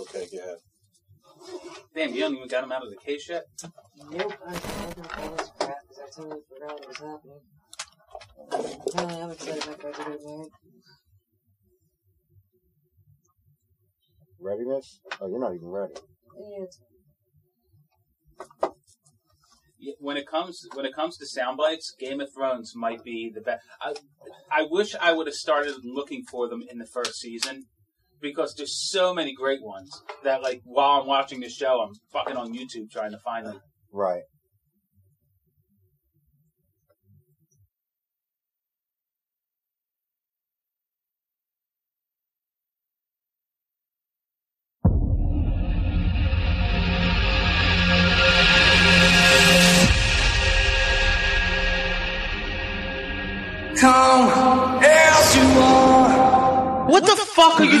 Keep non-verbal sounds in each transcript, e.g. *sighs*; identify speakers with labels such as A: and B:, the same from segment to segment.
A: Okay, go ahead.
B: Damn, you haven't even got him out of the case yet?
C: Nope, I fucking fell this crap because I totally forgot what was happening. Finally, I'm excited my friends are getting married.
A: Ready, miss? Oh, you're not even ready.
C: Yeah, it's
B: Y- When it comes when it comes to sound bites, Game of Thrones might be the best. I, I wish I would have started looking for them in the first season because there's so many great ones that like while I'm watching the show, I'm fucking on YouTube trying to find them.
A: Right.
D: Come as you are,
E: What the fuck are you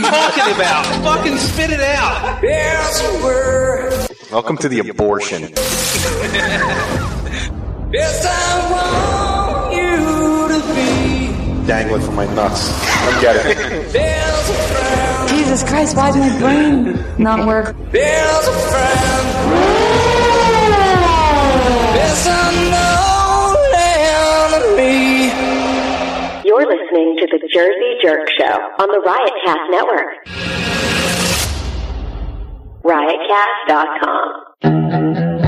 D: *laughs*
E: talking about? Fucking spit it out.
D: as you were,
A: Welcome to the abortion.
D: as I want you to be,
A: Dangling from my nuts. I'm getting
D: *laughs*
A: it.
D: there's a friend,
F: Jesus Christ, why is my brain not work?
D: there's a friend, there's unknown enemy.
G: You're listening to the Jersey Jerk Show on the Riotcast Network. Riotcast.com.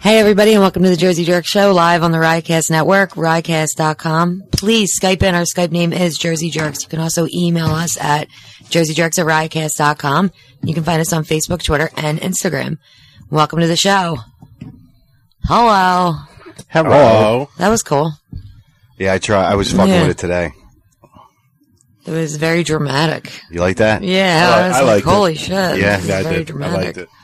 C: Hey everybody and welcome to the Jersey Jerk Show live on the Riotcast Network, riotcast.com. Please Skype in. Our Skype name is Jersey Jerks. You can also email us at jerseyjerks at riotcast.com. You can find us on Facebook, Twitter, and Instagram. Welcome to the show. Hello.
H: Hello.
C: That was cool.
H: Yeah, I try. I was fucking
C: Yeah.
H: with it today.
C: It was very dramatic.
H: You like that?
C: Yeah,
H: I
C: I,
H: li-
C: was
H: I
C: like,
H: liked it.
C: holy shit.
H: yeah,
C: this is
H: yeah, I
C: very
H: did.
C: dramatic.
H: I liked it.
C: *sighs*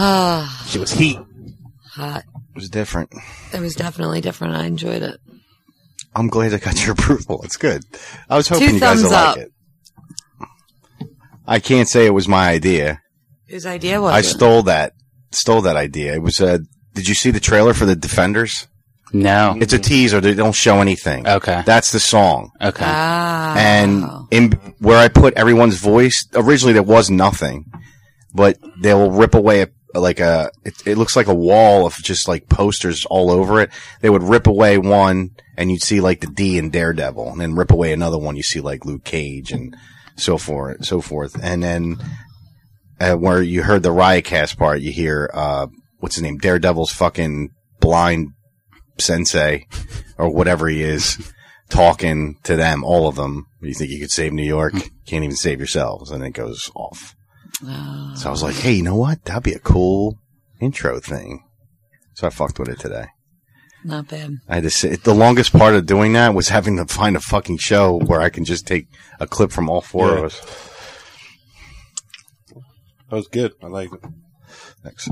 C: Ah,
H: It was heat. It
C: hot.
H: was different.
C: It was definitely different. I enjoyed it.
H: I'm glad I got your *laughs* approval. It's good. I was hoping
C: Two
H: you guys would
C: thumbs
H: like
C: up.
H: it. I can't say it was my idea.
C: Whose idea was
H: I
C: it?
H: stole that. Stole that idea. It was a. Did you see the trailer for the Defenders?
E: No.
H: It's a teaser. They don't show anything.
E: Okay.
H: That's the song.
E: Okay.
C: Ah.
H: and in where I put everyone's voice, originally there was nothing, but they'll rip away a, like a it, it looks like a wall of just like posters all over it. They would rip away one, and you'd see like the D in Daredevil, and then rip away another one, you see like Luke Cage and so forth, so forth, and then uh, where you heard the Riotcast part, you hear uh, what's his name, Daredevil's fucking blind sensei or whatever he is talking to them, all of them. You think you could save New York? Can't even save yourselves. And it goes off. So I was like, hey, you know what? That'd be a cool intro thing. So I fucked with it today.
C: Not
H: *laughs*
C: bad. *laughs*
H: I had to sit. The longest part of doing that was having to find a fucking show where I can just take a clip from all four of
A: Yeah.
H: us.
A: That was good. I like it.
H: Thanks.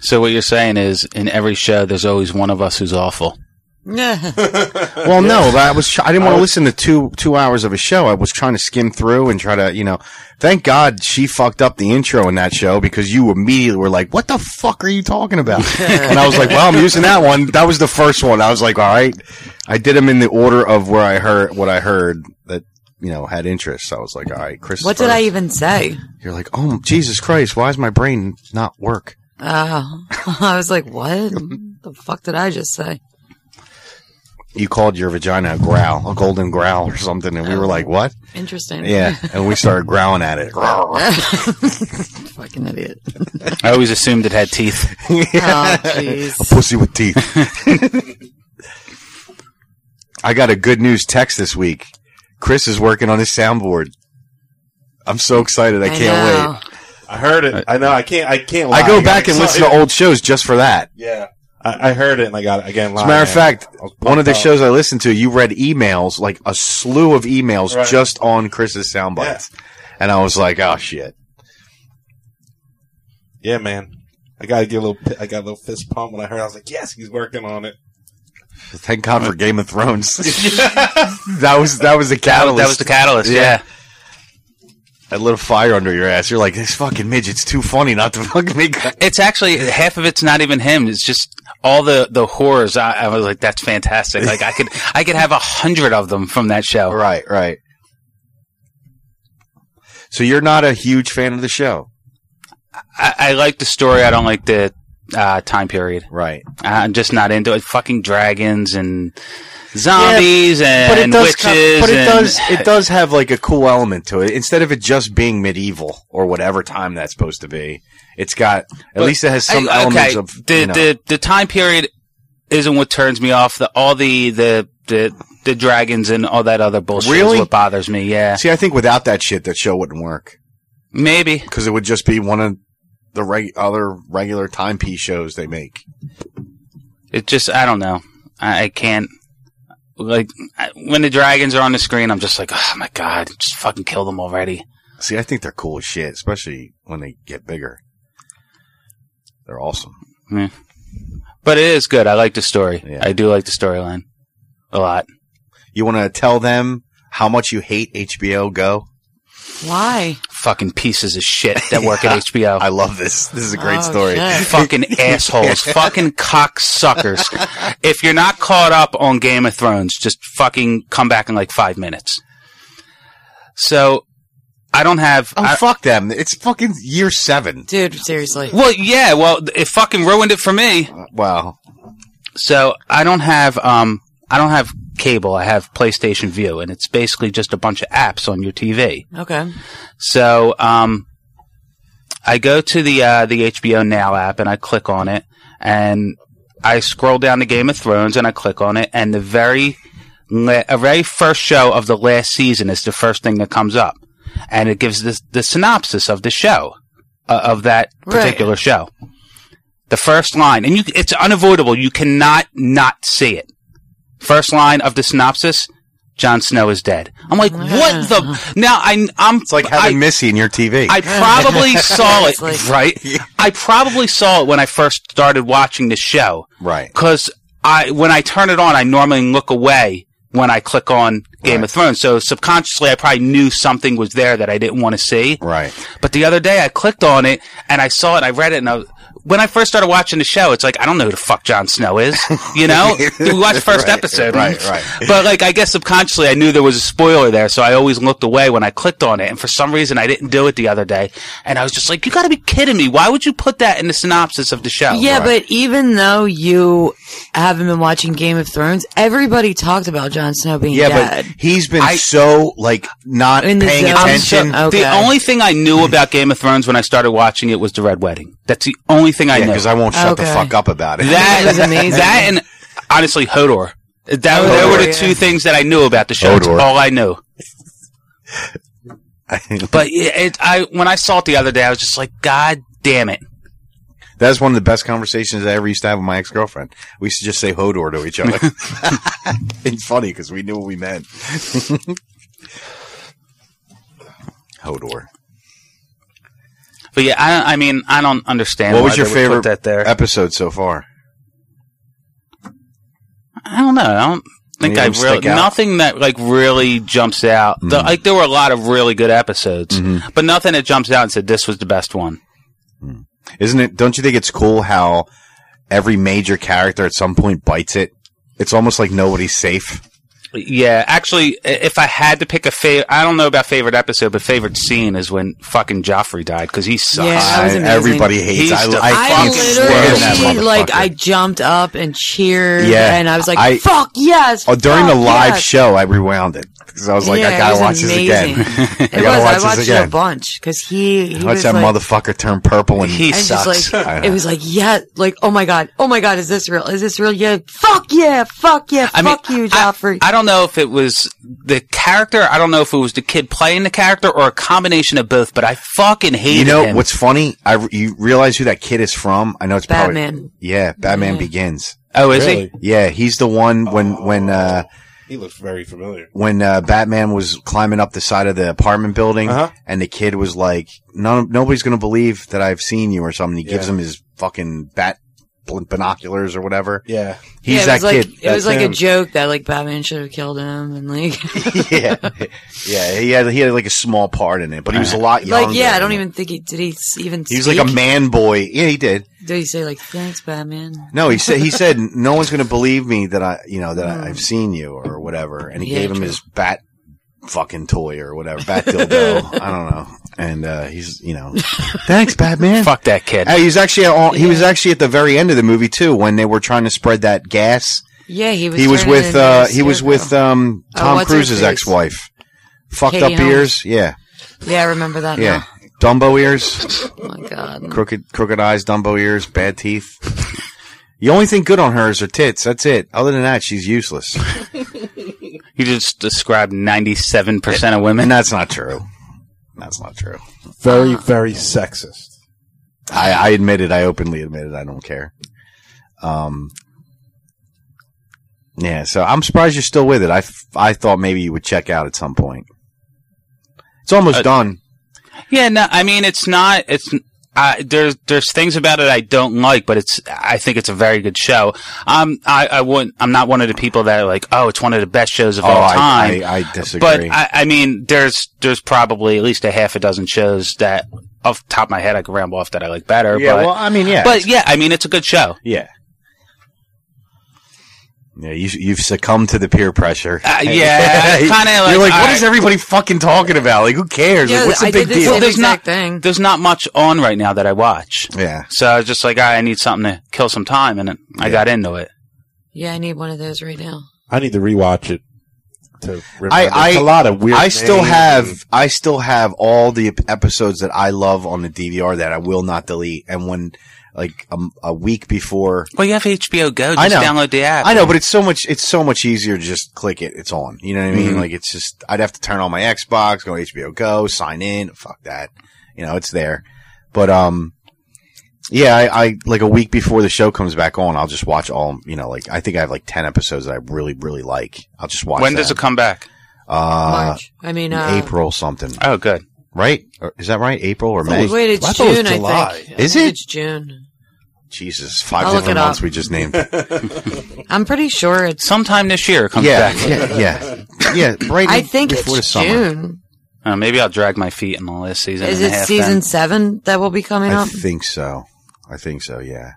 E: So what you're saying is, in every show, there's always one of us who's awful.
C: Yeah.
H: Well, no, but I was. Try- I didn't want to listen to two two hours of a show. I was trying to skim through and try to, you know. Thank God she fucked up the intro in that show because you immediately were like, "What the fuck are you talking
C: *laughs*
H: about?" and I was like, "Well, I'm using that one. That was the first one." I was like, "All right." I did them in the order of where I heard what I heard that you know had interest. So I was like, "All right, Chris." is
C: what did
H: first."
C: I even say?
H: You're like, "Oh Jesus Christ! Why is my brain not work?"
C: Oh, *laughs* I was like, what the fuck did I just say?
H: You called your vagina a growl, a golden growl or something, and we were like, "What?"
C: Interesting.
H: Yeah, and we started growling at it.
C: *laughs*
H: *laughs*
C: Fucking idiot.
E: I always assumed it had teeth.
C: Oh, jeez.
H: pussy with teeth. I got a good news text this week. Chris is working on his soundboard. I'm so excited. I can't wait.
A: I heard it. I know. I can't. I can't. Lie.
H: I go back and listen to
A: old.
H: old shows just for that.
A: Yeah. I, I heard it and I got it again.
H: As
A: Live.
H: a matter of fact,
A: was
H: one of the
A: pumped up.
H: shows I listened to, you read emails, like a slew of emails
A: Right.
H: just on Chris's soundbites. And I was like, oh shit.
A: Yeah, man. I gotta get a little. pi- I got a little fist pump when I heard. it. I was like, "Yes, he's working on it."
H: Thank God for Game of *laughs*
E: *laughs*
H: Thrones. that was that was the catalyst.
E: That was the catalyst.
H: Yeah.
E: Yeah.
H: that little fire under your ass. You're like, this fucking midget's too funny not to *laughs* fucking make
E: It's actually half of it's not even him. It's just all the the horrors. I, I was like, that's fantastic. Like I could I could have a hundred of them from that show.
H: Right, right. So you're not a huge fan of the show,
E: I, I like the story. I don't like the uh, time period.
H: right?
E: I'm just not into it. Fucking dragons and zombies and witches.
H: but it
E: and-
H: does.
E: *laughs*
H: It does have like a cool element to it. Instead of it just being medieval or whatever time that's supposed to be, it's got at
E: But-
H: least it has some
E: I-
H: elements of
E: the
H: you know,
E: the the time period isn't what turns me off. The all the the the, the dragons and all that other bullshit
H: Really?
E: is what bothers me. Yeah,
H: See, I think without that shit, that show wouldn't work
E: maybe.
H: because it would just be one of the reg- other regular timepiece shows they make.
E: It just I don't know. I, I can't. Like I, when the dragons are on the screen, I'm just like, oh my god, just fucking kill them already.
H: See, I think they're cool as shit, especially when they get bigger. They're awesome.
E: But it is good. I like the story.
H: Yeah.
E: I do like the storyline a lot.
H: You want to tell them how much you hate HBO Go?
C: Why?
E: Fucking pieces of shit that
H: *laughs*
E: work at HBO.
H: I love this. This is a great
C: Oh,
H: story.
C: shit.
E: fucking assholes, fucking cocksuckers. If you're not caught up on Game of Thrones, just fucking come back in like five minutes. So I don't have.
H: Oh
E: I-
H: fuck them! It's fucking year seven.
C: Dude, seriously.
E: well, yeah, well, it fucking ruined it for me.
H: Uh, Wow.
E: So I don't have. Um, I don't have cable. I have PlayStation View, and it's basically just a bunch of apps on your TV.
C: Okay.
E: So um, I go to the uh, the HBO Now app and I click on it, and I scroll down to Game of Thrones and I click on it, and the very la- a very first show of the last season is the first thing that comes up, and it gives the the synopsis of the show uh, of that
C: Right.
E: particular show. The first line, and you, it's unavoidable. You cannot not see it. First line of the synopsis: Jon Snow is dead. I'm like, what the? Now I, I'm.
H: It's like having Missy in your TV. *laughs*
E: I probably saw it,
C: It's like-
E: right? I probably saw it when I first started watching the show.
H: Right.
E: Because I, when I turn it on, I normally look away when I click on Game of Thrones. So subconsciously, I probably knew something was there that I didn't want to see.
H: right.
E: But the other day, I clicked on it and I saw it. I read it, and I was, when I first started watching the show, it's like I don't know who the fuck Jon
H: *laughs*
E: Snow is. You know, we watched the first
H: Right,
E: episode,
H: right, right.
E: But like, I guess subconsciously, I knew there was a spoiler there, so I always looked away when I clicked on it. And for some reason, I didn't do it the other day, and I was just like, "You got to be kidding me! Why would you put that in the synopsis of the show?"
C: Yeah, but even though you haven't been watching Game of Thrones, everybody talked about Jon Snow being
H: Yeah,
C: dead.
H: but he's been
E: I-
H: so like not
C: In the
H: paying
C: zone.
H: attention.
C: I'm so- okay.
E: The only thing I knew about Game of Thrones when I started watching it was the Red Wedding. That's the only thing I
H: yeah,
E: knew.
H: because I won't shut the
C: Okay.
H: fuck up about it. *laughs*
E: That
C: It
E: *laughs*
C: was amazing.
E: That and honestly, Hodor. That they were the
C: yeah.
E: two things that I knew about the show. That's
H: Hodor.
E: all I knew. But yeah, it, I when I saw it the other day, I was just like, God damn it!
H: That's one of the best conversations I ever used to have with my ex girlfriend. We used to just say Hodor to each other.
E: *laughs*
H: *laughs* it's funny because we knew what we meant. *laughs* Hodor.
E: But yeah, I, I mean, I don't understand.
H: what
E: why
H: was your
E: they would
H: favorite
E: Put that there?
H: episode so far?
E: I don't know. I don't think
H: Any
E: I
H: of them
E: really
H: stick out? Mm-hmm.
E: nothing that like really jumps out. The- like there were a lot of really good episodes, but nothing that jumps out and said this was the best one.
H: Isn't it? Don't you think it's cool how every major character at some point bites it? It's almost like nobody's safe.
E: Yeah, actually, i- if I had to pick a favorite, I don't know about favorite episode, but favorite scene is when fucking Joffrey died because he sucks.
C: Yeah. That was
H: I-
C: amazing.
H: everybody hates.
E: He's
H: I,
E: the-
H: I,
C: I
H: can't stand that
C: literally like
H: motherfucker.
C: I jumped up and cheered,
H: Yeah,
C: and I was like,
H: I-
C: "Fuck yes!"
H: Oh, during
C: fuck
H: the live
C: yes.
H: show, I rewound it because I was like,
C: Yeah,
H: I
C: it
H: gotta
C: was
H: watch
C: amazing.
H: *laughs* this again.
C: it
H: gotta watch
C: was. I
H: this
C: watched it a
H: again.
C: bunch because he, he
H: Watch
C: was
H: that
C: like,
H: motherfucker turn purple and
E: He
C: I was just
E: sucks.
H: I
C: like,
H: know.
C: it was like, yeah, like, oh my god, oh my god, is this real? Is this real? Yeah, fuck yeah, fuck yeah,
E: I mean,
C: fuck you, Joffrey.
E: I, I don't know if it was the character. I don't know if it was the kid playing the character or a combination of both. But I fucking hated
H: You know
E: him.
H: what's funny? I re- you realize who that kid is from? I know it's
C: Batman.
H: probably yeah, Batman Begins.
E: oh, is
A: Really? Oh.
E: he?
H: Yeah, he's the one when when uh,
A: He looks very familiar.
H: when uh, Batman was climbing up the side of the apartment building,
A: Uh-huh.
H: and the kid was like, "No, nobody's gonna believe that I've seen you" or something. He gives
A: Yeah.
H: him his fucking bat bl- binoculars or whatever.
A: Yeah.
H: He's
C: yeah, it was
H: that
C: like,
H: kid. *laughs*
C: It was
H: That's
C: like
H: him.
C: a joke that like Batman should have killed him and like
H: yeah, yeah. He had he had like a small part in it, but he was a lot younger.
C: like yeah. I don't
H: than-
C: even think he did. He s- even
H: He was like a
C: speak?
H: man boy. Yeah, he did.
C: Did he say like thanks, Batman?
H: No, he said
C: *laughs*
H: he said no one's going to believe me that I you know that I, I've seen you or whatever, and he
C: Hmm. Yeah,
H: gave him
C: true.
H: his bat fucking toy or whatever bat
C: *laughs*
H: dildo. I don't know. And uh, he's you know, thanks,
C: *laughs*
H: Batman.
E: Fuck that kid.
H: Hey, he was actually at all, he was actually at the very end of the movie too when they were trying to spread that gas.
C: Yeah, he was.
H: He was
C: turning
H: with
C: into
H: uh,
C: a
H: he was
C: scarecrow.
H: with um,
C: Oh,
H: Tom
C: what's her
H: Cruise's
C: face?
H: ex-wife. Fucked
C: Katie
H: up
C: Holmes. Uh-huh.
H: ears, yeah,
C: Yeah, I remember that.
H: uh, yeah.
C: Yeah.
H: Dumbo ears,
C: Oh my god.
H: crooked crooked eyes, Dumbo ears, bad teeth. *laughs* The only thing good on her is her tits. That's it. Other than that, she's useless,
E: You just described 97% of
H: and
E: women.
H: that's not true. That's not true.
A: Very, very sexist.
H: I, I admit it. I openly admit it. I don't care. Um. Yeah, so I'm surprised you're still with it. I, f- I thought maybe you would check out at some point. It's almost
E: Uh,
H: done.
E: Yeah, no, I mean, it's not, it's, I there's, there's things about it I don't like, but it's, I think it's a very good show. Um, I, I wouldn't, I'm not one of the people that are like, oh, it's one of the best shows of all time.
H: Oh, I, I, I disagree.
E: but I, I mean, there's, there's probably at least a half a dozen shows that off the top of my head I could ramble off that I like better.
H: yeah,
E: but,
H: well, I mean, yeah,
E: but yeah, I mean, it's a good show.
H: yeah, yeah. You, you've succumbed to the peer pressure. *laughs*
E: Uh, yeah,
H: Hey.
E: kind of like,
H: you're like, what
E: all
H: is
E: right.
H: everybody fucking talking about? Like, who cares?
C: Yeah,
H: like, what's the
C: I
H: big
C: did the
H: deal?
C: same
E: Well, there's
C: exact
E: not-
C: thing.
E: There's not much on right now that I watch.
H: yeah,
E: So I was just like, "All right, I need something to kill some time, and I got into it.
C: Yeah, I need one of those right now.
A: I need to rewatch it. To remember.
H: I- I-
A: It's a lot of weird.
H: I still
A: names
H: have, I still have all the episodes that I love on the DVR that I will not delete. And when, like, a, a week before,
E: Well, you have HBO Go. Just
H: I know.
E: download the app.
H: I know, but it's so much, it's so much easier to just click it. It's on. You know what I mean?
E: Mm-hmm.
H: Like, it's just, I'd have to turn on my Xbox, go to HBO Go, sign in. Fuck that. You know, it's there. But, um, yeah, I, I, like a week before the show comes back on, I'll just watch all, you know, like, I think I have like 10 episodes that I really, really like. I'll just watch
E: when does
H: them.
E: it come back?
H: Uh,
C: March. I mean,
H: in
C: uh,
H: April something,
E: Oh, good.
H: right? Or- Is that right? April or May?
C: Oh, Wait, it's
A: I thought it was
C: June. I
A: July.
C: think. I
H: Is
C: think
H: it?
C: It's June.
H: Jesus, 5
C: I'll look
H: different
C: it up.
H: months we just
E: *laughs*
H: named.
C: I'm pretty sure it's.
E: Sometime this year it comes
H: yeah,
E: back.
H: yeah, yeah, yeah. Right.
C: I
H: in-
C: think
H: before the
C: it's
H: summer.
C: June.
E: Uh, maybe I'll drag my feet in all this season.
C: Is
E: and a
C: it
E: half
C: season
E: then.
C: seven that will be coming
H: I
C: up?
H: think so. I think so. Yeah.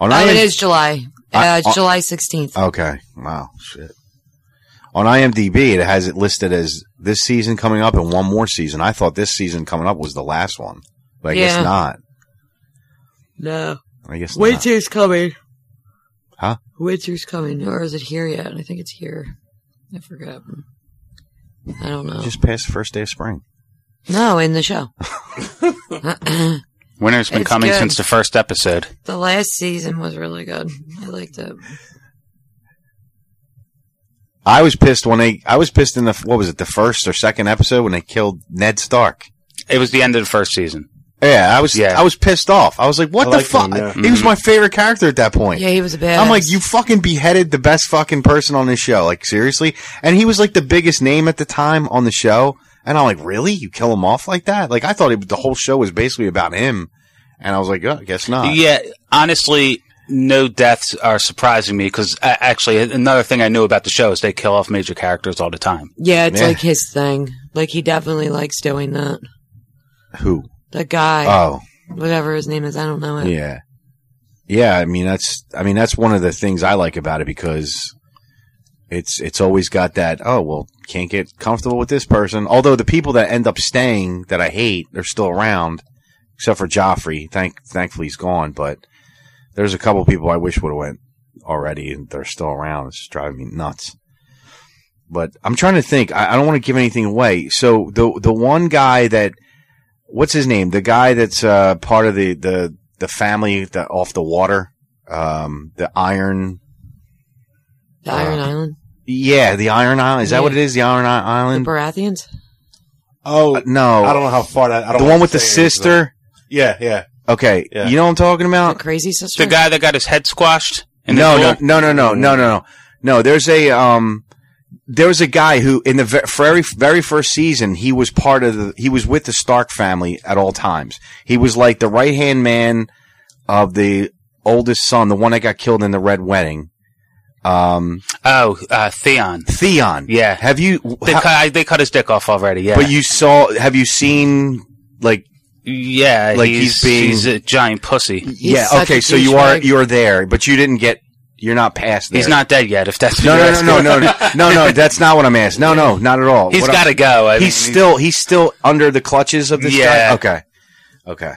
H: On
C: Oh,
H: IM
C: it is July.
H: I-
C: Uh,
H: I-
C: July 16th.
H: Okay. Wow. Shit. On IMDb, it has it listed as this season coming up and one more season. I thought this season coming up was the last one, but I
C: Yeah.
H: guess not.
C: No.
H: I guess not.
C: Winter's coming.
H: Huh?
C: Winter's coming. Or is it here yet? I think it's here. I forgot. I don't know.
H: Just past the first day of spring.
C: No, in the show.
E: Winter's been
C: It's
E: coming
C: good.
E: since the first episode.
C: The last season was really good. I liked it.
H: I was pissed when they. I was pissed in the what was it the first or second episode when they killed Ned Stark.
E: It was the end of the first season.
H: Yeah, I was.
E: Yeah.
H: I was pissed off. I was like, "What
A: I
H: the
A: liked
H: fuck?"
A: him, yeah. Mm-hmm.
H: He was my favorite character at that point.
C: Yeah, he was a bad.
H: I'm like, you fucking beheaded the best fucking person on this show. Like, seriously? And he was like the biggest name at the time on the show. And I'm like, really? You kill him off like that? Like, I thought it, the whole show was basically about him. And I was like, oh, I guess not.
E: yeah, honestly, no deaths are surprising me because actually another thing I knew about the show is they kill off major characters all the time.
C: Yeah, it's
H: Yeah.
C: like his thing. Like he definitely likes doing that.
H: Who?
C: The guy,
H: Oh,
C: whatever his name is, I don't know it.
H: yeah. Yeah. I mean, that's, I mean, that's one of the things I like about it because it's, it's always got that, oh, well, can't get comfortable with this person. Although the people that end up staying that I hate, they're still around. except for Joffrey. Thank, thankfully he's gone, but there's a couple people I wish would have went already, and they're still around. It's just driving me nuts. But I'm trying to think. I, I don't want to give anything away. So the the one guy that what's his name? The guy that's uh, part of the the the family that off the water, um, the Iron.
C: The Iron
H: Uh,
C: Island,
H: Yeah, the Iron Island. Is that
C: Yeah.
H: what it is? The Iron I-
C: the
H: Island?
C: Baratheons.
A: Oh,
H: Uh, no,
A: I don't know how far that. I don't
H: the
A: wanna
H: one with the
A: say it, so-
H: sister.
A: Yeah, yeah.
H: Okay,
A: Yeah.
H: you know what I'm talking
C: The
H: about.
C: crazy sister.
E: The guy that got his head squashed. In the
H: no,
E: pool?
H: no, no, no, no, no, no, no, no. There's a um, there was a guy who in the ve- very very first season he was part of the he was with the Stark family at all times. He was like the right hand man of the oldest son, the one that got killed in the Red Wedding, um,
E: Oh, uh, Theon.
H: Theon.
E: Yeah.
H: Have you?
E: They,
H: how-
E: cut, I, they cut his dick off already. Yeah,
H: But you saw? Have you seen? Like,
E: yeah,
H: like,
E: he's,
H: he's being-
E: he's a giant pussy.
H: yeah.
C: such
H: Okay.
C: a
H: So you are
C: douchebag.
H: you're there, but you didn't get. You're not past there.
E: He's not dead yet. If that's what
H: No,
E: you're
H: no,
E: asking.
H: no, no, no, no, no, no. That's not what I'm asking. No, no, not at all.
E: *laughs* He's
H: What I'm-
E: got to go. I mean,
H: he's still he's still under the clutches of this
E: Yeah.
H: guy. Okay. Okay.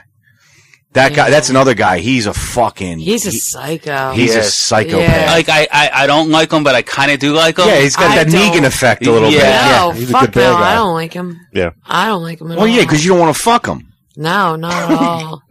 H: That guy that's another guy. He's a fucking
C: He's a
H: he-
C: psycho.
H: he's
E: Yeah.
H: a psychopath.
E: like I, I, I don't like him, but I kind of do like him.
H: Yeah, he's got
C: I
H: that
C: don't-
H: Negan effect a little
E: Yeah.
C: no,
A: yeah, he's a
C: fuck
A: good bad
C: no,
A: guy.
C: I don't like him.
A: Yeah.
C: I don't like him at
H: bit. Well,
C: all.
H: yeah, because you don't want to fuck him.
C: no, not
H: *laughs*
C: at all.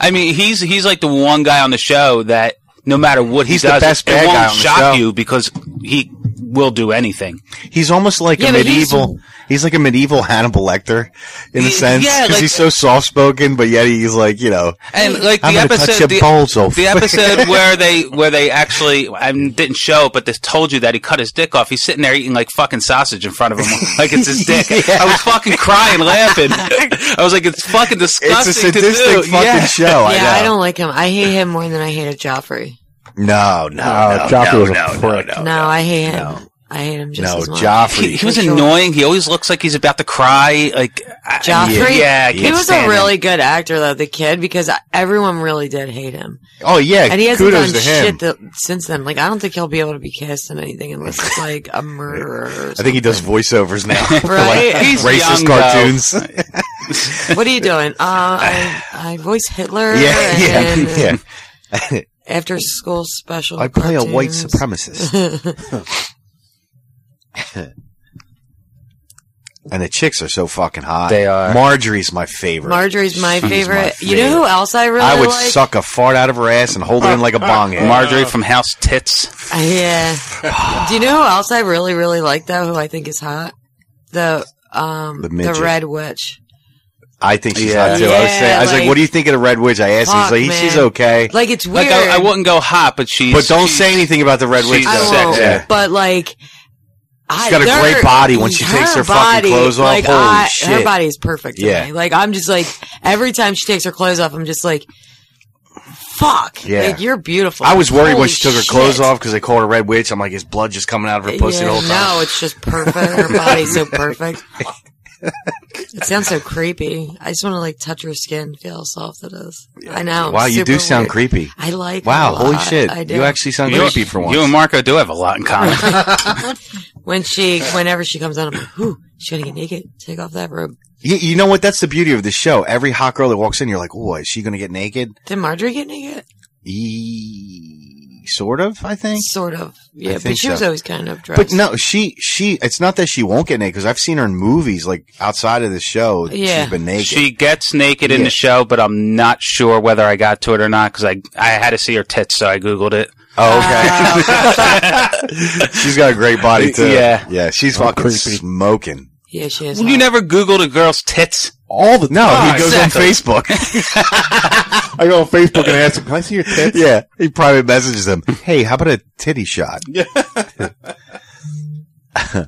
E: I mean, he's he's like the one guy on the show that no matter what he
H: He's the
E: does,
H: best
E: it
H: bad
E: won't
H: guy on the
E: shock
H: show.
E: you because he will do anything.
H: He's almost like
C: Yeah,
H: a
C: but he's-
H: medieval. He's, like a medieval Hannibal Lecter in
E: Yeah,
H: a sense because
E: like-
H: he's so soft spoken, but yet he's like you know
E: And like
H: I'm
E: the
H: gonna touch
E: episode,
H: your
E: the,
H: balls off.
E: the
H: *laughs*
E: episode where they where they actually I mean, didn't show it, but they told you that he cut his dick off. He's sitting there eating like fucking sausage in front of him, *laughs* like it's
H: *laughs*
E: his dick. I was fucking crying, laughing. I was like, it's fucking
H: it's
E: disgusting.
H: a sadistic
E: to do.
H: fucking
E: *laughs* yeah.
H: show.
C: yeah, I,
H: Oh, know.
C: don't like him. I hate him more than I hated Joffrey.
H: No, no,
A: Uh,
H: no,
A: Joffrey
H: no,
A: was a
H: no, no,
A: prick.
H: no,
C: no, I hate him.
H: Oh, no.
C: I hate him just
H: no,
C: as much.
E: He,
H: Joffrey.
E: he was
C: For sure.
E: annoying. He always looks like he's about to cry. Like I-
C: Joffrey?
E: Yeah, I
C: He
E: can't
C: was a
E: stand him.
C: really good actor, though, the kid, because I- everyone really did hate him.
H: Oh yeah,
C: And he hasn't
H: kudos to
C: done
H: him.
C: shit that, since then. Like, I don't think he'll be able to be cast in anything unless it's like
H: *laughs*
C: a murderer. Or
H: I think he does voiceovers now. for,
C: Right?
H: like,
E: He's young,
H: racist
E: though.
H: cartoons.
C: something. what are you doing? Uh, I, I voice Hitler.
H: *laughs* yeah,
C: and
H: yeah, yeah.
C: After school special.
H: I play a
C: *laughs*
H: white
C: cartoons.
H: supremacist. and the chicks are so fucking hot.
E: They are.
H: Marjorie's my favorite.
C: Marjorie's my
H: She's my
C: favorite. You know who
H: favorite.
C: else I really
H: I would
C: like?
H: suck a fart out of her ass and hold it in
C: *laughs*
H: like a bong head.
E: Marjorie from House Tits.
C: Uh,
E: *sighs*
C: Yeah. Do you know who else I really, really like though? Who I think is hot? The um
H: The
C: the,
H: midget.
C: Red Witch.
H: I think she's
E: Yeah.
H: hot too. I was, saying, I was like,
C: Yeah,
H: "What do you think of the Red Witch?" I asked
C: Fuck,
H: him. He's like, "She's
C: man.
H: okay,"
C: Like it's
E: Like
C: weird.
E: I, I wouldn't go hot, but she's.
H: but don't
E: she's-
H: say anything about the Red Witch.
E: she's
C: I
H: though.
E: sexy.
C: won't.
H: Yeah.
C: But like. I,
H: She's got a
C: they're-
H: great body when she takes her fucking clothes off.
C: Like,
H: Holy
C: I, Her
H: shit.
C: body's perfect. To
H: Yeah.
C: Me. Like I'm just like every time she takes her clothes off, I'm just like, fuck.
H: Yeah.
C: Like you're beautiful.
H: I was worried
C: Holy
H: when she took her
C: shit.
H: clothes off because they called her Red Witch. I'm like, is blood just coming out of her pussy
C: Yeah,
H: the whole time?
C: No, it's just perfect. Her body's so perfect. It sounds so creepy. I just want to like touch her skin, feel how soft it is. I know.
H: Wow, you
C: super
H: do sound
C: weird.
H: creepy.
C: I like.
H: Wow,
C: her a
H: holy
C: lot.
H: shit.
C: I do.
H: You actually sound
E: You,
H: creepy for once.
E: you and Marco do have a lot
C: *laughs*
E: in common.
C: When she, whenever she comes on, I'm like, "Whew, she's gonna get naked. Take off that robe."
H: you, you know what? That's the beauty of the show. Every hot girl that walks in, you're like, oh, is she going to get naked?
C: Did Marjorie get naked?
H: E- sort of, I think.
C: Sort of. Yeah, but
H: think
C: she was
H: so.
C: always kind of dressed.
H: But no, she, she, it's not that she won't get naked because I've seen her in movies, like outside of the show.
C: Yeah.
H: She's been naked.
E: she gets naked in
H: Yeah.
E: the show, but I'm not sure whether I got to it or not because I I had to see her tits, so I googled it.
H: oh, okay. *laughs* she's got a great body too.
E: Yeah.
H: Yeah. She's fucking
A: Oh, creepy.
H: smoking.
C: Yeah, she is.
E: Well, *laughs* you
C: hot.
E: never googled a girl's tits.
A: All the
H: No, he
A: time.
H: goes
E: exactly.
H: on Facebook.
A: I go on Facebook and ask him, "Can I see your tits?"
H: yeah, he private messages them. Hey, how about a titty shot? *laughs*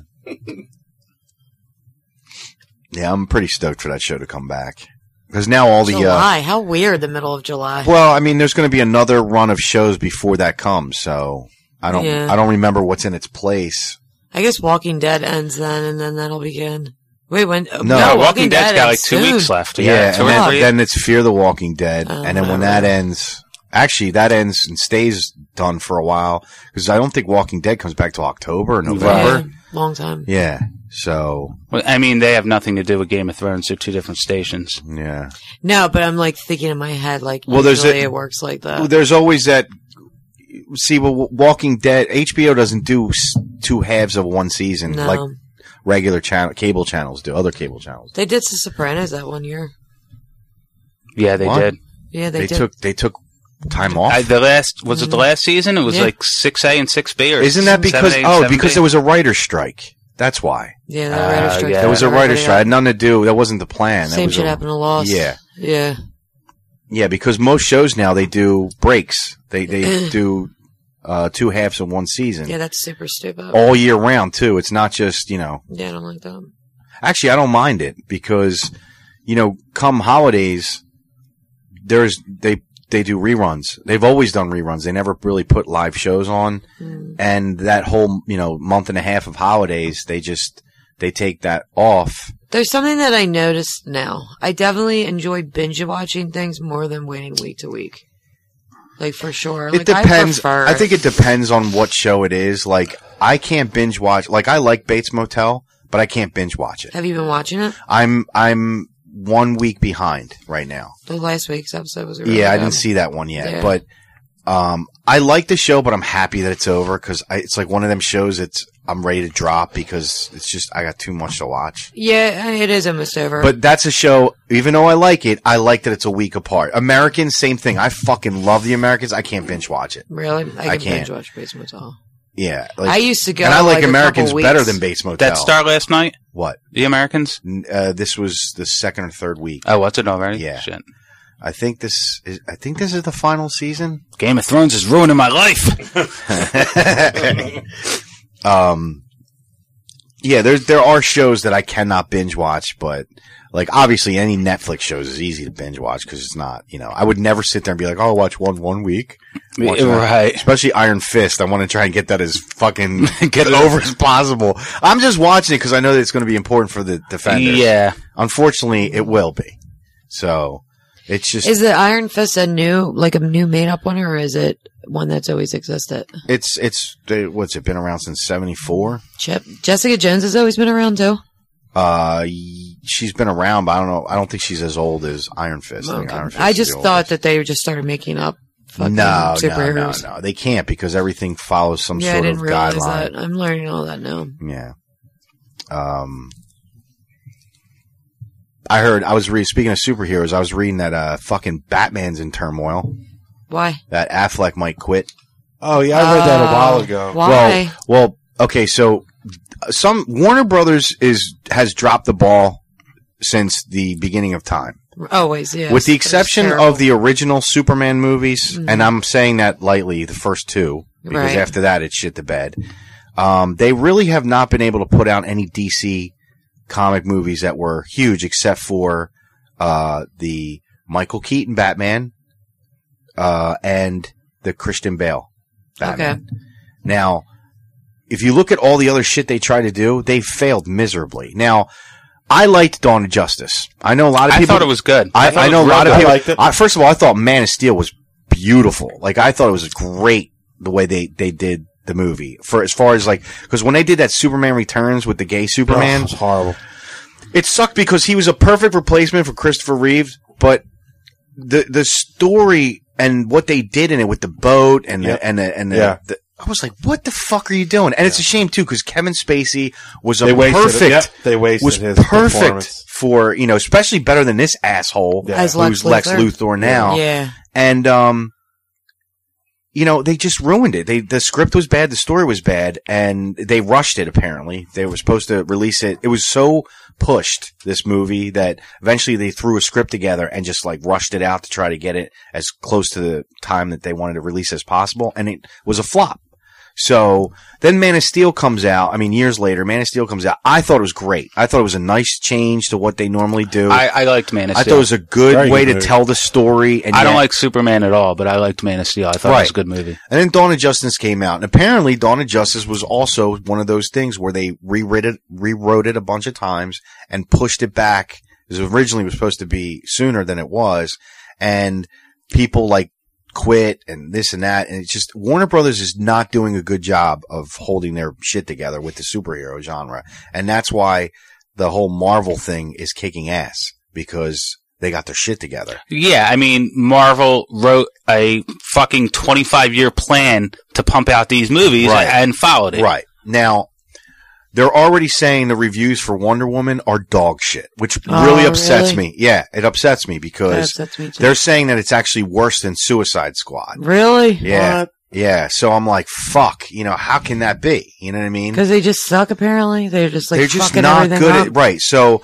H: yeah, I'm pretty stoked for that show to come back because now all the uh,
C: July. How weird. The middle of July.
H: well, I mean, there's going to be another run of shows before that comes, so I don't
C: Yeah.
H: I don't remember what's in its place.
C: I guess Walking Dead ends then, and then that'll begin. Wait, when? No,
H: Walking
E: Walking Dead's got like
C: ends
E: two
C: soon.
E: weeks left.
H: Yeah,
E: Yeah, two
H: and
E: or
H: then,
E: three.
H: then it's Fear the Walking Dead,
C: Oh,
H: and then when
C: wow.
H: that ends, actually that ends and stays done for a while because I don't think Walking Dead comes back till October or November.
C: Yeah, long time.
H: Yeah. So
E: Well, I mean, they have nothing to do with Game of Thrones. They're two different stations.
H: yeah.
C: No, but I'm like thinking in my head, like,
H: Well,
C: well,
H: there's
C: usually
H: a-
C: it works like that.
H: Well, there's always that. See, well, Walking Dead HBO doesn't do s- two halves of one season
C: no,
H: like regular channel cable channels do. Other cable channels.
C: they did The Sopranos that one year.
E: Yeah, they
H: What?
E: did.
C: Yeah, they,
H: They,
C: did.
H: took they took time off.
E: I, the last was it the last season? It was
C: Yeah.
E: like six A and six B, or
H: Isn't that
E: 7A
H: because
E: and
H: oh
E: 7B?
H: because there was a writer's strike. That's why
C: yeah, the
E: Uh,
C: writer's strike.
E: yeah.
H: there was a
C: Everybody
H: writer's strike. It had nothing to do. That wasn't the plan.
C: got-
H: That
C: Same
H: was
C: shit
H: a-
C: happened to Lost.
H: Yeah.
C: yeah.
H: Yeah, because most shows now they do breaks. They
C: *clears throat*
H: they do uh, two halves in one season
C: Yeah, that's super stupid.
H: all year round too. It's not just you know.
C: yeah, I don't like that.
H: Actually, I don't mind it because you know, come holidays, there's they they do reruns. They've always done reruns. They never really put live shows on.
C: Hmm.
H: And that whole, you know, month and a half of holidays, they just, they take that off.
C: There's something that I noticed now. I definitely enjoy binge watching things more than waiting week to week. Like for sure.
H: It
C: like,
H: depends.
C: I, prefer,
H: I think it depends on what show it is. Like, I can't binge watch, like, I like Bates Motel, but I can't binge watch it.
C: Have you been watching it?
H: I'm, I'm one week behind right now.
C: The last week's episode was. Really
H: Yeah, I
C: good.
H: didn't see that one yet,
C: Um, Yeah.
H: but um, I like the show, but I'm happy that it's over because it's like one of them shows. It's I'm ready to drop because it's just I got too much to watch.
C: Yeah, it is almost over.
H: But that's a show. Even though I like it, I like that it's a week apart. Americans, same thing. I fucking love the Americans. I can't binge watch it.
C: really, I can
H: I can't.
C: binge watch Bates Motel.
H: Yeah, like,
C: I used to go.
H: and I like,
C: a couple
H: Americans
C: weeks.
H: better than Bates Motel.
E: That star last night,
H: What?
E: the Americans.
H: N- Uh, this was the second or third week.
E: Oh, what's it already?
H: Yeah.
E: Shit.
H: I think this is. I think this is the final season.
E: Game of Thrones is ruining my
H: *laughs*
E: life.
H: um, yeah, there's there are shows that I cannot binge watch, but like obviously any Netflix shows is easy to binge watch because it's not you know I would never sit there and be like oh I'll watch one one week, Watch that.
E: right.
H: especially Iron Fist. I want to try and get that as fucking *laughs*
E: Get
H: get
E: it.
H: over as possible. I'm just watching it because I know that it's going to be important for the defenders.
E: Yeah.
H: unfortunately, it will be. So it's just
C: Is the Iron Fist a new, like a new made-up one, or is it one that's always existed?
H: it's it's they- what's it been around since '74.
C: Chip Jessica Jones has always been around too.
H: Uh, y- she's been around, but I don't know. I don't think she's as old as Iron Fist. I, think Iron Fist
C: Oh, I
H: is
C: just
H: the
C: thought
H: oldest.
C: that they just started making up fucking
H: no, no, no,
C: superheroes.
H: no, they can't because everything follows some
C: Yeah, I
H: sort
C: didn't
H: of
C: realize
H: guideline.
C: that. I'm learning all that now.
H: Yeah. Um, I heard. I was reading. Speaking of superheroes, I was reading that uh, fucking Batman's in turmoil.
C: Why?
H: That Affleck might quit.
A: Oh yeah, I read that a while
C: Uh,
A: ago.
C: Why?
H: Well, well, okay. So uh, some Warner Brothers is has dropped the ball since the beginning of time.
C: Always, yeah.
H: with the exception of the original Superman movies, and I'm saying that lightly, the first two, because
C: Right.
H: after that it shit the bed. Um, they really have not been able to put out any DC comic movies that were huge, except for uh, the Michael Keaton Batman uh, and the Christian Bale Batman. Now, if you look at all the other shit they try to do, they failed miserably. Now, I liked Dawn of Justice. I know a lot of
E: I
H: people.
E: thought it was good.
H: I,
E: thought
H: I
E: it
H: know a
E: was real
H: lot of
E: good.
H: people.
A: liked it.
H: I, first of all, I thought Man of Steel was beautiful. Like I thought it was great the way they they did the movie for as far as like because when they did that Superman Returns with the gay
A: Oh,
H: Superman,
A: it's horrible.
H: it sucked because he was a perfect replacement for Christopher Reeves, but the the story and what they did in it with the boat and
A: Yep.
H: the, and the, and the,
A: Yeah.
H: the- I was like, what the fuck are you doing? And it's a shame too because Kevin Spacey was a
A: They wasted it.
H: perfect.
A: Yep, they wasted
H: was
A: his
H: perfect
A: performance.
H: for you know, especially better than this asshole
A: Yeah.
C: As Lex
H: who's Lex
C: Luthor?
H: Luthor now
C: yeah,
H: and um you know they just ruined it they the script was bad the story was bad and they rushed it apparently they were supposed to release it it was so pushed this movie that eventually they threw a script together and just like rushed it out to try to get it as close to the time that they wanted to release as possible and it was a flop so then Man of Steel comes out. I mean, years later, Man of Steel comes out. I thought it was great. I thought it was a nice change to what they normally do.
E: I, I liked Man of
H: I
E: Steel.
H: thought it was a good
A: Very
H: way
A: good
H: to
A: movie.
H: tell the story. And
E: I don't
H: yet-
E: like Superman at all, but I liked Man of Steel. I thought it was
H: Right.
E: a good movie.
H: And then Dawn of Justice came out, and apparently Dawn of Justice was also one of those things where they rewrote it, rewrote it a bunch of times and pushed it back. It was originally was supposed to be sooner than it was, and people like quit and this and that, and it's just Warner Brothers is not doing a good job of holding their shit together with the superhero genre, and that's why the whole Marvel thing is kicking ass because they got their shit together.
E: Yeah, I mean, Marvel wrote a fucking 25 year plan to pump out these movies
H: Right.
E: and followed it.
H: Right. Now, they're already saying the reviews for Wonder Woman are dog shit, which
C: Oh,
H: really upsets
C: really?
H: me. Yeah, it upsets me
C: that
H: because
C: upsets me too.
H: they're saying that it's actually worse than Suicide Squad.
C: really
H: Yeah. Yeah. So I'm like, fuck, you know, how can that be? You know what I mean?
C: because they just suck. Apparently, they're just like
H: they're just
C: fucking
H: not
C: everything
H: good
C: up.
H: at, right. So,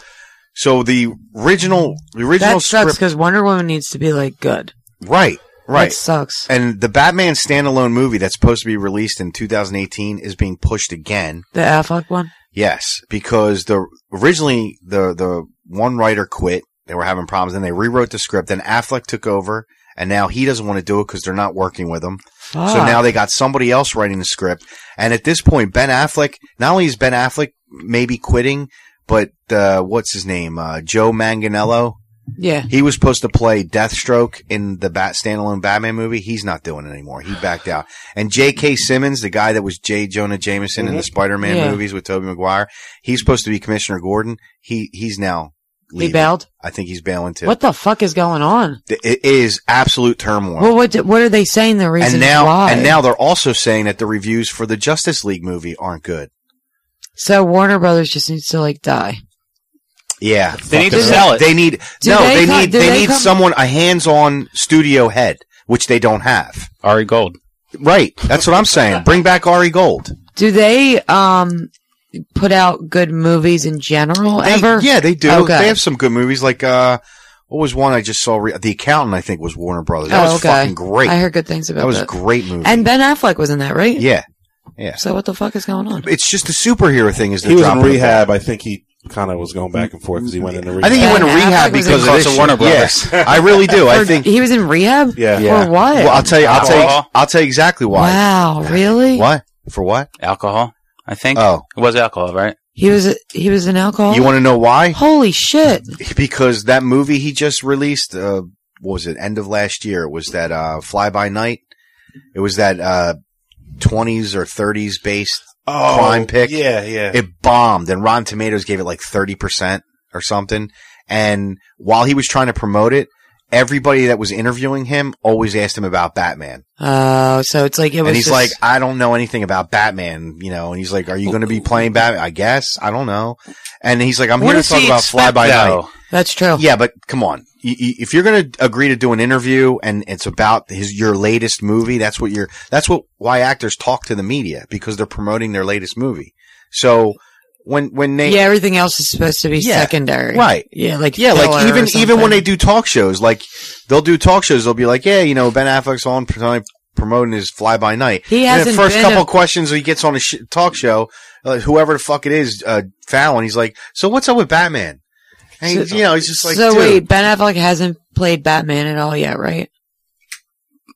H: so the original, the original
C: that sucks
H: script,
C: because Wonder Woman needs to be like good.
H: right,
C: that
H: right.
C: sucks.
H: And the Batman standalone movie that's supposed to be released in 2018 is being pushed again.
C: The Affleck one.
H: Yes, because the originally the the one writer quit. They were having problems, and they rewrote the script. Then Affleck took over, and now he doesn't want to do it because they're not working with him. So
C: Fuck.
H: now they got somebody else writing the script. And at this point, Ben Affleck, not only is Ben Affleck maybe quitting, but uh, what's his name? Uh, Joe Manganello.
C: yeah.
H: He was supposed to play Deathstroke in the Bat standalone Batman movie. He's not doing it anymore. He backed out. And J.K. Simmons, the guy that was J. Jonah Jameson in the Spider-Man
C: Mm-hmm. Yeah.
H: movies with Tobey Maguire, he's supposed to be Commissioner Gordon. He he's now leaving.
C: He bailed.
H: I think he's bailing too.
C: What the fuck is going on?
H: Th- It is absolute turmoil.
C: Well, what what are they saying? The reason
H: and now
C: why?
H: and now they're also saying that the reviews for the Justice League movie aren't good.
C: so Warner Brothers just needs to like die.
H: Yeah,
E: They need to
H: Fucking-
E: sell it.
H: They need
C: Do
H: no. They,
C: they co-
H: need
C: do
H: they,
C: they
H: need
C: come-
H: someone a hands-on studio head, which they don't have.
E: Ari Gold.
H: Right. That's what I'm saying. Bring back Ari Gold.
C: Do they um put out good movies in general
H: They-
C: ever?
H: yeah, they do.
C: Okay.
H: They have some good movies. Like uh, what was one I just saw? Re- the Accountant. I think was Warner Brothers. That
C: Oh,
H: was
C: okay.
H: fucking great.
C: I heard good things about
H: that was
C: that.
H: great movie.
C: And Ben Affleck was in that, right?
H: yeah,
C: So what the fuck is going on?
H: it's just the superhero thing is the
A: He was in
H: drop of the
A: rehab. I think he kind of was going back and forth because he went into rehab.
H: I think he
C: Ben
H: went to rehab
C: Affleck was
H: because
C: in-
H: of this
E: Because of Warner
H: shit.
E: Brothers.
H: Yeah, I really do. I
C: *laughs* Or-
H: think.
C: he was in rehab.
A: Yeah.
H: Yeah.
C: For what?
H: Well, I'll tell you. I'll tell you.
A: Uh-huh.
E: Alcohol?
H: I'll tell you exactly why.
C: Wow, really?
H: What for? What?
E: Alcohol, I think.
H: Oh,
E: It was alcohol, right?
C: He was he was an alcohol.
H: you want to know why?
C: Holy shit!
H: Because that movie he just released, uh, what was it? End of last year. It was that uh, Fly By Night. It was that uh, 20s or 30s based.
A: oh,
H: Klein pick.
A: Yeah, yeah.
H: It bombed, and Rotten Tomatoes gave it like 30 percent or something. And while he was trying to promote it, everybody that was interviewing him always asked him about Batman.
C: Oh, so it's like it was.
H: and he's
C: just-
H: like, I don't know anything about Batman, you know. And he's like, Are you going to be playing Batman? I guess I don't know. And he's like, I'm
E: What
H: here to
E: does
H: talk
E: he
H: about Fly
E: expect,
H: By
E: though?
H: Night.
C: that's true.
H: Yeah, but come on, Y- y- if you're going to agree to do an interview and it's about his your latest movie, that's what you're. That's what why actors talk to the media because they're promoting their latest movie. So when when they
C: Yeah, everything else is supposed to be
H: Yeah,
C: secondary,
H: right.
C: Yeah, like
H: yeah, like
C: filler or
H: even even when
C: something.
H: they do talk shows, like they'll do talk shows, they'll be like, yeah, you know, Ben Affleck's on prom- promoting his Fly By Night.
C: He
H: And the
C: hasn't
H: first
C: been
H: couple
C: a-
H: of questions he gets on a sh- talk show, uh, whoever the fuck it is, uh, Fallon, he's like, so what's up with Batman? And he's-
C: So-
H: you know, he's just like,
C: so
H: dude,
C: wait, Ben Affleck hasn't played Batman at all yet, right?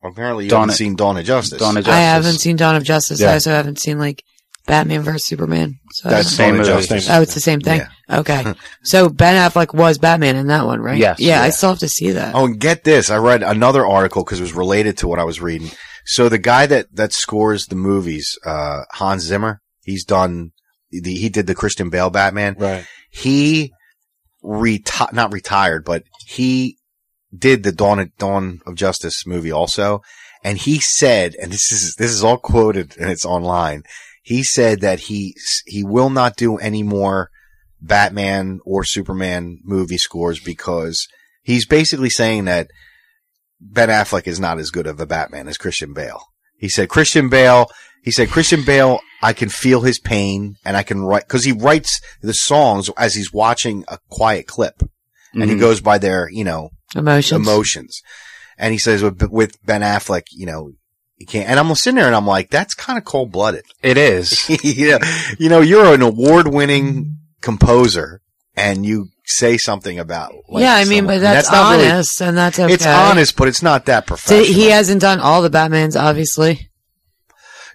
H: apparently you
E: Dawn
H: haven't
E: it.
H: seen Dawn of Justice.
E: Dawn of
C: I
E: Justice.
C: haven't seen Dawn of Justice. I
A: Yeah.
C: also haven't seen like Batman vs Superman. So I don't
H: That's
C: know.
E: Same
H: Dawn of
E: movie.
H: Justice.
C: oh, it's the same thing.
H: Hmm.
C: Okay, so Ben Affleck was Batman in that one, right?
E: Yes.
C: Yeah, I
E: Yeah.
C: still have to see that.
H: Oh, and get this. I read another article because it was related to what I was reading. So the guy that, that scores the movies, uh, Hans Zimmer, he's done the, he did the Christian Bale Batman.
A: Right.
H: he reti- not retired, but he did the Dawn of, Dawn of Justice movie also. And he said, and this is, this is all quoted and it's online. He said that he, he will not do any more Batman or Superman movie scores because he's basically saying that Ben Affleck is not as good of a Batman as Christian Bale. He said Christian Bale. He said Christian Bale. I can feel his pain, and I can write because he writes the songs as he's watching a quiet clip, and
C: Mm-hmm.
H: he
E: Mhm.
H: goes by their you know
C: Emotions.
H: emotions. And he says with, with Ben Affleck, you know, you can't. And I'm sitting there, and I'm like, that's kind of cold blooded. *laughs*
E: It is.
H: you know, you know, you're an award winning composer, and you say something about like,
C: yeah, I mean,
H: someone-
C: but that's,
H: not really-
C: honest, and that's okay.
H: It's honest, but it's not that professional.
C: Did- he hasn't done all the Batmans, obviously.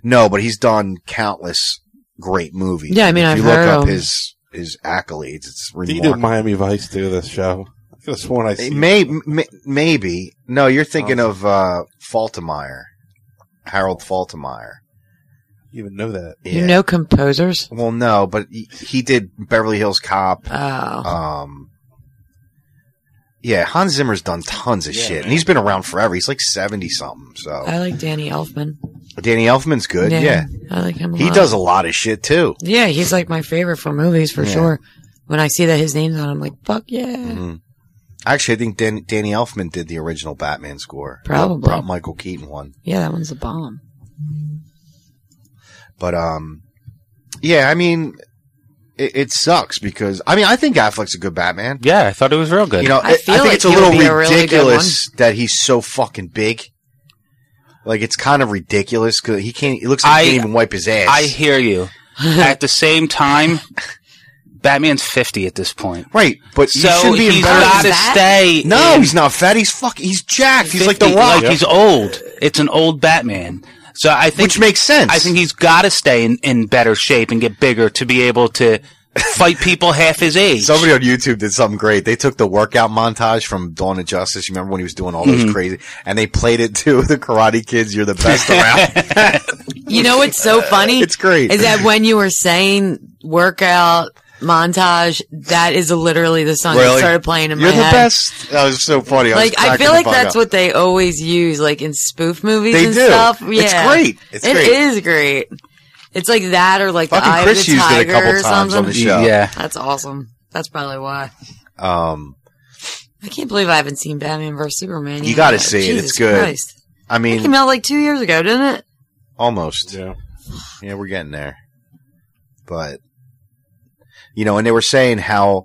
H: No, but he's done countless great movies.
C: Yeah, I mean,
H: if
C: I've
H: you look
C: heard
H: up
C: him.
H: his his accolades. It's
A: He did
H: remarkable.
A: Miami Vice do this show. I could have sworn I seen.
H: May, may, maybe no, you're thinking of uh, Faltermeyer, Harold Faltermeyer.
A: it. You even know that.
H: Yeah.
C: You know composers.
H: Well, no, but he, he did Beverly Hills Cop.
C: Oh,
H: Um, yeah, Hans Zimmer's done tons of shit, and he's been around forever. He's like seventy something. So
C: I like Danny Elfman.
H: Danny Elfman's good. Yeah,
C: I like him. A
H: he
C: lot.
H: does a lot of shit too.
C: Yeah, he's like my favorite for movies for
H: Yeah.
C: sure. When I see that his name's on, I'm like, fuck yeah.
H: Mhm. Actually, I think Dan- Danny Elfman did the original Batman score.
C: Probably.
H: Pro- Michael Keaton one.
C: Yeah, that one's a bomb.
H: But um, yeah, I mean, it, it sucks because I mean I think Affleck's a good Batman.
E: Yeah, I thought it was real good.
H: You know,
C: I
H: I, I
C: feel
H: think
C: like
H: it's a
C: he would
H: little
C: be a really good
H: ridiculous that he's so fucking big. Like it's kind of ridiculous because he can't. It looks like he
E: I-
H: *laughs* can't even wipe his ass.
E: I hear you. At the same time, Batman's fifty at this point.
H: Right, but you
E: So
H: shouldn't be
E: he's
H: embarrassed.
E: got to
C: That-
E: stay.
H: No,
E: in
H: he's not fat. He's fuck. He's jacked. He's like the
E: 50,
H: Rock,
E: Like he's old. It's an old Batman. So I think
H: which makes sense.
E: I think he's got to stay in, in better shape and get bigger to be
H: *laughs*
E: able to fight people half his age.
H: Somebody on YouTube did something great. They took the workout montage from Dawn of Justice. You remember when he was doing all those
E: Mm-hmm.
H: crazy, and they played it to *laughs* the Karate Kids. You're the best
E: *laughs*
H: around.
C: You know what's
H: *laughs*
C: so funny?
H: It's great.
C: *laughs* Is that when you were saying workout montage, that is literally the song that
H: Really?
C: started playing in
H: You're
C: my
H: the
C: head.
H: best. That was so funny.
C: Like I feel like that's what they always use, like in spoof movies
H: They
C: and
H: do.
C: stuff. Yeah,
H: It's great. It's
C: It
H: great.
C: is great. It's like that, or like the Eye
H: fucking Chris
C: of the
H: used it a
C: Tiger
H: couple
C: or
H: times
C: something.
H: on the show.
E: yeah.
C: That's awesome. That's probably why.
H: Um,
C: I can't believe I haven't seen Batman vs Superman.
H: You
C: yet.
H: gotta see it. It's
C: Jesus
H: good.
C: Christ.
H: I
C: It came
H: mean,
C: out like two years ago, didn't it?
H: almost.
A: Yeah.
H: Yeah, we're getting there. But you know, and they were saying how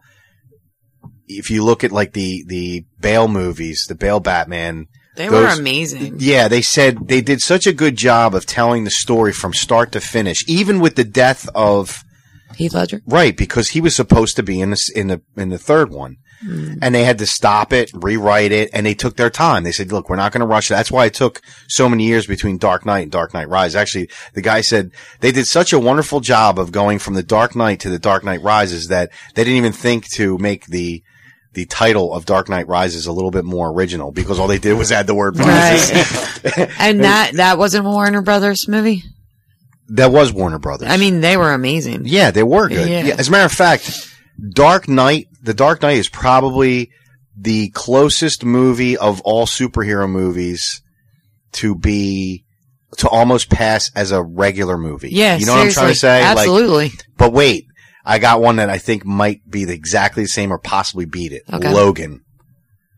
H: if you look at like the the Bale movies, the Bale Batman,
C: They
H: Those-
C: were amazing.
H: yeah, they said they did such a good job of telling the story from start to finish, even with the death of
C: Heath Ledger.
H: right because he was supposed to be in this in the in the third one.
C: Hmm.
H: And they had to stop it, rewrite it, and they took their time. They said, "Look, we're not going to rush." it." That's why it took so many years between Dark Knight and Dark Knight Rises. Actually, the guy said they did such a wonderful job of going from the Dark Knight to the Dark Knight Rises that they didn't even think to make the the title of Dark Knight Rises a little bit more original because all they did was add the word Rises. *laughs*
C: and that that wasn't a Warner Brothers movie.
H: That was Warner Brothers.
C: I mean, they were amazing.
H: Yeah, they were good.
C: Yeah.
H: Yeah. As a matter of fact, Dark Knight, The Dark Knight is probably the closest movie of all superhero movies to be to almost pass as a regular movie.
C: Yeah,
H: you know what I'm trying to
C: seriously.
H: say? Like,
C: Absolutely.
H: but wait, I got one that I think might be the, exactly the same or possibly beat it.
C: Okay.
H: Logan.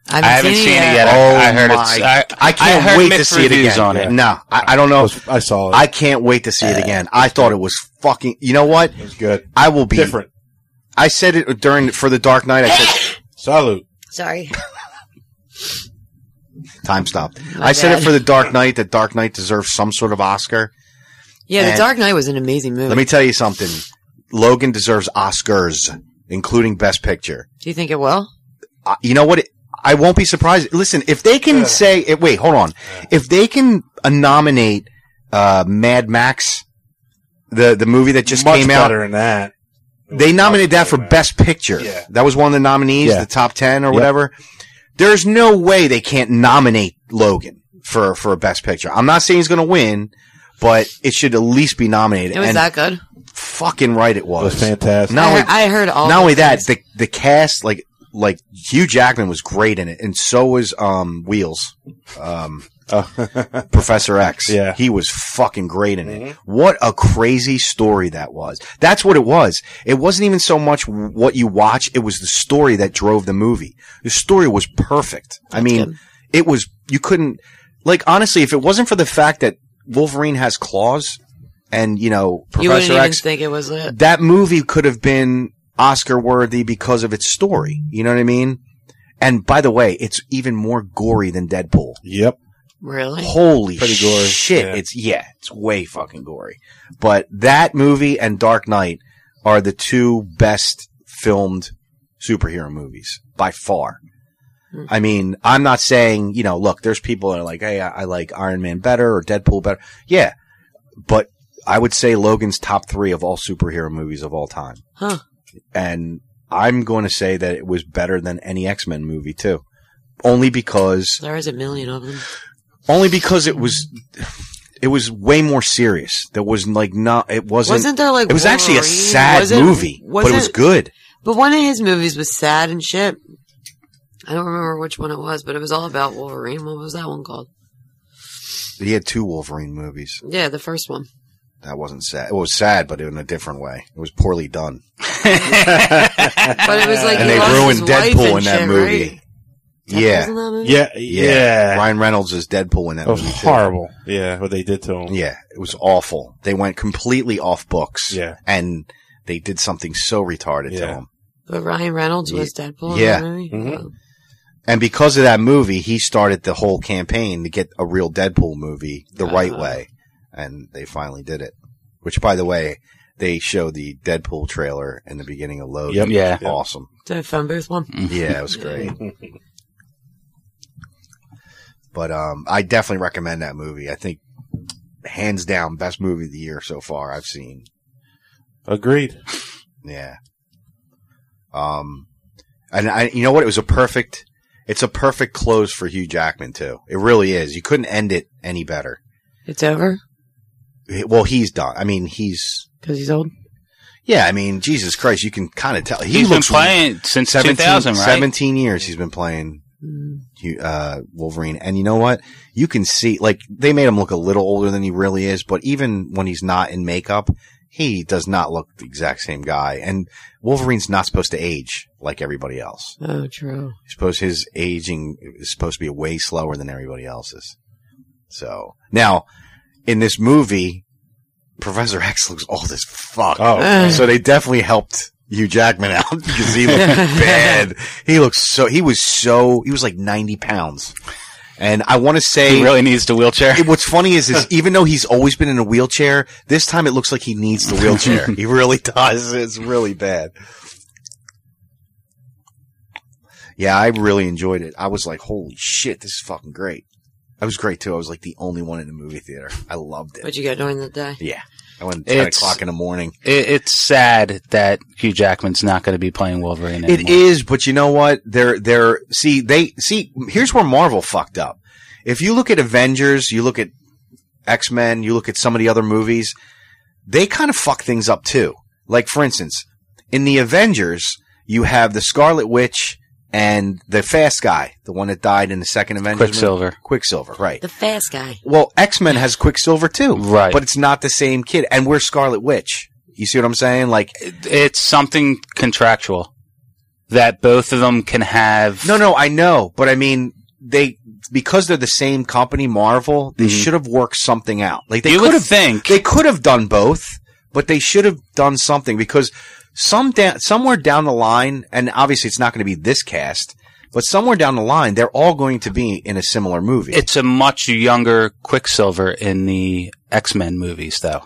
E: I haven't seen it yet.
H: Oh
E: I, I heard
H: my!
E: it's. I,
H: I can't
E: heard
H: wait to
E: mixed
H: see it
E: reviews
H: again.
E: on it.
H: No, I, I don't know.
A: Oh, I saw it.
H: I can't wait to see it again. I thought it was fucking. You know what?
A: it was good.
H: I will be
A: Different.
H: I said it during for the Dark Knight. I said
A: Salute.
C: Sorry.
H: time stopped.
C: My
H: I said
C: bad.
H: it for the Dark Knight that Dark Knight deserves some sort of Oscar.
C: Yeah, The
H: And-
C: Dark Knight was an amazing movie.
H: Let me tell you something. Logan deserves Oscars, including Best Picture.
C: Do you think it will?
H: Uh, you know what? I won't be surprised. Listen, if they can say, eh, wait, hold on. If they can uh, nominate uh, Mad Max, the the movie that just
A: Much
H: came out,
A: better than that.
H: They nominated that for
A: Yeah.
H: Best Picture.
A: Yeah.
H: That was one of the nominees,
A: Yeah.
H: the top 10 or whatever. There's no way they can't nominate Logan for, for a Best Picture. I'm not saying he's going to win, but it should at least be nominated.
C: It was
H: and
C: that good.
H: fucking right it
A: It
H: was.
A: was fantastic.
H: Not
C: I,
H: only,
C: heard, I heard all.
H: not
C: the
H: only that,
C: things.
H: the, the cast, like, like Hugh Jackman was great in it, and so was um Wheels, um
A: Oh.
H: Professor X.
A: Yeah.
H: he was fucking great in it.
C: Mm-hmm.
H: What a crazy story that was. That's what it was. It wasn't even so much w- what you watch; it was the story that drove the movie. The story was perfect. I mean, it was you couldn't like honestly if it wasn't for the fact that Wolverine has claws, and you know
C: you wouldn't
H: Professor
C: even
H: X,
C: think it was it.
H: that movie could have been Oscar worthy because of its story. You know what I mean? And by the way, it's even more gory than Deadpool.
A: *laughs* Yep.
C: Really?
H: Holy
A: Pretty gory,
H: shit.
A: yeah.
H: It's yeah, it's way fucking gory. But that movie and Dark Knight are the two best filmed superhero movies by far.
C: Hmm.
H: I mean, I'm not saying, you know, look, there's people that are like, hey, I, I like Iron Man better or Deadpool better. Yeah. But I would say Logan's top three of all superhero movies of all time.
C: Huh.
H: And I'm going to say that it was better than any X-Men movie too. Only because
C: There is a million of them.
H: only because it was it was way more serious. There was like not it wasn't.
C: Wasn't there like
H: it was actually a
C: Wolverine?
H: sad
C: Was it-
H: movie,
C: was
H: but it was
C: it-
H: good.
C: But one of his movies was sad and shit. I don't remember which one it was, but it was all about Wolverine. What was that one called?
H: He had two Wolverine movies.
C: Yeah, the first one.
H: That wasn't sad. It was sad, but in a different way. It was poorly done,
E: *laughs*
C: But it was like
H: and
C: he
H: they
C: lost
H: ruined
C: his wife
H: Deadpool
C: and
H: in that
C: shit,
H: movie.
C: right? That
H: Yeah.
C: wasn't that movie?
A: Yeah.
H: yeah,
A: Yeah.
H: Ryan Reynolds is Deadpool in that
A: It was
H: movie. too.
A: horrible. Yeah, what they did to him.
H: Yeah, it was awful. They went completely off books.
A: Yeah.
H: and they did something so retarded to
A: Yeah.
H: him.
C: But Ryan Reynolds was Deadpool.
H: Yeah. Mm-hmm.
C: In that movie?
A: Mhm.
C: Wow.
H: And because of that movie, he started the whole campaign to get a
E: Ah.
H: real Deadpool movie the right way. And they finally did it. Which, by the way, they show the Deadpool trailer in the beginning of Logan.
A: Yep.
E: Yeah.
H: Awesome.
C: The phone booth one.
H: Yeah, it was
E: *laughs*
H: great. but um, I definitely recommend that movie. I think hands down best movie of the year so far I've seen.
A: Agreed.
H: Yeah. Um, and I, you know what? It was a perfect. It's a perfect close for Hugh Jackman too. It really is. You couldn't end it any better.
C: It's over
H: Well, he's done. I mean, he's
C: because he's old.
H: yeah. I mean, Jesus Christ, you can kind of tell he
E: He's been
H: looks
E: playing since 2000, right?
H: 17 years he's been playing
C: Mm.
H: Hu- uh, Wolverine. And you know what? You can see, like, they made him look a little older than he really is, but even when he's not in makeup, he does not look the exact same guy. And Wolverine's not supposed to age like everybody else.
C: Oh, true.
H: He's supposed his aging is supposed to be way slower than everybody else's. So now in this movie, Professor X looks old as fuck.
A: Oh,
C: Uh.
H: So they definitely helped Hugh Jackman out *laughs* because he looked
E: *laughs*
H: bad. He looked so, he was so, he was like 90 pounds. And I want to say,
E: He really needs the
H: *laughs*
E: wheelchair.
H: it- what's funny is, is even though he's always been in a wheelchair, this time it looks like he needs the wheelchair. he really does. It's really bad. Yeah, I really enjoyed it. I was like, holy shit, this is fucking great. I was great too. I was like the only one in the movie theater. I loved it.
C: *sighs* What'd you get during the day?
H: Yeah. I went at 10
E: It's-
H: o'clock in the morning.
E: It, it's sad that Hugh Jackman's not going to be playing Wolverine anymore.
H: It is, but you know what? They're they're see they see here's where Marvel fucked up. If you look at Avengers, you look at X Men, you look at some of the other movies, they kind of fuck things up too. Like for instance, in the Avengers, you have the Scarlet Witch and the Fast Guy, the one that died in the second Avengers. movie.
E: Quicksilver.
H: Quicksilver, right?
C: The fast guy.
H: Well, X Men has Quicksilver too,
E: Right.
H: But it's not the same kid, and we're Scarlet Witch. You see what I'm saying? Like
E: It's something contractual that both of them can have.
H: No, no, I know, but I mean, they because they're the same company, Marvel.
E: Mm-hmm.
H: They should have worked something out. Like they
E: you
H: could
E: would
H: have,
E: think.
H: they could have done both, but they should have done something because some da- somewhere down the line, and obviously it's not going to be this cast, but somewhere down the line, they're all going to be in a similar movie.
E: it's a much younger Quicksilver in the X Men movies, though.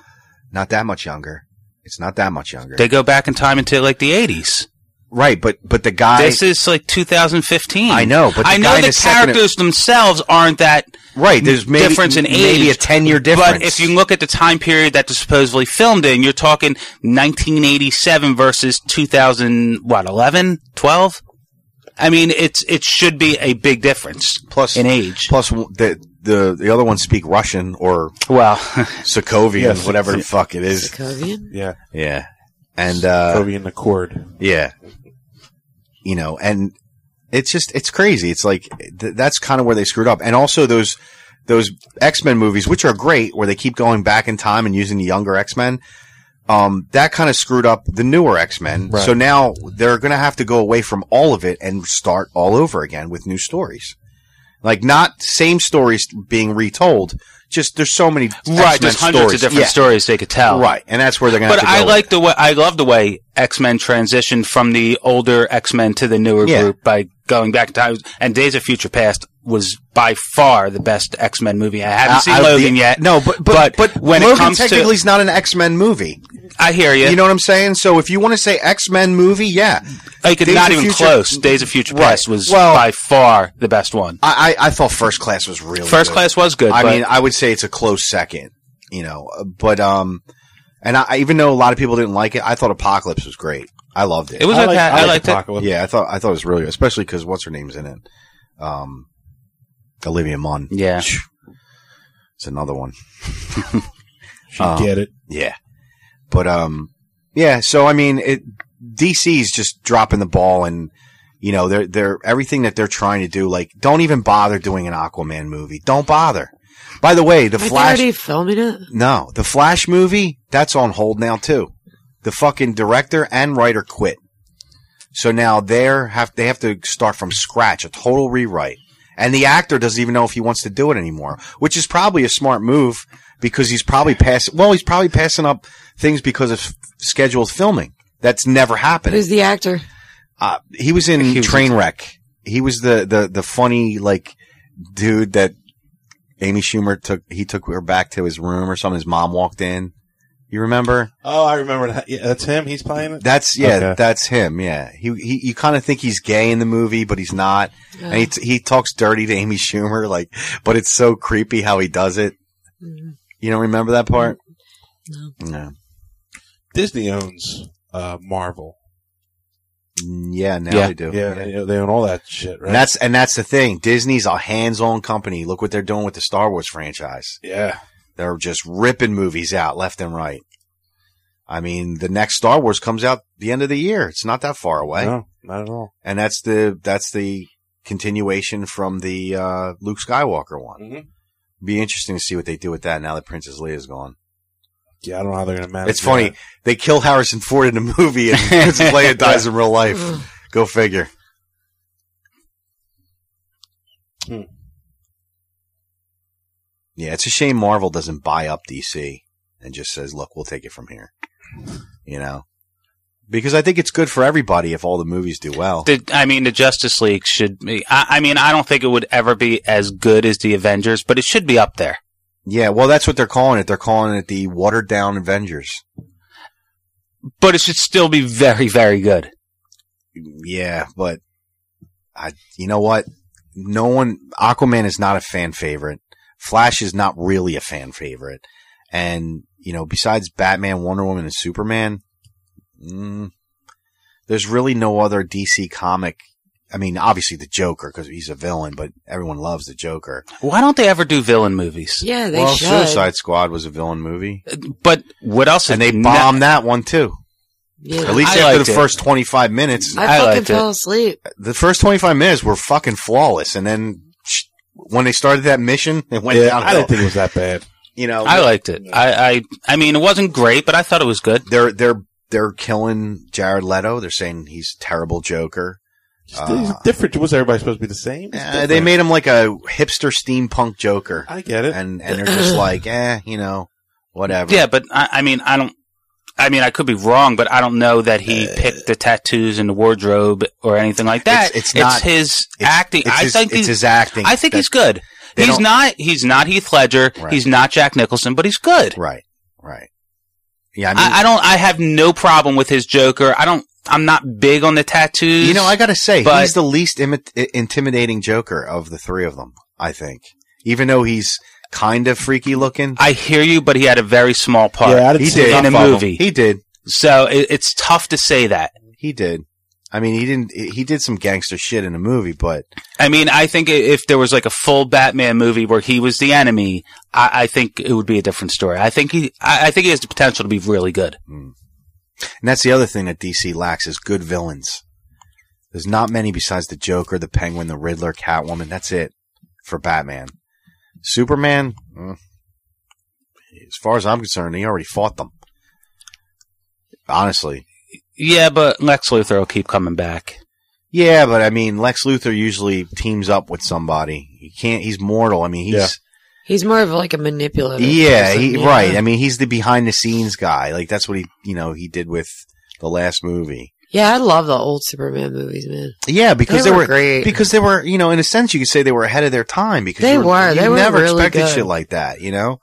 H: not that much younger. It's not that much younger,
E: They go back in time into like the 80s.
H: right? But but the guy,
E: this is like 2015.
H: I know, but the guy
E: I know
H: in
E: the
H: the second-
E: characters themselves aren't that.
H: right? There's maybe
E: difference in
H: maybe
E: age,
H: a ten year difference.
E: But if you look at the time period that they're supposedly filmed in, you're talking 1987 versus 2000, what, 11, 12? I mean, it's it should be a big difference
H: plus
E: in age.
H: plus the the the other ones speak Russian or
E: well, *laughs*
H: Sokovian,
A: Yes.
H: whatever the fuck it is.
C: Covian?
A: yeah.
H: Yeah. And, uh,
A: Kobe in the cord.
H: yeah. You know, and it's just, it's crazy. It's like, th- that's kind of where they screwed up. And also those, those X-Men movies, which are great, where they keep going back in time and using the younger X-Men. Um, that kind of screwed up the newer X-Men.
A: Right.
H: So now they're going to have to go away from all of it and start all over again with new stories. Like not same stories being retold. Just there's so many
E: right,
H: X-Men
E: there's hundreds
H: stories.
E: of different
H: Yeah.
E: stories they could tell.
H: Right, and that's where they're going to.
E: But I like the way I love the way X Men transitioned from the older X Men to the newer
H: Yeah.
E: group by going back in time. And Days of Future Past was by far the best X Men movie. I haven't seen Logan yet.
H: No, but but but,
E: when
H: Logan
E: it comes
H: technically
E: to,
H: is not an X Men movie.
E: I hear you.
H: You know what I'm saying? So if you want to say X Men movie, yeah,
E: like
H: Days
E: not
H: of
E: even
H: Future-
E: close. Days of Future
H: Right.
E: Past was
H: Well-
E: by far the best one.
H: I I, I thought First Class was really
E: First
H: good.
E: Class was good.
H: I
E: but
H: mean, I would say it's a close second. You know, uh, but um, and I I- even though a lot of people didn't like it, I thought Apocalypse was great. I loved it.
E: it was okay. I liked it.
A: Apocalypse.
H: yeah, I thought I thought it was really good, especially because what's her name's in it, um, Olivia Munn.
E: Yeah.
H: It's another one.
A: She
H: Oh.
A: did it.
H: Yeah. But um yeah, so I mean it DC's just dropping the ball and you know, they're they're everything that they're trying to do, like don't even bother doing an Aquaman movie. Don't bother. By the way, the
C: Aren't they
H: Flash
C: already filming it?
H: No, the Flash movie, that's on hold now too. The fucking director and writer quit. So now they're have they have to start from scratch, a total rewrite. And the actor doesn't even know if he wants to do it anymore, which is probably a smart move because he's probably passing well, he's probably passing up things because of f- scheduled filming. That's never happened.
C: Who's the actor?
H: Uh, he was in
E: He was in-
H: Trainwreck. He was the, the, the funny, like, dude that Amy Schumer took, he took her back to his room or something. His mom walked in. You remember?
A: Oh, I remember that. Yeah, that's him. He's playing it.
H: That's yeah,
A: Okay.
H: that's him. Yeah, he, he you kind of think he's gay in the movie, but he's not. And he t- he talks dirty to Amy Schumer, like, but it's so creepy how he does it.
C: Mm-hmm.
H: You don't remember that part?
C: No.
E: Mm-hmm.
H: No.
A: Disney owns uh, Marvel.
H: Mm, Yeah, now
E: Yeah.
H: they do.
A: Yeah, they- they own all that shit, right?
H: And that's and that's the thing. Disney's a hands-on company. Look what they're doing with the Star Wars franchise.
A: yeah.
H: They're just ripping movies out left and right. I mean, the next Star Wars comes out the end of the year. It's not that far away.
A: No, not at all.
H: and that's the that's the continuation from the uh, Luke Skywalker one.
A: Mhm.
H: Be interesting to see what they do with that now that Princess Leia's gone.
A: Yeah, I don't know how they're gonna manage.
H: It's funny they kill Harrison Ford in the movie, and *laughs* Princess Leia dies in real life.
C: Mm.
H: Go figure.
A: Hmm.
H: Yeah, it's a shame Marvel doesn't buy up DC and just says, "Look, we'll take it from here," you know, because I think it's good for everybody if all the movies do well.
E: The, I mean, the Justice League should be. I, I mean, I don't think it would ever be as good as the Avengers, but it should be up there.
H: Yeah, well, that's what they're calling it. They're calling it the watered down Avengers.
E: But it should still be very, very good.
H: Yeah, but I, you know what? No one, Aquaman is not a fan favorite. Flash is not really a fan favorite. And, you know, besides Batman, Wonder Woman, and Superman, mm, there's really no other DC comic. I mean, obviously the Joker, because he's a villain, but everyone loves the Joker.
E: Why don't they ever do villain movies?
C: Yeah, they
H: well,
C: should.
H: Suicide Squad was a villain movie.
E: But what else?
H: And
E: is
H: they bombed that one too.
C: Yeah.
H: At least
E: I
H: after
E: liked
H: the
E: it.
H: first 25 minutes.
C: I,
E: I
C: fucking
E: liked it.
C: fell asleep.
H: the first 25 minutes were fucking flawless. And then sh- when they started that mission, it went
A: Yeah,
H: down.
A: I didn't think it was that bad.
H: you know,
E: I liked it. I, I, I mean, it wasn't great, but I thought it was good.
H: they're, they're, they're killing Jared Leto. They're saying he's a terrible Joker.
A: Just,
H: Uh,
A: it's different. Was everybody supposed to be the same? It's
H: Uh,
A: different.
H: they made him like a hipster steampunk Joker.
A: I get it.
H: And, and they're just
A: *clears throat*
H: like, eh, you know, whatever.
E: Yeah, but I, I mean, I don't. I mean, I could be wrong, but I don't know that he
H: Uh,
E: picked the tattoos and the wardrobe or anything like that.
H: It's- it's not-
E: his
H: It's-
E: acting.
H: It's
E: I
H: his,
E: think
H: it's
E: he's,
H: his acting.
E: I think
H: that-
E: he's good.
H: they
E: He's
H: don't-
E: not. He's not Heath Ledger.
H: Right.
E: He's not Jack Nicholson, but he's good.
H: Right. Right. Yeah. I mean,
E: I, I don't. I have no problem with his Joker. I don't. I'm not big on the tattoos.
H: You know, I gotta say,
E: But-
H: he's the least imit- i- intimidating Joker of the three of them. I think, even though he's kind of freaky looking,
E: I hear you, but he had a very small part.
A: Yeah, I didn't
H: he
A: see
H: did
A: enough
E: in a
A: of 'em.
E: movie.
H: He did.
E: so it, it's tough to say that.
H: He did. I mean, he didn't. He did some gangster shit in a movie, but
E: I mean, I think i- if there was like a full Batman movie where he was the enemy, I, I think it would be a different story. I think he, I, I think he has the potential to be really good.
H: and that's the other thing that DC lacks is good villains. There's not many besides the Joker, the Penguin, the Riddler, Catwoman. That's it for Batman. Superman, mm, as far as I'm concerned, he already fought them. Honestly,
E: Yeah, but Lex Luthor will keep coming back.
H: Yeah, but I mean, Lex Luthor usually teams up with somebody. He can't. He's mortal. I mean, he's
C: He's more of like a manipulative.
H: yeah,
C: person,
H: he,
C: yeah.
H: right. I mean, he's the behind the scenes guy. Like that's what he, you know, he did with the last movie.
C: Yeah, I love the old Superman movies, man.
H: Yeah, because
C: They
H: they,
C: were
H: were,
C: great.
H: Because they were, you know, in a sense, you could say they were ahead of their time. Because
C: They
H: you
C: were.
H: You
C: They were
H: never
C: really
H: expected
C: good.
H: shit like that, you know.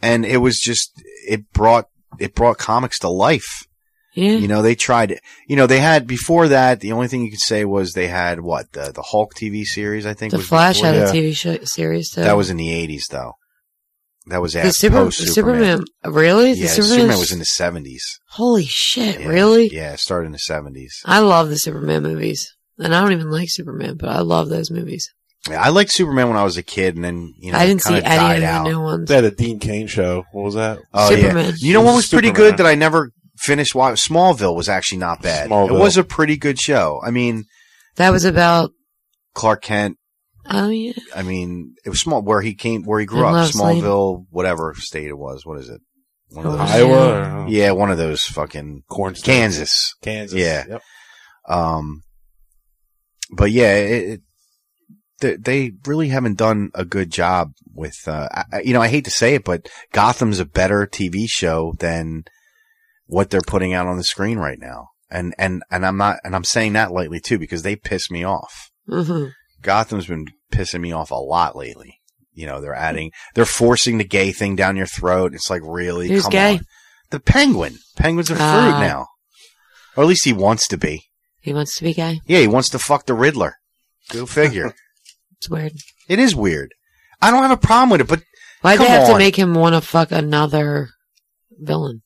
H: And it was just it brought it brought comics to life.
C: Yeah.
H: You know, they tried. You know, they had before that. The only thing you could say was they had what the the Hulk TV series. I think
C: the
H: was
C: Flash
H: before
C: had
H: that.
C: a TV show, series too.
H: That was in the eighties, though. That was after
C: the Super,
H: post Superman.
C: Superman. Really?
H: Yeah,
C: the Superman,
H: Superman, was in the seventies.
C: Holy shit! Really?
H: Yeah, it started in the seventies.
C: I love the Superman movies, and I don't even like Superman, but I love those movies.
H: Yeah, I liked Superman when I was a kid, and then you know
C: I didn't
H: it
C: see
H: kinda
C: any
H: died
C: of the
H: out.
C: new ones.
A: They had a Dean Kane show. What was that?
H: Oh
C: Superman.
H: yeah, you know what was pretty
A: Superman.
H: good that I never finished. Why Smallville was actually not bad. It
A: Smallville.
H: was a pretty good show. I mean,
C: that was about
H: Clark Kent.
C: oh yeah,
H: I mean, it was small where he came, where he grew
C: In
H: up.
C: Love's Lane. Oh,
H: Smallville, whatever state it was. What is it? One of those.
A: Iowa, or
H: Yeah, one of those fucking
A: corn state.
H: Kansas.
A: Kansas.
H: Yeah.
A: Yep.
H: Um, but yeah, it, it, they, they really haven't done a good job with, uh, I, I- you know, I hate to say it, but Gotham's a better TV show than what they're putting out on the screen right now. And, and, and I'm not, and I'm saying that lightly too, because they piss me off.
C: hmm
H: Gotham's been pissing me off a lot lately. You know, they're adding, they're forcing the gay thing down your throat. It's like, really?
C: Who's
H: come
C: gay?
H: on. the penguin. Penguins are fruit
C: Ah.
H: now, or at least he wants to be.
C: He wants to be gay.
H: Yeah, he wants to fuck the Riddler. Go
C: *laughs*
H: figure.
C: It's weird.
H: it is weird. I don't have a problem with it, but
C: Why'd
H: Come
C: they have
H: on.
C: to make him want to fuck another villain?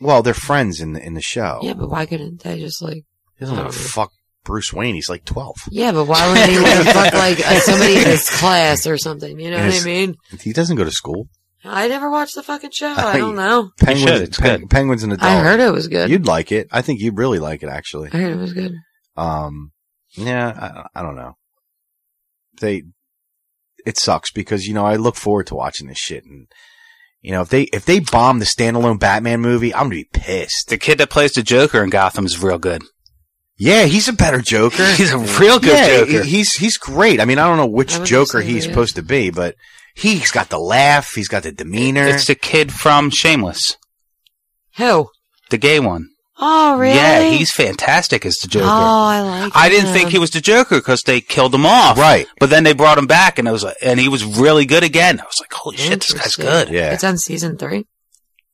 H: well, they're friends in the in the show.
C: Yeah, but why couldn't they just like?
H: He doesn't want to
C: Um,
H: fuck Bruce Wayne. He's like twelve.
C: Yeah, but why would he want to fuck like uh, somebody in his class or something? You know what
H: Yes.
C: I mean?
H: He doesn't go to school.
C: I never watched the fucking show. I don't know.
H: Penguins.
E: should. It's
H: Pen-
E: good.
H: Penguins an adult.
C: I heard it was good.
H: You'd like it. I think you'd really like it, actually.
C: I heard it was good.
H: Um, yeah, I, I don't know. They, it sucks because you know I look forward to watching this shit, and you know if they if they bomb the standalone Batman movie, I'm gonna be pissed.
E: The kid that plays the Joker in Gotham's real good. *laughs*
H: Yeah, he's a better Joker.
E: He's a real good
H: yeah,
E: Joker.
H: he- he's he's great. I mean, I don't know
C: I
H: which
C: would
H: Joker
C: say he
H: he's
C: is.
H: supposed to be, but he's got the laugh, he's got the demeanor.
E: it's the kid from Shameless,
C: Who?
E: the gay one.
C: Oh, really?
E: Yeah, he's fantastic as the
C: Oh,
E: Joker.
C: I like.
E: I didn't think he was the Joker because they killed him off.
H: Right.
E: But then they brought him back, and I was like, and he was really good again. I was like, holy shit, this guy's good.
H: yeah,
C: It's on season three.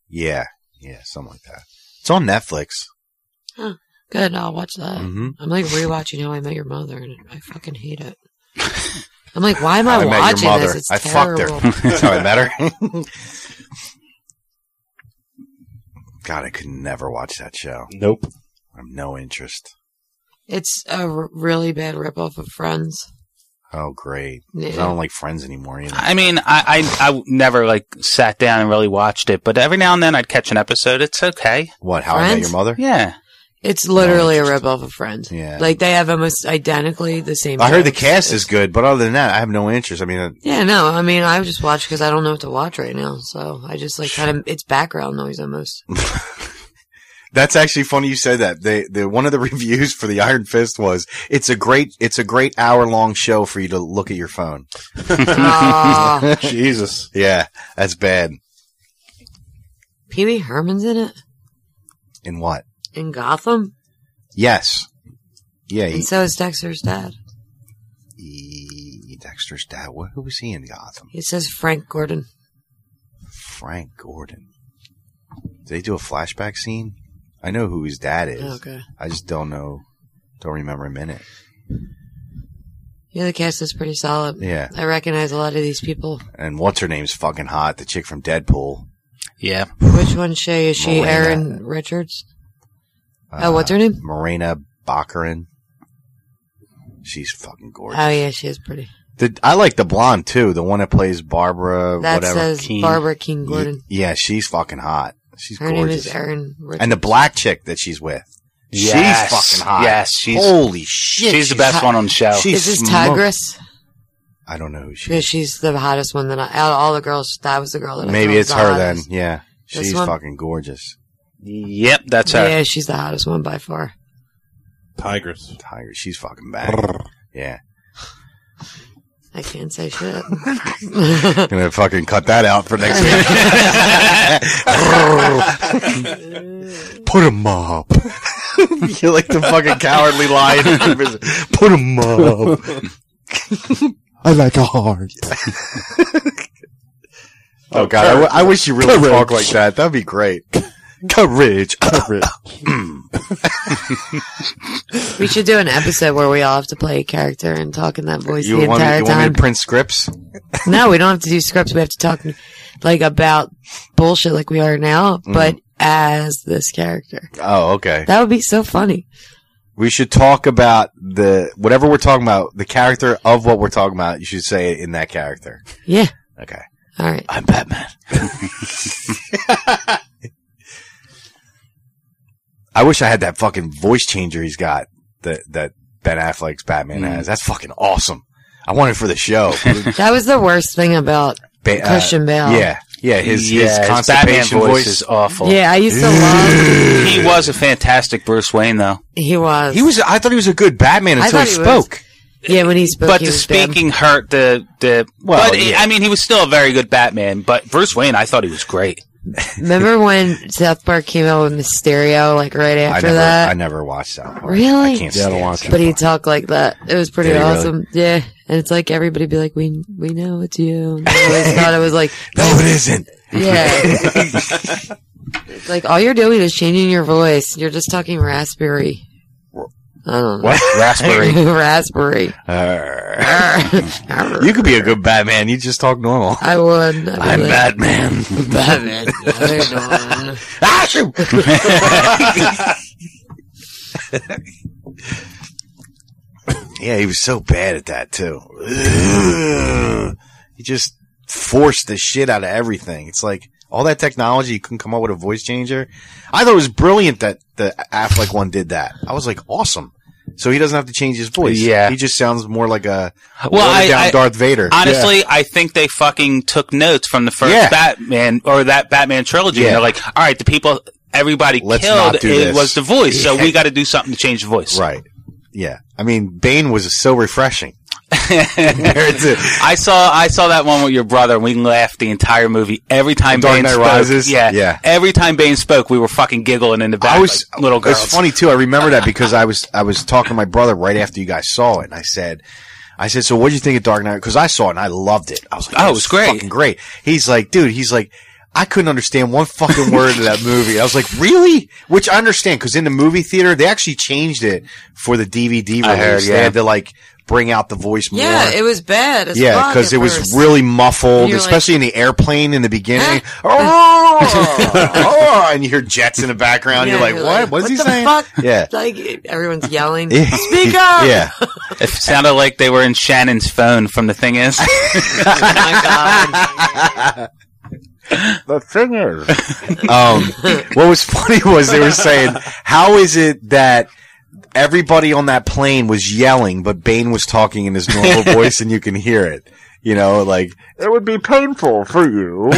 H: yeah, yeah, something like that. It's on Netflix.
C: Good. I'll watch that.
E: Mm-hmm.
H: Mhm.
C: I'm like rewatching How I Met Your Mother, and I fucking hate it. I'm like, why am I,
H: How I Met Your
C: watching
H: Mother.
C: this? It's
H: I fucked her.
C: terrible.
E: *laughs*
H: That's how I met her. God, I could never watch that show. *laughs*
A: Nope.
H: I have no interest.
C: It's a r- really bad ripoff of Friends.
H: Oh, great. 'Cause I
C: Yeah.
H: don't like Friends anymore either.
E: I mean, I, I I never like sat down and really watched it, but every now and then I'd catch an episode. It's okay.
H: What? How I Met
C: Friends?
H: Your Mother?
E: Yeah.
C: It's literally a ripoff of Friends.
H: Yeah.
C: Like they have almost identically the same.
H: I heard the
C: jokes.
H: cast
C: It's-
H: is good, but other than that, I have no interest. I mean, uh,
C: Yeah, no, I mean, I just watch because I don't know what to watch right now. So I just like kind of, it's background noise almost.
H: *laughs* that's actually funny you said that. They, the one of the *laughs* reviews for the Iron Fist was it's a great it's a great hour long show for you to look at your phone.
C: Ah,
H: *laughs*
A: Jesus.
H: Yeah, that's bad.
C: Pee Wee Herman's in it
H: In what?
C: in Gotham,
H: Yes. Yeah, he,
C: and so is Dexter's dad.
H: he- Dexter's dad. Wh- Who was he in Gotham?
C: It says Frank Gordon.
H: Frank Gordon. Did they do a flashback scene? I know who his dad is.
C: Okay,
H: I just don't know. Don't remember him in it.
C: yeah, the cast is pretty solid.
H: Yeah.
C: I recognize a lot of these people.
H: And what's her name's fucking hot? The chick from Deadpool.
E: Yeah.
C: Which one, Shay? Is she
H: Morena.
C: Erin Richards?
H: Uh,
C: oh, what's her name?
H: Marina Baccarin. She's fucking gorgeous.
C: Oh yeah, she is pretty.
H: The- I like the blonde too, the one that plays Barbara.
C: That
H: whatever.
C: says
E: Keane.
C: Barbara King Gordon.
H: Y- Yeah, she's fucking hot. She's
C: Her name
H: gorgeous.
C: is Erin Richards.
H: and the black chick that she's with.
E: Yes.
H: She's fucking hot.
E: Yes, she's-
H: holy shit.
E: She's the best
H: hot.
E: one on the show.
H: She's
C: is this
H: smoked.
C: Tigress?
H: I don't know who she
C: Yeah,
H: is.
C: she's the hottest one that I, out of all the girls, that was the girl that I thought
H: Maybe
C: was
H: it's
C: the
H: her then.
C: hottest.
H: Yeah.
C: This
H: She's
C: one?
H: fucking gorgeous.
E: Yep, that's her.
C: Yeah, she's the hottest one by far.
A: Tigers.
H: Tiger. She's fucking bad. yeah.
C: I can't say shit. *laughs*
H: Gonna fucking cut that out for next week. Put him up. *laughs* You're like the fucking cowardly
E: *laughs*
H: lion. Put him up.
I: I like a heart.
H: Oh god, I, w- I wish you really talk like that. That'd be great. Courage.
C: we should do an episode where we all have to play a character and talk in that voice
H: You
C: the
H: want, me,
C: entire
H: you want me
C: time.
H: to print scripts?
C: no, we don't have to do scripts. We have to talk like about bullshit like we are now,
H: Mm-hmm.
C: but as this character.
H: Oh, okay.
C: That would be so funny.
H: We should talk about the whatever we're talking about, the character of what we're talking about. You should say it in that character.
C: Yeah.
H: Okay.
C: All right.
H: I'm *laughs* Batman. I wish I had that fucking voice changer he's got that that Ben Affleck's Batman has. That's fucking awesome. I want it for the show. *laughs*
C: That was the worst thing about
H: Ba- uh,
C: Christian Bale.
H: Yeah, yeah. His
E: Yeah,
H: his
E: Batman
H: constipation
E: voice,
H: voice.
E: is
H: Oh.
E: awful.
C: Yeah, I used to love.
E: He was a fantastic Bruce Wayne, though.
C: He was.
H: He was. I thought he was a good Batman
C: I
H: until he,
C: thought he was.
H: spoke.
C: Yeah, when he spoke.
E: But
C: he
E: the
C: was bad.
E: speaking hurt the the.
H: Well,
E: but it-
H: yeah.
E: I mean, he was still a very good Batman. But Bruce Wayne, I thought he was great. *laughs*
H: *laughs*
C: Remember when South Park came out with Mysterio, like right
H: I
C: after
H: never.
C: that?
H: I never watched South Park.
C: Really?
H: I can't
C: Yeah,
H: stand yeah,
C: but he talked like that. It was pretty
H: Did he really?
C: awesome. Yeah. And it's like everybody be like, we we
H: *laughs*
C: know it's you. And I always thought it was like,
H: No, it isn't. *laughs*
C: yeah. It's like all you're doing is changing your voice. You're just talking raspberry. I don't know.
H: What? Raspberry.
C: *laughs* raspberry.
H: Arr. you could be a good Batman. You just talk
E: *laughs*
H: normal.
C: *laughs* I would.
H: I'm Batman.
C: Batman.
H: *laughs*
C: Batman.
H: Ah, shoot! yeah, he was so bad at that too. Ugh. he just forced the shit out of everything. It's like all that technology, you couldn't come up with a voice changer. I thought it was brilliant that the Affleck one did that. I was like, awesome. So he doesn't have to change his voice.
E: Yeah.
H: he just sounds more like a
E: Well, I-
H: down
E: I-
H: Darth Vader.
E: Honestly, I think they fucking took notes from the first
H: Yeah.
E: Batman or that Batman trilogy.
H: Yeah.
E: And they're like, all right, the people everybody
H: Let's
E: killed
H: not do
E: it
H: this."
E: was the voice, so we got to do something to change the voice.
H: Right. Yeah. I mean, Bane was so refreshing *laughs* compared to
E: *laughs* I saw I saw that one with your brother, and we laughed the entire movie every time
H: Dark
E: Bane
H: Knight
E: spoke.
H: Rises?
E: Yeah,
H: Yeah.
E: Every time Bane spoke, we were fucking giggling in the back.
H: I was
E: like *laughs* little girls.
H: It's funny too. I remember that because I was I was talking to my brother right after you guys saw it, and I said, I said, so what did you think of Dark Knight? Because I saw it and I loved it. I was like,
E: Oh,
H: "This is
E: it was great."
H: fucking great. He's like, dude, he's like. I couldn't understand one fucking word of that movie. I was like, "Really?" Which I understand because in the movie theater they actually changed it for the DVD release.
E: I heard,
H: They
E: yeah.
H: had to like bring out the voice more.
C: Yeah, it was bad. As
H: Yeah,
C: because
H: because it was really muffled,
C: You're like-
H: especially in the airplane in the
C: *laughs*
H: beginning. oh, oh, and you hear jets in the background. you're like, what? What's he
C: the
H: saying?
C: Fuck? *laughs*
H: Yeah.
C: like everyone's
H: *laughs*
C: yelling.
H: Yeah.
C: Speak up!
H: Yeah,
E: It sounded like they were in Shannon's phone from The
H: *laughs*
E: Thing Is.
C: Oh
H: the thing is, *laughs* um, what was funny was they were saying, how is it that everybody on that plane was yelling, but Bane was talking in his
C: *laughs*
H: normal voice, and you can hear it. You know, like it would be painful for you,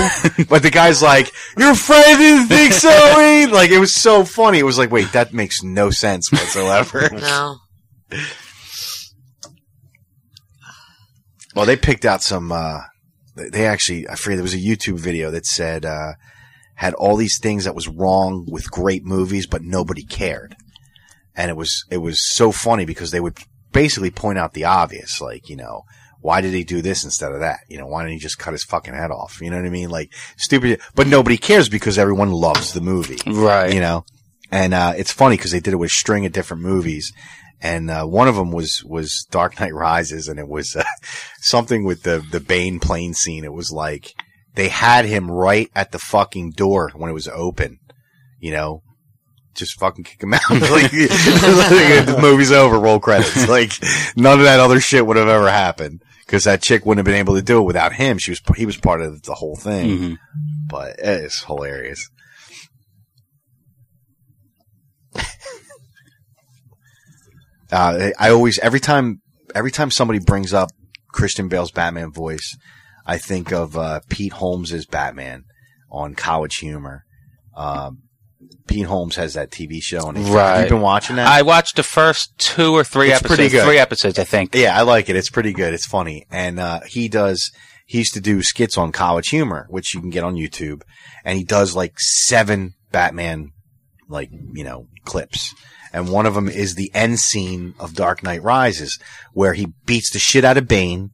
H: but the guy's like, "Your friend didn't think so." Wayne." Like it was so funny. It was like, wait, that makes no sense whatsoever.
C: No.
H: Well, they picked out some. Uh, they- they actually, I forget. There was a YouTube video that said uh, had all these things that was wrong with great movies, but nobody cared. And it was it was so funny because they would basically point out the obvious, like you know. Why did he do this instead of that? You know, why didn't he just cut his fucking head off? You know what I mean? Like stupid, but nobody cares because everyone loves the movie.
E: Right.
H: You know, and, uh, it's funny because they did it with a string of different movies. And, uh, one of them was, was Dark Knight Rises and it was, *laughs* uh, something with the, the Bane plane scene. It was like they had him right at the fucking door when it was open, you know, just fucking kick him *laughs* out. like, the movie's over, roll credits. *laughs* Like none of that other shit would have ever happened because that chick wouldn't have been able to do it without him. She was, he was part of the whole thing,
E: Mhm.
H: but it's
E: *laughs*
H: hilarious. uh, I always every time every time somebody brings up Christian Bale's Batman voice, I think of uh, Pete Holmes's Batman on College Humor. Um, Pete Holmes has that TV show, and
E: Right.
H: you've been watching that.
E: I watched the first two or three
H: It's
E: episodes.
H: pretty good.
E: Three episodes, I think.
H: Yeah, I like it. It's pretty good. It's funny. And uh, he does. He used to do skits on College Humor, which you can get on YouTube, and he does like seven Batman, like you know, clips. And one of them is the end scene of Dark Knight Rises, where he beats the shit out of Bane,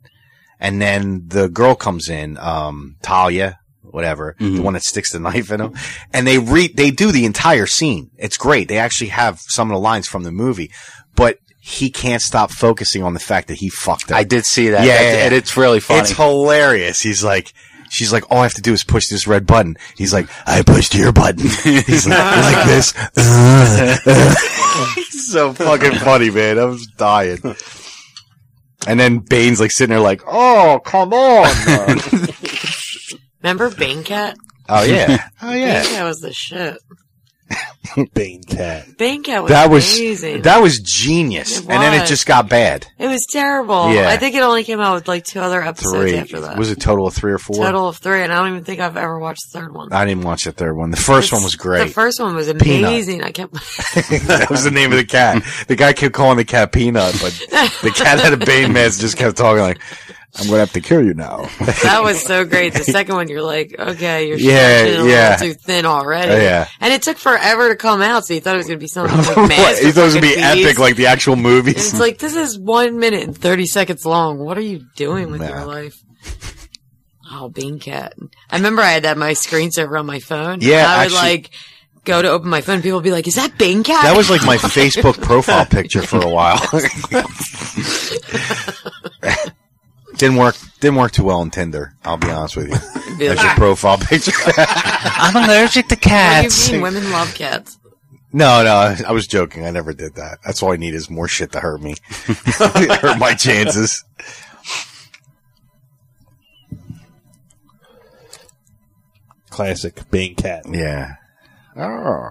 H: and then the girl comes in, um, Talia, whatever, the one that sticks the knife in him, and they re they do the entire scene. It's great. They actually have some of the lines from the movie, but he can't stop focusing on the fact that he fucked up.
E: I did see that.
H: Yeah,
E: That-
H: yeah, yeah.
E: and it's really funny.
H: It's hilarious. He's like, she's like, all I have to do is push this red button. He's like, I pushed your button. *laughs* He's like, like this. *laughs* He's so fucking funny, man. I was dying. And then Bane's like sitting there like, oh, come on.
C: Remember Bane Cat?
H: oh, yeah. Oh,
C: Bane
H: yeah.
C: Cat was the shit.
A: *laughs* Bane cat.
C: Bane Cat was
H: That was,
C: amazing.
H: that was genius.
C: It
H: And then it
C: was.
H: just got bad.
C: it was terrible.
H: Yeah.
C: I think it only came out with like two other episodes
H: Three.
C: after that.
H: Was it total of three or four?
C: Total of three, and I don't even think I've ever watched the third one.
H: I didn't watch the third one. The first
C: It's-
H: one was great.
C: The first one was
H: Peanut.
C: amazing. I kept.
H: that was the name of the cat. The guy kept calling the cat Peanut, but the cat had a Bane mask. Just kept talking like, "I'm gonna have to kill you now."
C: *laughs* that was so great.
H: *laughs*
C: The second one, you're like, okay, you're
H: Yeah,
C: stretching a
H: yeah.
C: little too thin already.
H: Oh, yeah.
C: And it took forever to come out, so you thought it was going to
H: *laughs*
C: be something
H: *laughs* What?
C: like massive.
H: He thought it was gonna be
C: fucking
H: epic,
C: beast.
H: like the actual
C: And
H: movies.
C: it's
A: Mm-hmm.
C: like this is one minute and thirty seconds long. What are you doing with
H: Nah.
C: your life? Oh, Bean Cat. I remember I had that my screensaver on my phone.
H: Yeah,
C: I would
H: actually-
C: like go to open my phone. People would be like, "Is that Bean Cat?"
H: That was like my Facebook profile picture for a while. *laughs* didn't work. Didn't work too well on Tinder. I'll be honest with you.
C: Be like, "Ah,
H: As your profile *laughs* picture.
E: I'm allergic to
C: What
E: cats.
C: do you mean? Women love
A: *laughs*
C: cats.
H: no, no, I- I was joking. I never did that. That's all I need is more shit to hurt me, *laughs* hurt my chances.
A: Classic Bane Cat.
H: Yeah. Oh.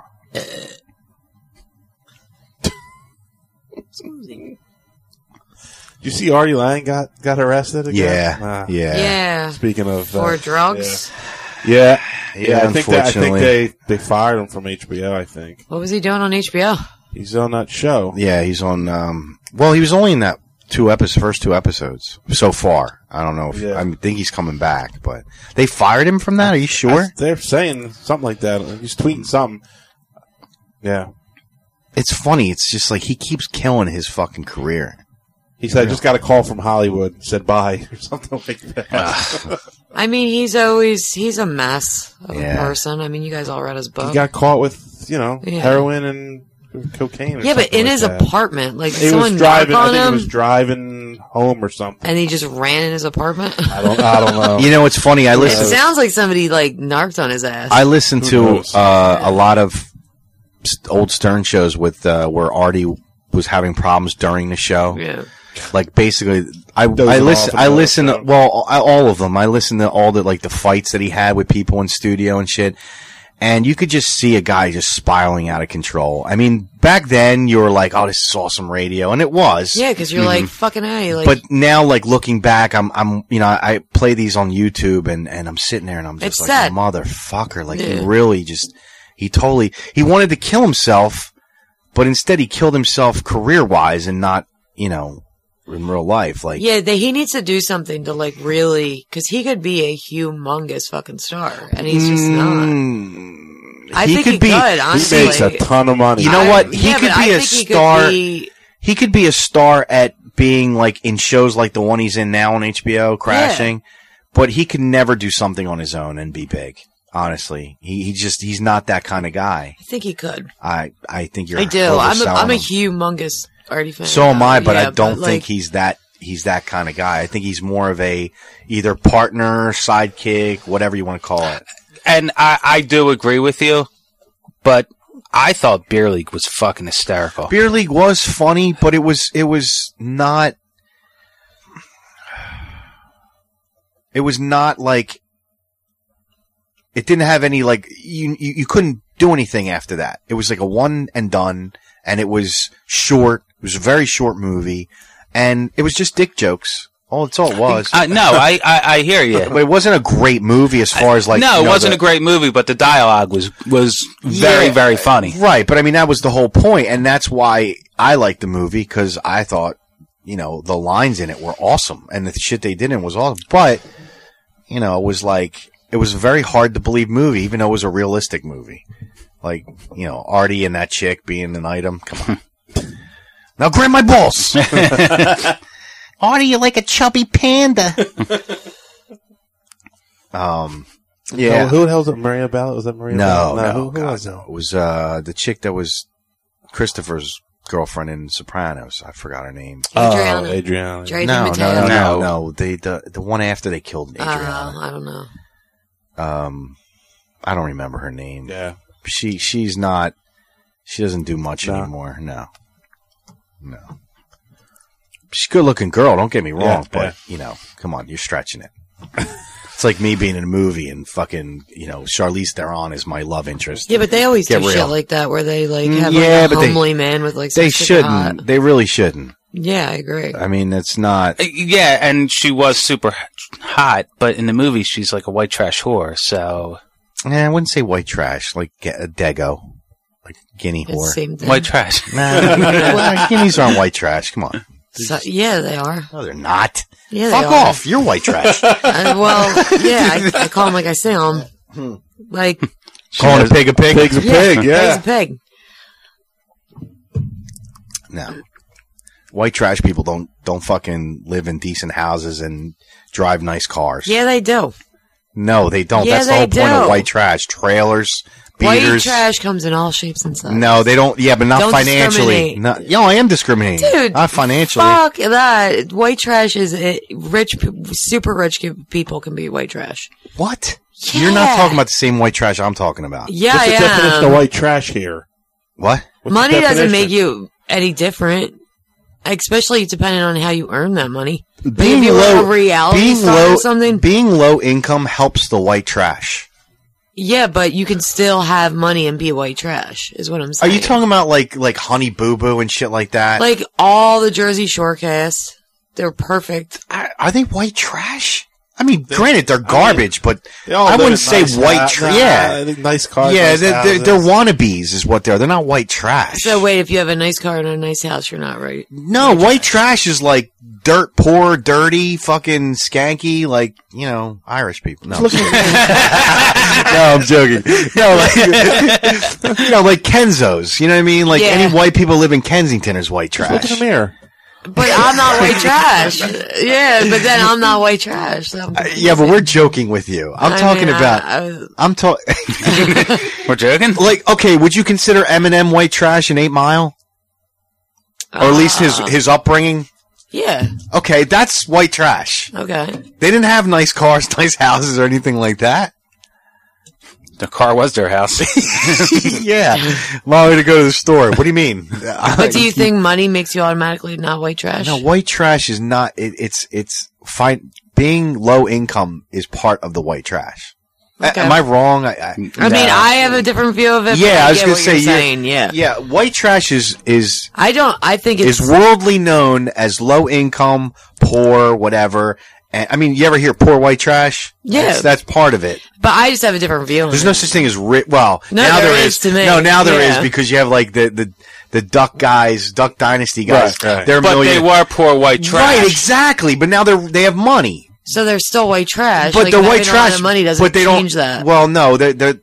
A: You see, Artie Lang got got arrested. Again?
H: Yeah.
A: Wow.
H: yeah.
C: Yeah.
A: Speaking of uh,
C: For drugs.
A: yeah, yeah,
H: Yeah,
A: I think that, I think
H: unfortunately.
A: they they fired him from HBO. I think
C: What was he doing on HBO?
A: he's on that show.
H: Yeah, he's on. Um, well, he was only in that two episodes, first two episodes so far. I don't know. if
A: Yeah.
H: I think he's coming back, but they fired him from that. Are you sure?
A: They're saying something like that. He's tweeting something. Yeah,
H: it's funny. It's just like he keeps killing his fucking career.
A: he said, "I just got a call from Hollywood. Said bye *laughs* or something like
H: Uh-huh.
A: that."
C: I mean, he's always he's a mess of
H: Yeah.
C: a person. I mean, you guys all read his book.
A: he got caught with you know
C: Yeah.
A: heroin and cocaine. Or
C: yeah, but
A: something
C: in
A: like
C: his
A: that.
C: apartment, like did
A: He
C: someone
A: was driving.
C: knock
A: I
C: on
A: think
C: him,
A: he was driving home or something.
C: and he just ran in his apartment. *laughs*
A: I don't. I don't know.
H: You know, it's funny. I
C: it
H: listen.
C: sounds like somebody like narked on his ass.
H: I listen
A: Who
H: to
A: knows?
H: uh, a lot of s- old Stern shows with uh, where Artie was having problems during the show.
C: yeah.
H: Like basically, I I
A: are
H: listen.
A: awful,
H: I
A: though,
H: listen.
A: so.
H: Well, I, all of them. I listen to all the like the fights that he had with people in studio and shit. And you could just see a guy just spiraling out of control. I mean, back then you were like, "Oh, this is awesome radio," and it was.
C: Yeah, because you're like fucking hey, like
H: Mm-hmm. but now, like looking back, I'm, I'm, you know, I play these on YouTube, and and I'm sitting there, and I'm just
C: It's
H: like,
C: sad.
H: motherfucker, like
C: Yeah.
H: he really just, he totally, he wanted to kill himself, but instead he killed himself career wise and not, you know, in real life. Like,
C: yeah, that he needs to do something to like really because he could be a humongous fucking star, and he's just not.
H: Mm,
C: I
H: he
C: think
H: could
C: he
H: be.
C: could,
A: he
C: honestly.
A: makes a ton of money.
H: You know what?
C: I-
H: He
C: yeah,
H: could
C: but I
H: be a
C: think he could
H: star-
C: be-
H: He could be a star at being like in shows like the one he's in now on HBO, crashing. But he could never do something on his own and be big. Honestly, he, he just he's not that kind of guy.
C: I think he could.
H: I I think you're.
C: I do. I'm a,
H: overselling
C: I'm a
H: him.
C: humongous Artie fan.
H: So am I, but
C: Yeah,
H: I don't
C: like,
H: think he's that he's that kind of guy. I think he's more of a either partner, sidekick, whatever you want to call it.
E: and I, I do agree with you, but I thought Beer League was fucking hysterical.
H: Beer League was funny, but it was it was not. It was not like. It didn't have any like you you, you couldn't do anything after that. It was like a one and done, and it was short. It was a very short movie, and it was just dick jokes. Oh, that's all it was.
E: Uh,
H: *laughs*
E: no, I, I, I hear you.
H: but it wasn't a great movie as far as like
E: no,
H: you
E: it
H: know,
E: wasn't
H: the-
E: a great movie, but the dialogue was was very
H: Yeah.
E: very funny.
H: Right, but I mean that was the whole point, and that's why I liked the movie because I thought, you know, the lines in it were awesome, and the shit they did in it was awesome. But you know, it was like it was a very hard to believe movie, even though it was a realistic movie. Like you know, Artie and that chick being an item. Come on, now grab my balls, Artie. You like a chubby panda? *laughs* um. Yeah,
A: Well, who the hell's it? Maria Ballot? Was that Maria
H: no,
A: Ballot?
H: no,
A: Who, who
H: God,
A: was it?
H: no. It was uh, the chick that was Christopher's girlfriend in Sopranos. I forgot her name.
C: Adriana.
A: Oh, Adriana.
C: Dre- Adrian
H: no, no,
C: Mateo.
H: no, no,
E: No.
H: no. The the the one after they killed
C: uh,
H: Adriana.
C: I don't know. Uh-huh.
H: um, I don't remember her name.
A: Yeah.
H: She she's not. She doesn't do much
A: No.
H: anymore. No, no. She's a good looking girl. Don't get me wrong,
A: Yeah,
H: but
A: yeah.
H: you know, come on, you're stretching it. *laughs* it's like me being in a movie and fucking, you know, Charlize Theron is my love interest.
C: Yeah, but they always
H: Get
C: do
H: real.
C: shit like that where they like
H: Mm,
C: have
H: yeah,
C: like, a
H: but they-
C: homely man with like some
H: They
C: chick hot.
H: shouldn't. They really shouldn't.
C: Yeah, I agree.
H: I mean, it's not.
E: Uh, Yeah, and she was super hot, but in the movie she's like a white trash whore. So
H: Eh, I wouldn't say white trash, like ge- a Dago, like guinea
C: It's the
H: whore.
C: same thing.
E: white
H: *laughs*
E: trash. *laughs*
H: Nah, *laughs* well, guineas aren't white trash. Come on,
C: So- yeah, they are.
H: no, they're not.
C: Yeah, they
H: Fuck
C: are.
H: off. You're white trash.
C: Uh, well, yeah, I, I call him like I say him.
H: Hmm.
C: Like
H: *laughs* Calling a pig a pig.
A: Pig's a pig,
C: he's a
A: yeah.
C: pig.
H: No, white trash people don't don't fucking live in decent houses and drive nice cars.
C: Yeah, they do.
H: No, they don't.
C: Yeah,
H: That's the whole
C: they
H: point
C: do.
H: of white trash. Trailers,
C: White
H: beaters.
C: trash comes in all shapes and sizes.
H: No, they don't. Yeah, but not
C: Don't
H: financially.
C: discriminate.
H: Not, yo, I am discriminating.
C: Dude,
H: not financially.
C: Fuck that. White trash is it, rich, pe- super rich ki- people can be white trash.
H: What? You're not
C: Yeah.
H: talking about the same white trash I'm talking about.
C: Yeah,
A: What's the definition
C: I
A: of
C: am.
A: white trash here?
H: What?
A: What's the
C: Money doesn't
A: definition?
C: make you any different, especially depending on how you earn that money. Like,
H: Being
C: if you
H: low-
C: were a reality
H: Being
C: star
H: low,
C: or something,
H: being low income helps the white trash.
C: yeah, but you can still have money and be white trash. Is what I'm
H: Are
C: saying.
H: you talking about like like Honey Boo Boo and shit like that?
C: like all the Jersey Shore cast? They're perfect.
H: I- are they white trash? I mean, granted, they're garbage,
A: They
H: but
A: all
H: I
A: live in
H: wouldn't say
A: nice
H: white.
A: hou-
H: Tra-
A: nah,
H: yeah,
A: nah, nice cars.
H: yeah,
A: nice
H: they're, they're,
A: houses.
H: they're wannabes, is what they are. They're not white trash.
C: So wait, if you have a nice car and a nice house, you're not right.
H: no, white trash is like dirt poor, dirty, fucking skanky, like you know, Irish people. No, no, I'm joking. *laughs* No, like, you know, like *laughs* Kenzos. You know what I mean? Like
C: Yeah.
H: any white people live in Kensington is white trash.
A: Look in the mirror.
C: But I'm not
H: *laughs*
C: white trash. Yeah, but then I'm not white trash. So I'm
H: Uh, yeah, but we're joking with you. I'm
C: I
H: talking
C: mean, I-
H: about. I,
C: I-
H: I'm talking.
E: We're joking.
H: *laughs* like, okay, would you consider Eminem white trash in Eight Mile, or at least his his upbringing?
C: uh, yeah.
H: Okay, that's white trash.
C: Okay.
H: They didn't have nice cars, *laughs* nice houses, or anything like that.
E: The car was their house.
H: *laughs*
E: *laughs*
H: yeah, allow me to go to the store. What do you *laughs* mean?
C: But do you think money makes you automatically not white trash?
H: No, white trash is not. It, it's it's fine. Being low income is part of the white trash. A-
C: Okay.
H: am I wrong? I, I,
C: I mean, I have a different view of it. but
H: yeah, I was
C: get
H: gonna
C: what
H: say
C: you're
H: you're-
C: saying. Yeah.
H: yeah, white trash is is
C: I don't. I think it's.
H: is worldly known as low income, poor, whatever. And I mean, you ever hear poor white trash?
C: Yeah.
H: that's, that's part of it.
C: but I just have a different view. on
H: There's
C: it.
H: no such thing as rich. Well,
C: No,
H: now
C: there
H: there
C: is to me.
H: No, now there is
C: Yeah.
H: because you have like the the the Duck guys, Duck Dynasty guys.
A: Right,
H: *laughs*
A: right.
H: They're
E: but
H: million-
E: they were poor white trash.
H: right, exactly. But now they're they have money.
C: So they're still white trash.
H: but
C: like,
H: the
C: having
H: white
C: a lot of
H: trash
C: money doesn't
H: but they
C: change
H: don't,
C: that.
H: Well, no, they're, they're,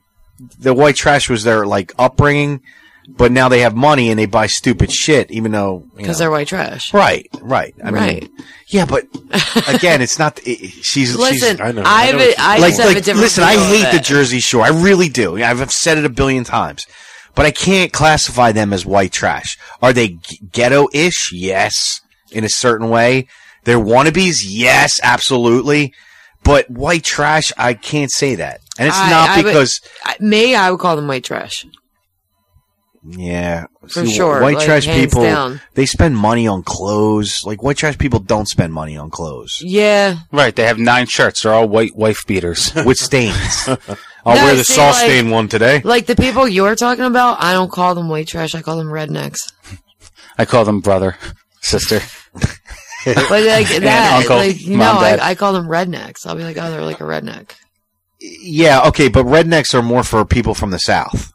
H: the white trash was their like upbringing, but now they have money and they buy stupid shit, even though you
C: because
H: know.
C: they're white trash.
H: right, right. I
C: Right.
H: mean, yeah,
C: *laughs*
H: but again, it's not. It, she's
C: Listen,
H: she's,
A: I know-
C: I
A: I
C: have
A: know
C: a,
A: what
C: I
H: like,
C: just have a
H: like
C: different.
H: listen,
C: view
H: I
C: of
H: hate the
C: it.
H: Jersey Shore. I really do. I've, I've said it a billion times, but I can't classify them as white trash. Are they g- ghetto-ish? Yes, in a certain way. They're wannabes. Yes, absolutely. But white trash, I can't say that, and it's
C: I-
H: not
C: I would-
H: because
C: I- me, I would call them white trash.
H: yeah,
C: For sure,
H: white
C: like,
H: trash
C: hands
H: people
C: down.
H: they spend money on clothes. Like white trash people don't spend money on clothes
C: Yeah.
E: Right, they have nine shirts. They're all white
H: *laughs*
E: wife beaters.
H: with
C: *laughs*
H: stains. I'll
C: No,
H: wear the
C: see,
H: sauce
C: like-
H: stain one today.
C: Like the people you're talking about, I don't call them white trash. I call them rednecks.
E: I call them brother, sister.
C: But
H: *laughs*
C: like that,
E: uncle,
C: like you
E: mom,
C: know,
E: dad.
C: I, I call them rednecks. I'll be like, oh, they're like a redneck.
H: Yeah, okay, but rednecks are more for people from the south.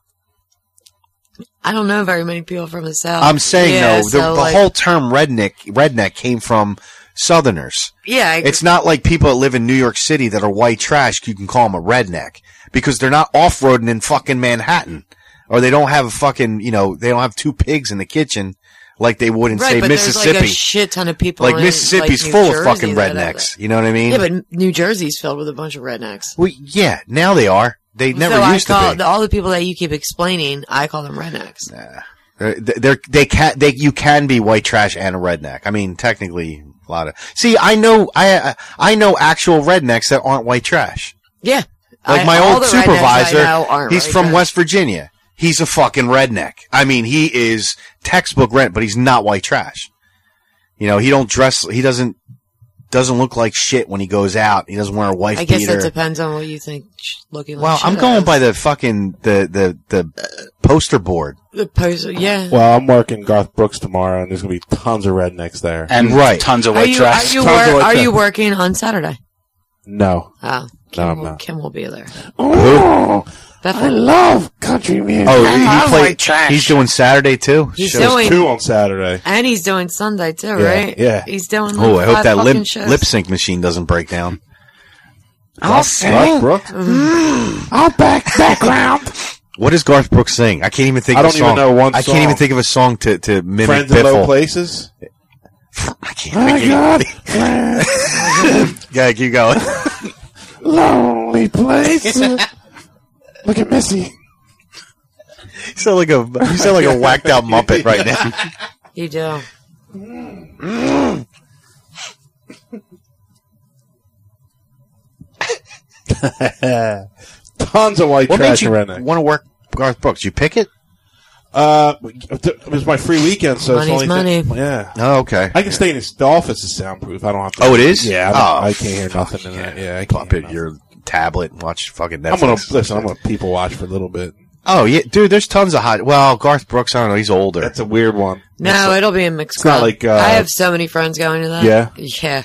C: I don't know very many people from the south.
H: I'm saying
C: yeah,
H: though, the,
C: so,
H: the
C: like-
H: whole term redneck redneck came from Southerners.
C: yeah, I,
H: It's not like people that live in New York City that are white trash. You can call them a redneck because they're not off roading in fucking Manhattan, or they don't have a fucking you know they don't have two pigs in the kitchen like they would in
C: right,
H: say
C: but
H: Mississippi.
C: there's like a shit ton of people.
H: Like,
C: in,
H: Mississippi's
C: like, New
H: full
C: Jersey
H: of fucking
C: that have
H: rednecks.
C: that.
H: You know what I mean?
C: Yeah, but New Jersey's filled with a bunch of rednecks.
H: well, yeah, now they are. They never
C: so
H: used
C: I call
H: to be.
C: all the people that you keep explaining. I call them rednecks.
H: They're, they're, they can they you can be white trash and a redneck. I mean, technically, a lot of. See, I know I I know actual rednecks that aren't white trash.
C: Yeah,
H: Like
C: I-
H: my
C: all
H: old
C: the rednecks I
H: supervisor,
C: know aren't
H: he's
C: white
H: from
C: trash.
H: West Virginia. He's a fucking redneck. I mean, he is textbook rent, but he's not white trash. You know, he don't dress. He doesn't doesn't look like shit when he goes out. He doesn't wear a wife
C: I guess
H: beater.
C: that depends on what you think. sh- Looking like
H: well, I'm
C: shit
H: going
C: is.
H: by the fucking the the the poster board.
C: the poster. Yeah,
A: Well, I'm working Garth Brooks tomorrow, and there's gonna be tons of rednecks there.
E: And
H: Right.
E: tons of
C: are
E: white
C: you are
E: trash.
C: you,
A: Tons
C: wor-
A: of white
C: are
A: trash.
C: you working on Saturday?
A: no,
C: Oh, Kim,
A: No, I'm
C: will,
A: not.
C: Kim will be there.
A: oh, I
C: Definitely.
A: love country music.
H: Oh,
E: I
H: he
E: love
H: play-
E: white trash.
H: He's doing Saturday too.
C: He's
H: Shows-
C: doing-
A: two on Saturday.
C: And he's doing Sunday too, right?
A: yeah.
C: He's doing. Like
H: Oh, I hope
C: five
H: that
C: fucking
H: lip
C: shows.
H: lip sync machine doesn't break down.
A: I'll sing. Brooks. I'll back *laughs* background.
H: What does Garth Brooks sing? I can't even think.
A: I
H: of a
A: don't even
H: song.
A: know one
H: I
A: song.
H: can't even think of a song to to mimic
A: Friends in low
H: Biffle.
A: *laughs* places.
H: I can't.
A: Oh
H: I
A: my
H: can't.
A: god.
H: Yeah, keep going.
I: lonely place.
A: *laughs*
I: Look at Missy.
H: *laughs* You sound like a you sound like a whacked out muppet right
A: *laughs*
H: now.
C: You do.
A: Tons of white
H: What made
A: trash
H: you
A: around there.
H: want to work Garth Brooks? You pick it?
A: Uh, it was my free weekend, so
C: Money's
A: it's only
C: money.
A: yeah.
H: Oh, okay.
A: I can stay in his. The office is soundproof. I don't have to.
H: Oh, it is.
A: Yeah, I,
H: oh,
A: don't- I can't hear
H: fuck
A: nothing in
H: yeah.
A: that. Yeah, I can't
H: Pop
A: hear
H: it your tablet and watch fucking Netflix.
A: I'm gonna listen. I'm gonna people watch for a little bit.
H: Oh yeah, dude. There's tons of hot. Well, Garth Brooks. I don't know. He's older.
A: That's a weird one.
C: No, it'll be a mixed
A: not
C: club.
A: like, uh,
C: I have so many friends going to that.
A: Yeah?
C: Yeah.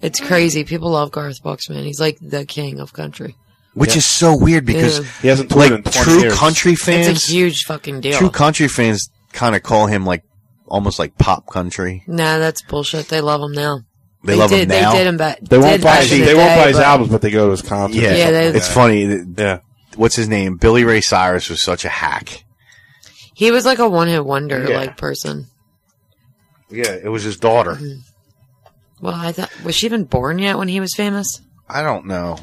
C: It's crazy. People love Garth Brooks, man. He's like the king of country.
H: which is so weird because
C: Yeah.
A: He hasn't toured in
H: like
A: 20
H: true
A: years.
H: country
C: It's a
H: fans,
C: huge fucking deal.
H: true country fans kind of call him like almost like pop country.
C: nah, that's bullshit. They love him now.
H: They, love
C: did,
H: him now.
C: They did him back.
A: They won't buy.
C: His,
A: His, they won't buy his albums, but they go to his concerts.
H: Yeah,
C: Yeah, they-
H: it's funny. that-
A: Yeah.
H: What's his name? Billy Ray Cyrus was such a hack.
C: He was like a one-hit wonder,
H: Yeah.
C: like person.
H: Yeah, it was his daughter.
C: Mm-hmm. Well, I thought was she even born yet when he was famous?
H: I don't
C: *laughs*
H: know.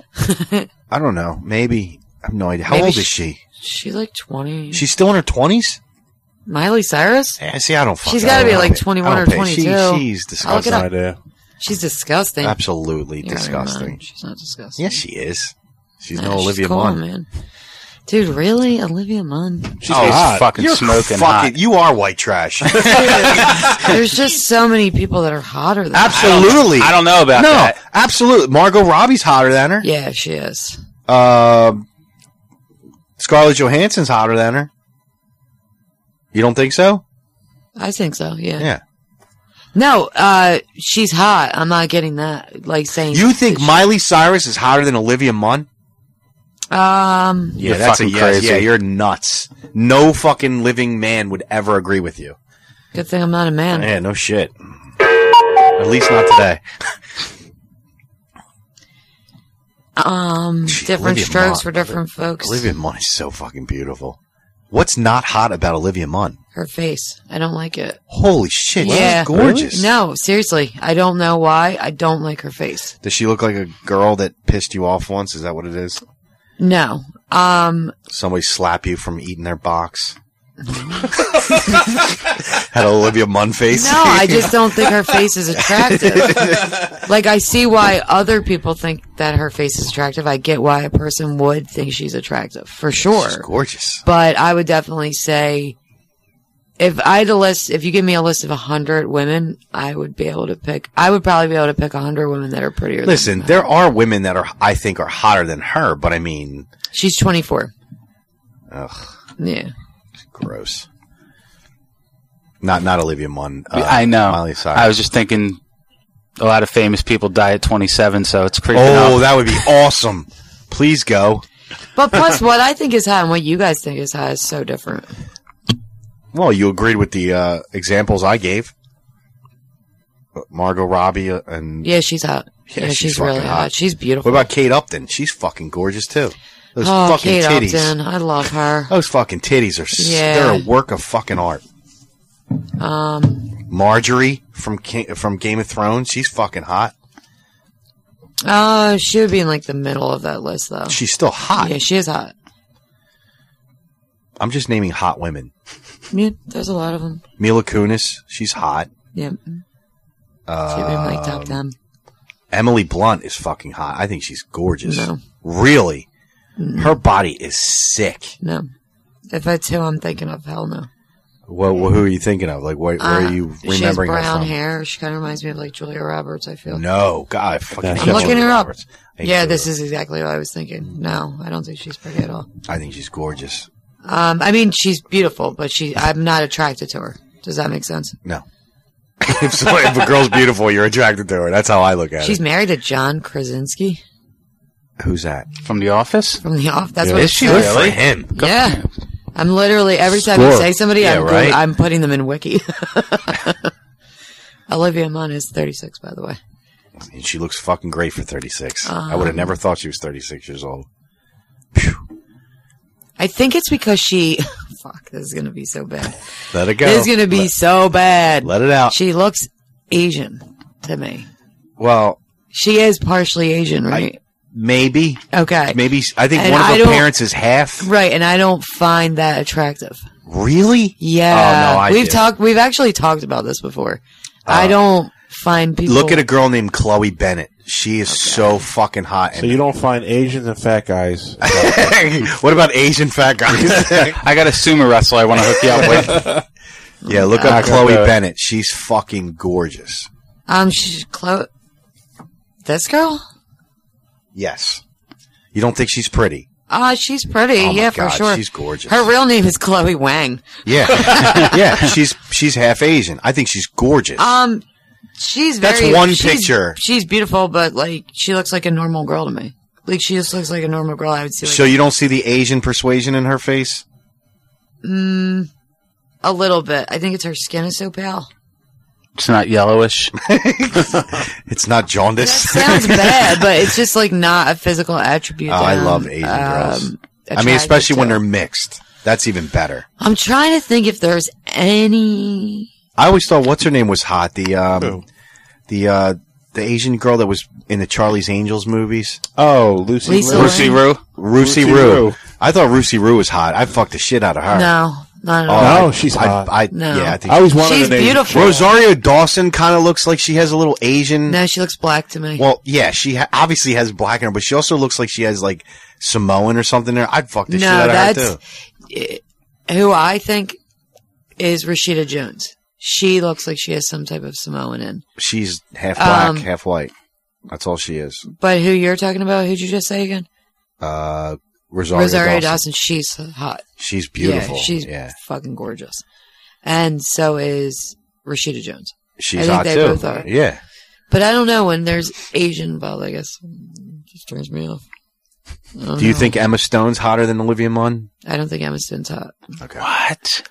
H: I don't know. Maybe I have no idea. How
C: Maybe
H: old
C: she-
H: is she?
C: She's like twenty.
H: She's still in her twenties.
C: Miley Cyrus.
H: Yeah, see, I don't. Fuck,
C: She's
H: got
C: gotta
H: to
C: be like 21 or 22.
H: She, she's
C: I'll look it
H: disgusting.
C: up.
A: Right there.
C: She's disgusting.
H: Absolutely
C: You're out of your
H: disgusting.
C: mind. She's not disgusting.
H: Yes, she is. She's
C: Nah,
H: no
C: she's
H: Olivia
C: cool,
H: Munn.
C: man. Dude, really,
H: *laughs*
C: Olivia Munn?
A: She's
E: He's
A: hot.
E: Oh, fucking
H: Oh, You're fucking.
E: smoking hot.
H: You are white *laughs* trash.
C: There's just so many people that are hotter than. her.
H: absolutely.
E: I don't know about
H: no,
E: that.
H: absolutely. Margot Robbie's hotter than her.
C: Yeah, she is.
H: Um, Scarlett Johansson's hotter than her. You don't think so?
C: I think so. Yeah.
H: Yeah.
C: No, uh, she's hot. I'm not getting that. Like saying
H: You think Miley Cyrus is hotter than Olivia Munn?
C: um.
H: Yeah,
E: You're
H: that's a
E: fucking
H: yes.
E: crazy.
H: Yeah, you're nuts. No fucking living man would ever agree with you.
C: Good thing I'm not a man.
H: Yeah, no shit. At least not today.
C: Um, different
H: Olivia
C: strokes
H: Munn.
C: for different folks.
H: Olivia Munn is so fucking beautiful. What's not hot about Olivia Munn?
C: Her face. I don't like it.
H: Holy shit,
C: Yeah.
H: she's gorgeous.
C: No, seriously. I don't know why. I don't like her face.
H: Does she look like a girl that pissed you off once? Is that what it is?
C: No. Um,
H: Somebody slap you from eating their box?
E: Mm-hmm.
H: *laughs* Had an Olivia Munn face?
C: no, I just don't think her face is attractive.
H: *laughs*
C: like, I see why other people think that her face is attractive. I get why a person would think she's attractive, for sure.
H: She's gorgeous.
C: But I would definitely say if I had a list, if you give me a list of 100 women, I would be able to pick, I would probably be able to pick 100 women that are prettier than
H: Listen, there are women that are I think are hotter than her, but I mean,
C: She's 24.
H: ugh,
C: Yeah.
H: gross. Not not Olivia Munn. uh,
E: I know.
H: Miley Cyrus.
E: I was just thinking a lot of famous people die at 27, so it's creeping
H: oh,
E: up.
H: that would be awesome. Please go.
C: But plus, what I think is hot and what you guys think is hot is so different.
H: Well, you agreed with the uh, examples I gave. Margot Robbie uh, and
C: Yeah, she's hot. Yeah, she's, really
H: fucking
C: hot. She's
H: What
C: beautiful.
H: about Kate Upton? She's fucking gorgeous too. Those
C: oh,
H: fucking
C: Kate
H: titties.
C: Upton. I love her.
H: Those fucking titties are s
C: Yeah.
H: they're a work of fucking art.
C: Um,
H: Marjorie from King, from Game of Thrones, she's fucking hot.
C: oh, she would be in like the middle of that list though.
H: She's still hot.
C: Yeah, she is hot.
H: I'm just naming hot women.
C: Yeah, there's a lot of them.
H: Mila Kunis, she's hot.
C: Yeah. She'd be in like
H: Um,
C: top 10.
H: Emily Blunt is fucking hot. I think she's gorgeous.
C: No.
H: Really?
C: Mm.
H: Her body is sick.
C: No. If that's who I'm thinking of, hell no.
H: Well, who are you thinking of? Like, where, where
C: Uh,
H: are you
C: she has
H: remembering her
C: brown
H: from?
C: hair. She kind of reminds me of like Julia Roberts, I feel.
H: No, God, I fucking
A: I'm
H: hate
C: looking
H: Julia
C: her up.
H: Roberts. I hate
C: Yeah,
H: Julia
C: this is exactly what I was thinking. No, I don't think she's pretty at all.
H: Roberts. I think she's gorgeous. *laughs*
C: Um, I mean, she's beautiful, but she, I'm not attracted to her. Does that make sense?
H: No. if, so, if a girl's beautiful, you're attracted to her. That's how I look at
C: She's
H: it.
C: married to John Krasinski
H: Who's that?
E: From The Office?
C: from The Off. That's what
E: Is
C: it
E: she
C: says.
E: really?
H: For him.
C: Yeah. I'm literally every time you
H: Score.
C: say somebody,
H: Yeah,
C: I'm Goog-
H: right?
C: I'm putting them in Wiki. *laughs* Olivia Munn is 36, by the way.
H: And she looks fucking great for 36. I
C: Uh-huh.
H: would have never thought she was 36 years old. Phew.
C: I think it's because she. *laughs* Fuck, this is gonna be so bad.
H: Let it go.
C: This is gonna be so bad.
H: Let it out.
C: She looks Asian to me.
H: well,
C: She is partially Asian, right?
H: Maybe,
C: Okay.
H: maybe I think
C: And
H: one of
C: I
H: her
C: don't-
H: parents is half.
C: Right, and I don't find that attractive.
H: Really?
C: Yeah.
H: Oh no, I
C: we've
H: do. Uh,
C: talked we've actually talked about this before. I don't find people
H: Look at a girl named Chloe Bennett. She is so fucking hot. *laughs*
A: So you don't find Asians and fat guys.
H: what about Asian fat *laughs* guys?
E: I got a sumo wrestler I want to hook you up with.
H: yeah, look up Chloe Bennett. She's fucking gorgeous.
C: um sh- Chloe This girl?
H: Yes. You don't think she's pretty?
C: Ah, she's pretty.
H: Oh my
C: yeah,
H: God,
C: for sure.
H: she's gorgeous.
C: Her real name is Chloe Wang.
H: Yeah, *laughs* yeah. She's she's half Asian. I think she's gorgeous.
C: Um she's
H: That's
C: very
H: one
C: she's-
H: picture.
C: She's beautiful, but like she looks like a normal girl to me. Like she just looks like a normal girl I would see like
H: so you don't see the Asian persuasion in her face?
C: a little bit. I think it's her skin is so pale.
E: It's not yellowish.
H: It's not jaundice.
C: Sounds bad, but it's just like not a physical attribute.
H: Oh, I
C: that I'm,
H: love Asian girls.
C: um,
H: I mean,
C: attracted
H: especially when
C: to.
H: they're mixed. That's even better.
C: I'm trying to think if there's any.
H: I always thought what's her name was hot. The um, the uh, the Asian girl that was in the Charlie's Angels movies,
A: Oh, Lucy.
C: Lisa
A: Liu.
C: Lucy
E: Rue.
H: Rusi
A: Lucy
H: Roo.
A: Roo.
H: I thought Rusi Roo was hot. I fucked the shit out of her.
C: No, not at
H: Oh,
C: all.
A: No, she's
H: I,
A: hot.
H: I,
C: No.
H: Yeah, I think.
A: I always wanted
C: She's
A: an Asian.
C: beautiful.
H: Rosario Dawson kind of looks like she has a little Asian.
C: No, she looks black to me.
H: Well, yeah, she ha- obviously has black in her, but she also looks like she has like Samoan or something there. I'd fuck the
C: no,
H: shit out
C: that's
H: of her too.
C: eh, who I think is Rashida Jones. She looks like she has some type of Samoan in.
H: She's half black,
C: Um,
H: half white. That's all she is.
C: But who you're talking about? Who'd you just say again?
H: Uh, Rosario,
C: Rosario
H: Dawson.
C: Dawson. She's hot.
H: She's beautiful.
C: Yeah,
H: Yeah,
C: she's fucking gorgeous. And so is Rashida Jones.
H: she's
C: I think
H: hot
C: they
H: too.
C: both are.
H: Yeah.
C: But I don't know when there's Asian involved. I guess it just turns me off. I don't
H: Do you
C: know.
H: think Emma Stone's hotter than Olivia Munn?
C: I don't think Emma Stone's hot.
H: Okay. Oh
E: What?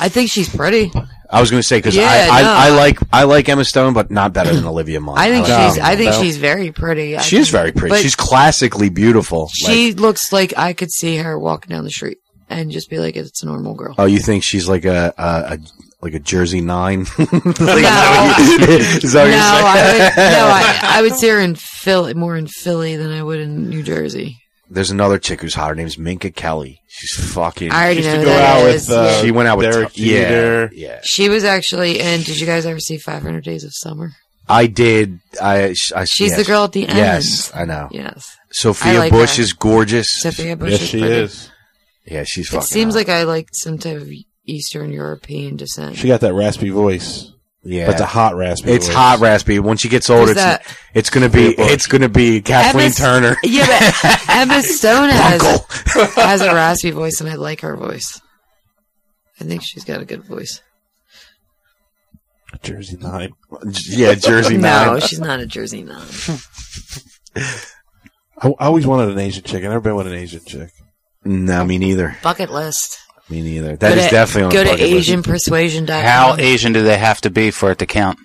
C: I think she's pretty.
H: I was going to say because
C: Yeah,
H: I, I,
C: no.
H: I like I like Emma Stone, but not better than Olivia Munn.
C: *clears throat* I
H: like
C: think she's.
H: Olivia
C: I think
H: Munn.
C: she's very pretty. I
H: she is
C: think-
H: very pretty.
C: but
H: She's classically beautiful.
C: she
H: Like,
C: looks like I could see her walking down the street and just be like, "It's a normal girl."
H: oh, you think she's like a, a, a like a Jersey Nine? *laughs* Like, is that
C: *laughs* no,
H: what you- is that what
C: no,
H: you're saying?
C: I would, no, I, I would see her in Philly more in Philly than I would in New Jersey.
H: *laughs* There's another chick who's hot. Her name's Minka Kelly. She's fucking.
C: I already
A: Used
C: know
A: to
C: who
A: go
C: that
A: out
C: is.
A: with, uh,
H: she went out with
A: Derek
H: yeah,
A: Jeter.
H: yeah.
C: she was actually in. Did you guys ever see Five Hundred Days of Summer?
H: I did. I. sh- I
C: She's
H: yes.
C: the girl at the end.
H: Yes, I know.
C: Yes. I
H: Sophia
C: like
H: Bush
C: her.
H: is gorgeous.
C: Sophia Bush
A: Yes,
C: is
A: she
C: pretty.
A: is.
H: Yeah, she's
C: It
H: fucking.
C: seems
H: hot.
C: like I like some type of Eastern European descent.
A: She got that raspy voice,
H: yeah,
A: but the hot raspy.
H: It's
A: voice.
H: hot raspy. When she gets older,
C: Who's
H: it's,
C: that?
H: it's gonna be it's gonna be Kathleen
C: Emma's-
H: Turner.
C: *laughs* Yeah,
H: *laughs*
C: but Emma Stone has, *laughs* has a raspy voice, and I like her voice. I think she's got a good voice.
A: Jersey Nine.
H: yeah, Jersey
C: No,
H: Nine.
C: she's not a Jersey nun.
A: I, I always wanted an Asian chick. I never been with an Asian chick.
H: No, me neither.
C: Bucket list.
H: Me neither. That
C: Go
H: is
C: to-
H: definitely on
C: Go
H: the
C: to
H: bucket list.
C: AsianPersuasion.com.
E: How Asian do they have to be for it to count?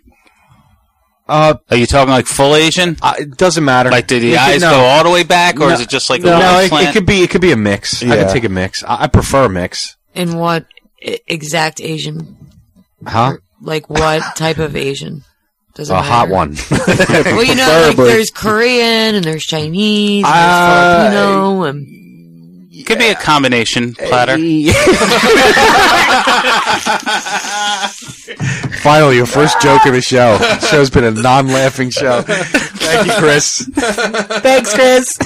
H: Uh,
E: Are you talking like full Asian?
H: uh, it doesn't matter.
E: Like, do the
H: You can-
E: eyes
H: no.
E: go all the way back, or is
H: No.
E: it just like a
H: no?
E: little
H: it,
E: slant?
H: it could be. It could be a mix. I
A: Yeah.
H: could take a mix. I, I prefer a mix.
C: and what i- exact Asian?
H: Huh?
C: Like what type of Asian? Does it
H: A hot one.
C: matter? *laughs* Well, you know, like there's Korean and there's Chinese and there's
H: Uh, *laughs*
C: Filipino and
E: Could be a combination
H: *laughs*
E: platter.
H: Finally, your first joke of the show. The show's been a non-laughing
C: *laughs*
H: show. Thank you, Chris. Thanks, Chris.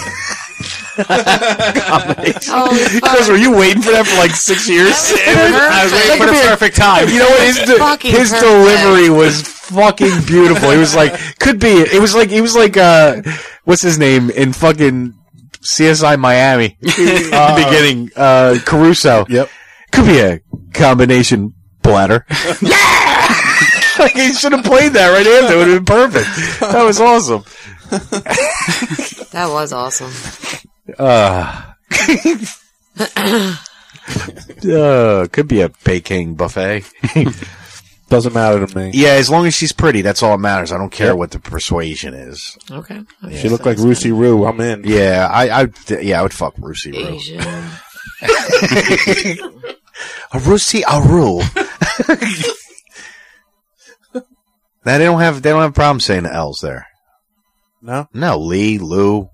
C: oh, fuck.
H: *laughs* Chris, were you waiting for that for like six years?
E: I was waiting for the perfect time.
H: You know what? His, de-
C: Fucking
H: his
C: perfect.
H: delivery was fucking beautiful. It was like could be. It was like he was like uh, what's his name in fucking CSI Miami in the beginning. Uh, Caruso.
A: Yep.
H: Could be a combination bladder. yeah. *laughs* like he should have played that right after. It would have been perfect. That was awesome.
C: That was awesome.
H: Uh, could be a baking buffet.
A: Doesn't matter to me.
H: yeah, as long as she's pretty, that's all that matters. I don't care what the persuasion is.
C: Okay.
A: She looked like Lucy Roo. I'm in.
H: Yeah, I, I, yeah, I would fuck Rusi Roo.
C: Asian. *sighs*
H: A Rusi Aru. now they don't have they don't have problems saying the L's there.
A: No?
H: No, Lee, Lou.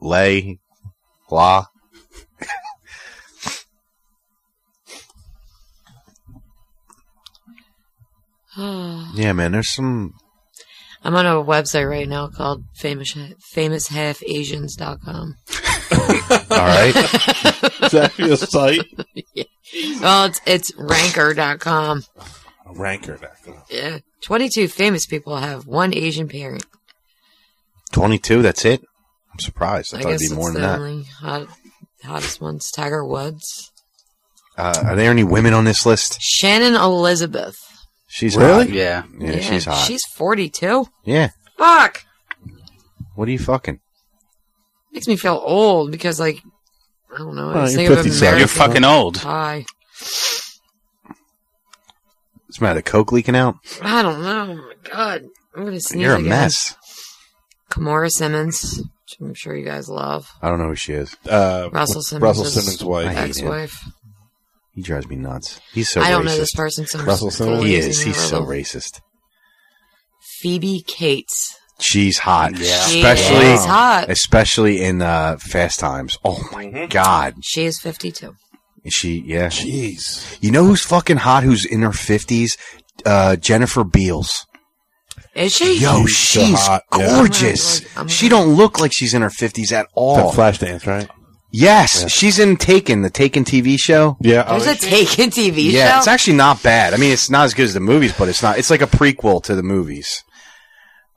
H: lay, blah.
C: I'm
H: Yeah, man. There's some.
C: on a website right now called famous famoushalfasians.com.
H: All right.
A: Is that your site?
C: Well, it's it's ranker.com.
A: Ranker. that.
C: Yeah. 22 famous people have one Asian parent.
H: Twenty-two. That's it. I'm surprised. I,
C: I
H: thought
C: guess
H: it'd
C: it's
H: be more
C: the
H: than that.
C: only hot, hottest ones. Tiger Woods.
H: Uh, are there any women on this list?
C: Shannon Elizabeth.
H: She's
I: Really?
H: hot.
E: Yeah.
H: Yeah, she's hot.
C: She's 42.
H: yeah.
C: Fuck.
H: What are you fucking?
C: Makes me feel old because, like, I don't know. I
I: Well,
C: just
I: you're
C: think of
I: 57.
C: American
E: You're fucking old.
C: Pie.
H: What's the matter? The coke leaking out?
C: I don't know. Oh my god. I'm gonna sneeze.
H: You're a
C: again.
H: mess.
C: Kamora Simmons, which I'm sure you guys love.
H: I don't know who she is.
A: Uh,
C: Russell Simmons.
A: Russell Simmons'
H: I
A: wife.
H: hate him.
C: Ex-wife.
H: He drives me nuts. He's so.
C: I don't
H: racist.
C: know this person. So I'm
A: Russell
C: just
A: Simmons?
H: He
C: totally
H: is.
C: using
H: He's
C: her
H: so
C: little-
H: racist.
C: Phoebe Cates.
H: She's hot.
E: Yeah.
C: She
H: Especially.
C: is hot.
H: Especially in uh, Fast Times. Oh my God.
C: She is 52.
H: Is she? Yeah.
A: Jeez.
H: You know who's fucking hot? Who's in her fifties? Uh, Jennifer Beals.
C: Is she?
H: Yo,
A: She's so
H: she's
A: hot, yeah.
H: gorgeous.
C: I'm gonna- I'm
H: she
C: gonna-
H: don't look like she's in her fifties at all.
A: That flash dance, right?
H: yes,
A: Yeah.
H: she's in Taken, the Taken TV show.
A: Yeah.
C: There's a
A: I-
C: Taken TV
H: yeah,
C: show.
H: it's actually not bad. I mean, it's not as good as the movies, but it's not. It's like a prequel to the movies.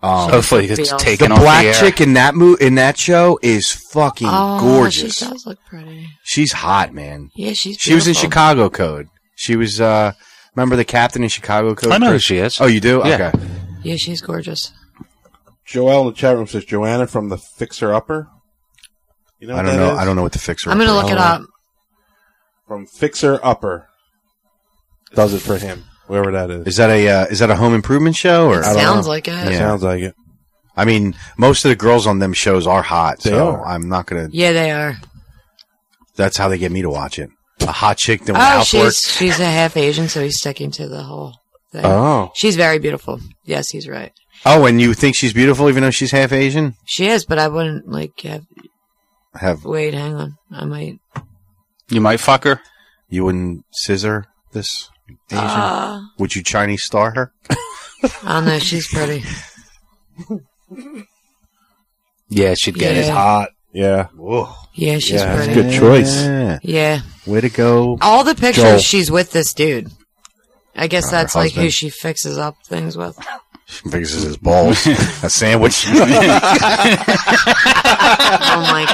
H: Um,
E: Hopefully
C: Be
E: it's
C: honest.
H: the
E: taken off
H: black
E: the air.
H: chick in that mo- in that show is fucking
C: oh,
H: gorgeous.
C: She does look pretty.
H: she's hot, man.
C: Yeah, she's.
H: She was in
C: beautiful.
H: Chicago Code. She was uh remember the captain in Chicago Code?
E: I know who
H: Chris?
E: she is.
H: Oh, you do?
E: Yeah.
H: Okay.
C: Yeah, she's gorgeous.
A: Joelle in the chat room says Joanna from the Fixer Upper. You know
H: I don't know. I don't know what the fixer.
C: I'm gonna look it up.
A: From Fixer Upper. Does it for him, whoever that is.
H: Is that a uh, is that a home improvement show or?
C: It
A: I don't
C: sounds
A: know.
C: like it.
A: It
H: Yeah.
A: sounds like it.
H: I mean, most of the girls on them shows are hot,
A: They
H: so
A: are.
H: I'm not gonna.
C: Yeah, they are.
H: That's how they get me to watch it. A hot chick doing
C: Oh,
H: housework.
C: she's she's a half Asian, so he's sticking to the whole thing.
A: Oh.
C: She's very beautiful. Yes, he's right.
H: Oh, and you think she's beautiful even though she's half Asian?
C: She is, but I wouldn't like. Have,
H: Have
C: wait, hang on. I might.
E: You might fuck her.
H: you wouldn't scissor this Asian?
C: Uh,
H: Would you Chinese star her?
C: I don't know. She's pretty.
E: Yeah, she'd get
C: Yeah.
E: it. Ah,
A: Hot. Yeah.
H: Whoa,
C: Yeah, she's
A: Yeah, it's
C: pretty.
A: good choice.
H: Yeah.
C: Yeah,
H: Way to go.
C: all the pictures
H: Joel.
C: she's with this dude. I guess
H: Her
C: that's like who
H: husband.
C: she fixes up things with.
H: She fixes his balls. a sandwich.
C: Oh my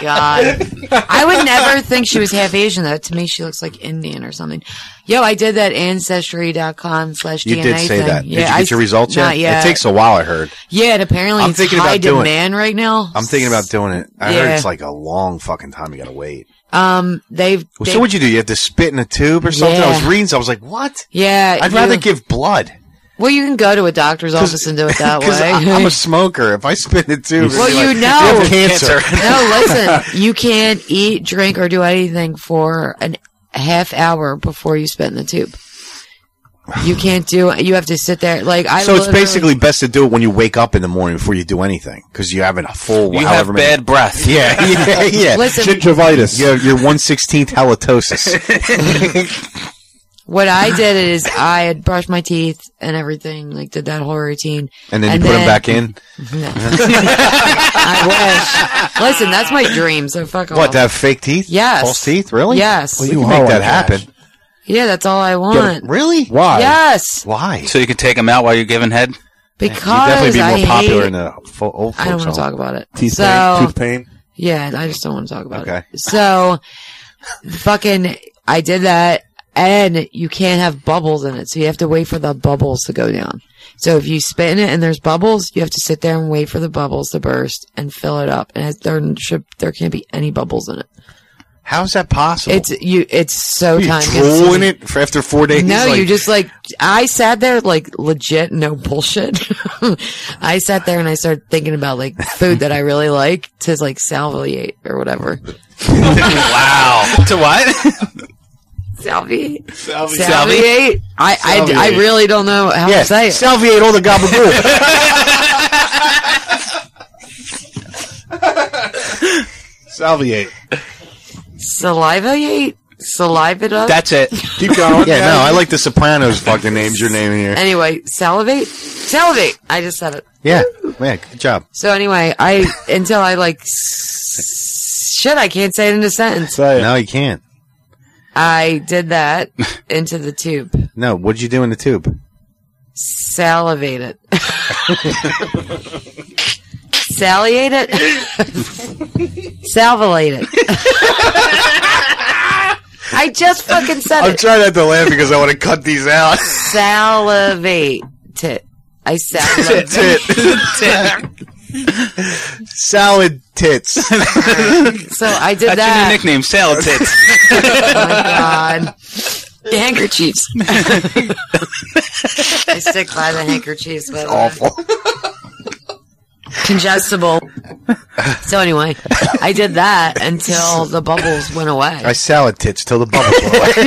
C: god! I would never think she was half Asian though. To me, she looks like Indian or something. Yo, I did that ancestry.com slash
H: *laughs*
C: DNA
H: You did say
C: thing.
H: that.
C: Yeah,
H: did you
C: I-
H: get your results yet?
C: Not yet.
H: It takes a while, I heard.
C: yeah, and apparently
H: I'm
C: it's
H: thinking about
C: high
H: doing it.
C: demand right now.
H: I'm thinking about doing it. I heard
C: Yeah.
H: it's like a long fucking time you gotta wait.
C: Um, they've.
H: Well,
C: they-
H: so what'd you do? You have to spit in a tube or something? I was
C: Yeah.
H: reading, so I was like, what?
C: yeah,
H: I'd
C: you-
H: rather give
C: *laughs*
H: blood.
C: Well, you can go to a
H: *laughs*
C: doctor's
H: 'Cause-
C: office and do it that way.
H: Because
C: *laughs*
H: I'm a smoker. If I spit in a tube, it'd
C: Well,
H: be
C: you
H: like,
C: know-
H: have cancer. *laughs*
C: no, listen. You can't eat, drink, or do anything for an a half hour before you spit in the tube. You can't do. You have to sit there. Like I.
H: so it's
C: literally-
H: basically best to do it when you wake up in the morning before you do anything because you have a full
E: You have
H: however many- *laughs*
E: bad breath.
H: Yeah, yeah, yeah.
C: Listen,
A: Gingivitis.
H: You have your one sixteenth halitosis. *laughs*
C: What I did is I had brushed my teeth and everything, like did that
H: *laughs*
C: whole routine. *laughs*
H: And then you put them back in.
C: I wish. Listen, that's my dream. So fuck
H: What,
C: off.
H: to have fake teeth?
C: Yes.
H: False teeth? Really?
C: Yes.
H: Well, you
A: Look
H: can
A: at
H: make
A: how
H: that
A: I cash.
H: happen.
C: yeah, that's all I want.
H: Really?
A: Why?
C: Yes,
H: Why?
E: So you can take them out while you're giving head.
C: because
H: You'd definitely be more
C: I
H: popular
C: hate,
H: in the fo- old folks
C: I don't want to
H: home.
C: talk about it.
A: Teeth
C: so
A: pain. Tooth pain.
C: yeah, I just don't want to talk about
H: Okay.
C: it. So fucking, I did that, and you can't have bubbles in it, so you have to wait for the bubbles to go down. So if you spit in it and there's bubbles, you have to sit there and wait for the bubbles to burst and fill it up. And it- there should there can't be any bubbles in it.
H: How is that possible?
C: It's you. It's so
H: you
C: time
H: drool in
C: consuming.
H: it for after four days.
C: No,
H: like,
C: you just like I sat there like legit, no bullshit. *laughs* I sat there and I started thinking about like food that I really like to like salviate or whatever.
E: *laughs* Wow. *laughs* to what?
C: Salviate, salviate.
E: Salviate?
C: I, I, I
A: Salviate.
C: really don't know how
H: yes,
C: to say it.
H: salviate all the
C: *laughs*
H: gabagool.
A: Salviate.
C: Salivate? Salive it up?
E: That's *laughs* it.
A: Keep going.
H: Yeah,
C: *laughs*
H: no, I like the Sopranos fucking names your name in here.
C: anyway, salivate? Salivate! I just said it.
H: Yeah, man, good job.
C: So anyway, I, until I like, s- shit, I can't say it in a sentence.
A: Say it.
H: No, you can't.
C: I
H: *laughs*
C: did that into the tube.
H: No, what'd you do in the tube?
C: Salivate it. Saliate it. Salivate it. I just fucking said
H: I'm
C: it.
H: trying not to laugh because I want to cut these out.
C: salivate it. I salivate.
E: *laughs*
H: Tit. *laughs* Salad *laughs* tits.
C: so I did
E: That's your
C: that.
E: new nickname, Salad Tits.
C: Oh my god. The handkerchiefs. *laughs* I stick by the handkerchiefs. uh, By the awful. Congestible. So anyway, I did that until the bubbles went away,
H: I salad tits till the bubbles go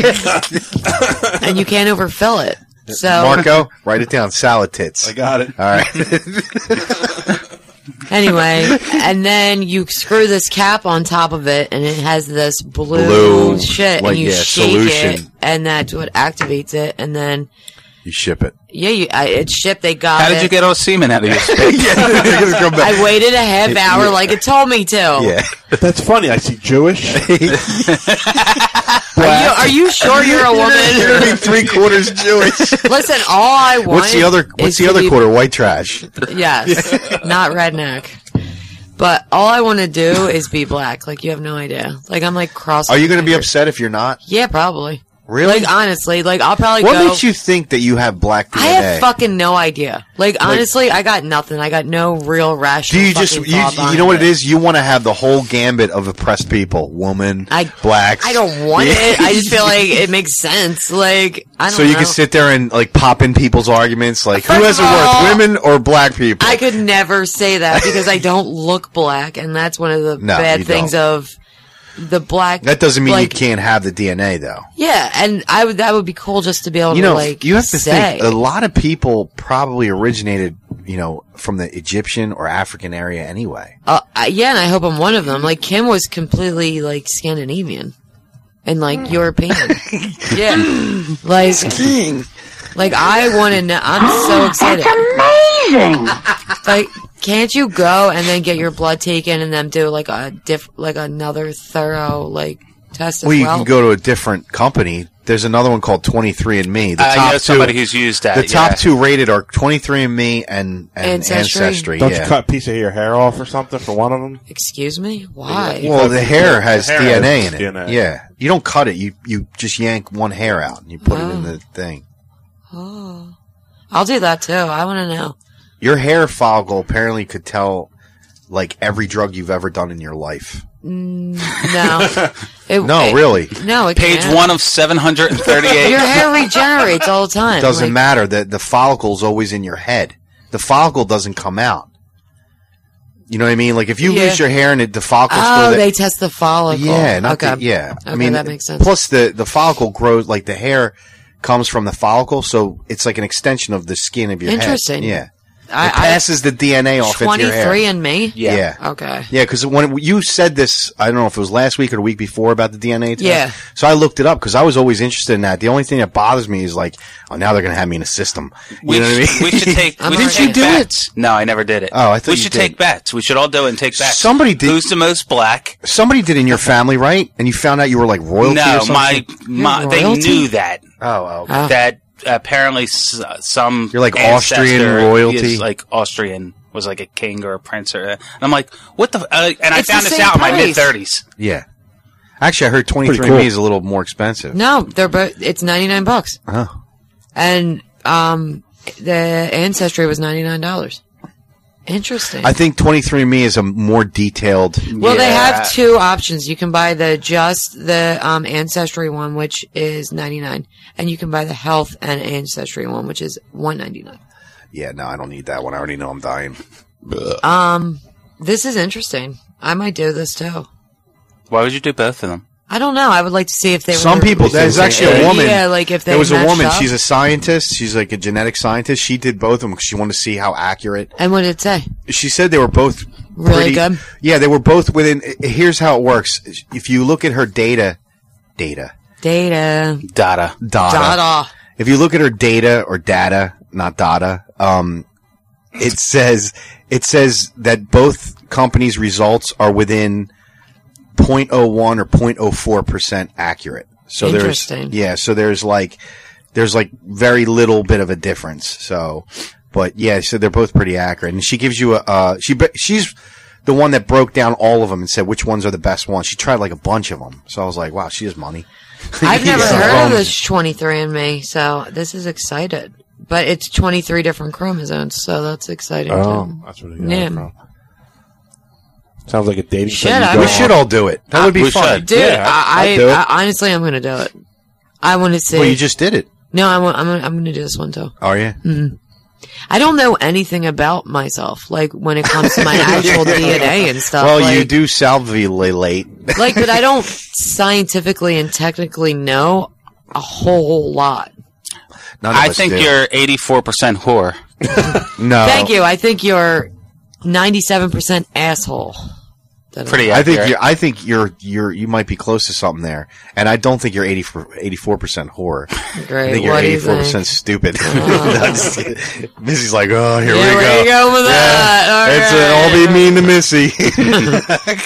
H: *laughs* away.
C: and you can't overfill it. So
H: Marco, write it down. Salad tits.
A: I got it.
H: All *laughs* right.
C: anyway, and then you screw this cap on top of it, and it has this blue,
H: Blue,
C: shit,
H: like,
C: and you
H: yeah,
C: shake it,
H: solution.
C: and that's what activates it, and then
H: you ship it.
C: yeah, you, I, it's shipped. They got
E: How
C: it.
E: did you get all semen out of *laughs* your
H: *laughs*
E: spit?
H: yeah, *laughs* it's gonna come back.
C: I waited a half hour like it told me
H: *laughs*
C: to.
H: yeah.
A: That's funny. I see Jewish.
H: *laughs*
C: Are, you, are you sure
H: *laughs*
C: you're
H: You're
C: a woman?
H: gonna be three quarters Jewish.
C: Listen, all I want.
H: *laughs* What's the other?
C: is
H: What's the
C: to
H: other
C: be-
H: quarter? White trash. *laughs*
C: Yes, not redneck. But all I want to do is be black. Like you have no idea. Like I'm like cross.
H: Are you gonna be upset if you're not?
C: Yeah, probably.
H: Really?
C: Like honestly, like I'll probably
H: what
C: go.
H: makes you think that you have black DNA?
C: I have fucking no idea. Like honestly, I got nothing. I got no real rational.
H: Do you just you,
C: fucking thought
H: you
C: behind
H: know what it is? You want to have the whole gambit of oppressed people, woman,
C: I-
H: blacks.
C: I don't want
H: Yeah.
C: it. I
H: *laughs*
C: just feel like it makes sense. Like I don't.
H: So you
C: know.
H: can sit there and like pop in people's arguments, like who has
C: First
H: it
C: of all,
H: worse, women or black people?
C: I could never say that because I don't look black, and that's one of the
H: No,
C: bad
H: you
C: things of the black.
H: that doesn't mean
C: like-
H: you can't have the DNA, though.
C: Yeah, and I would that would be cool just to be able
H: You
C: to
H: know,
C: like
H: you have to
C: say.
H: think a lot of people probably originated, you know, from the Egyptian or African area anyway.
C: Uh, I- yeah, and I hope I'm one of them. Like Kim was completely like Scandinavian and like European. yeah, like like I want to know. I'm so excited.
G: Amazing!
C: Like, can't you go and then get your blood taken and then do like a diff like another thorough like test? As
H: Well,
C: well,
H: you can go to a different company. There's another one called 23andMe. The
E: I
H: top
E: know
H: two,
E: somebody who's used that.
H: the top
E: Uh, yeah.
H: two rated are 23andMe and, and
C: Ancestry?
H: Ancestry.
A: Don't
H: yeah.
A: you cut a piece of your hair off or something for one of them?
C: Excuse me? Why?
H: Well, the hair has
A: hair
H: DNA in
A: has
H: it.
A: DNA.
H: Yeah, you don't cut it. You you just yank one hair out and you put it in the thing.
C: Oh. I'll do that too. I want to know.
H: Your hair follicle apparently could tell like every drug you've ever done in your life. *laughs*
C: No. It,
H: No,
C: it- *laughs*
H: really,
C: No, it
E: Page
C: can't.
E: one of seven hundred and
C: Your
E: thirty-eight.
C: hair regenerates all the time.
H: doesn't
C: Like,
H: matter. The the follicle's always in your head. The follicle doesn't come out. You know what I mean? Like if you
C: Yeah.
H: lose your hair and it, the follicle's
C: Oh,
H: still there-
C: they test the follicle.
H: Yeah, not
C: okay.
H: the- yeah. I
C: Okay,
H: mean,
C: that makes sense.
H: Plus, the the follicle grows like the hair comes from the follicle, so it's like an extension of the skin of your
C: Interesting.
H: head. Yeah,
C: I,
H: it passes the DNA off into your hair.
C: 23 and me?
H: yeah.
E: Yeah.
H: yeah.
C: Okay.
H: because when you said this, I don't know if it was last week or the week before about the DNA test.
C: Yeah.
H: So I looked it up because I was always interested in that. The only thing that bothers me is like, oh, now they're going to have me in a system. You
E: We,
H: know what I mean?
E: sh- we
C: *laughs*
E: should take.
C: I'm
E: we should
C: already- Did you
E: take
C: do
E: bets. No, I never did it.
H: Oh, I thought
E: we
H: you
E: should
H: did.
E: take bets. We should all do it and take bets.
H: Somebody did-
E: Who's the most black?
H: *laughs* Somebody did in your family, right? And you found out you were like royalty. or
E: no,
H: something?
E: my my.
C: You're
E: They
C: royalty?
E: knew that.
H: Oh, oh, okay.
C: Ah.
E: That apparently s- some.
H: You're like
E: ancestor
H: Austrian royalty?
E: is like Austrian was like a king or a prince or. And I'm like, what the? f- Uh, and I
C: It's the
E: found this
C: same
E: out in my
C: price.
E: mid thirties.
H: Yeah. Actually, I heard 23andMe
A: cool.
H: is a little more expensive.
C: No, they're both, it's 99 bucks.
H: Huh.
C: And, um, the ancestry was $99. Interesting.
H: I think 23andMe is a more detailed.
C: Well, they
E: Yeah.
C: have two options. You can buy the just the um, ancestry one, which is ninety nine, and you can buy the health and ancestry one, which is one ninety nine.
H: Yeah, no, I don't need that one. I already know I'm dying.
C: Um, this is interesting. I might do this too.
E: Why would you do both of them?
C: I don't know. I would like to see if they.
H: Some
C: were,
H: people. There's actually a woman.
C: Yeah, like if they
H: there was a
C: matched
H: woman.
C: up.
H: She's a scientist. She's like a genetic scientist. She did both of them because she wanted to see how accurate.
C: And what did it say?
H: She said they were both
C: Really
H: pretty-
C: good.
H: Yeah, they were both within. i- Here's how it works: if you look at her data, data,
C: Data.
E: Dada.
H: data,
C: Dada.
H: If you look at her data or data, not data, um, it says it says that both companies' results are within 0.01 or 0.04 percent accurate. So there's
C: Interesting.
H: yeah, so there's like there's like very little bit of a difference. So, but yeah, so they're both pretty accurate, and she gives you a uh, she bre- she's the one that broke down all of them and said which ones are the best ones. She tried like a bunch of them, so I was like, wow, she has money. *laughs*
C: I've never
H: Yeah.
C: heard
H: Um,
C: of this 23 in me, so this is excited. But it's 23 different chromosomes, so that's exciting.
A: Oh,
C: too.
A: that's where they got
C: Yeah.
A: it from. Sounds like a dating
C: Shit,
A: site you
C: I
A: go
H: We
C: wish
A: on.
H: should all do it. That would be
E: We
H: fun.
E: should.
C: Dude,
A: Yeah, I'd
C: I,
A: do it.
C: I, I honestly, I'm gonna do it. I want to see.
H: Well, you just did it.
C: no, I want. I'm gonna, I'm gonna do this one too.
H: Are you?
C: I don't know anything about myself, like when it comes to my
H: *laughs*
C: actual DNA and stuff.
H: Well, you
C: like-
H: do *laughs* salivate.
C: like, but I don't scientifically and technically know a whole lot.
H: None of
E: I
H: us
E: think
H: do.
E: you're 84% whore.
H: No,
C: Thank you. I think you're 97% asshole. That I-
E: Pretty
H: I
E: accurate.
H: think you're. I think you're. You're. You might be close to something there, and I don't think you're 84 percent whore. I
C: great.
H: think you're
C: What do
H: eighty
C: you
H: four
C: think?
H: percent
C: *laughs*
H: stupid. *laughs* That's- Missy's like, oh, here
C: Yeah,
H: we
C: where
H: go.
C: you go with that? All
H: it's uh, all
C: right.
H: they mean to Missy.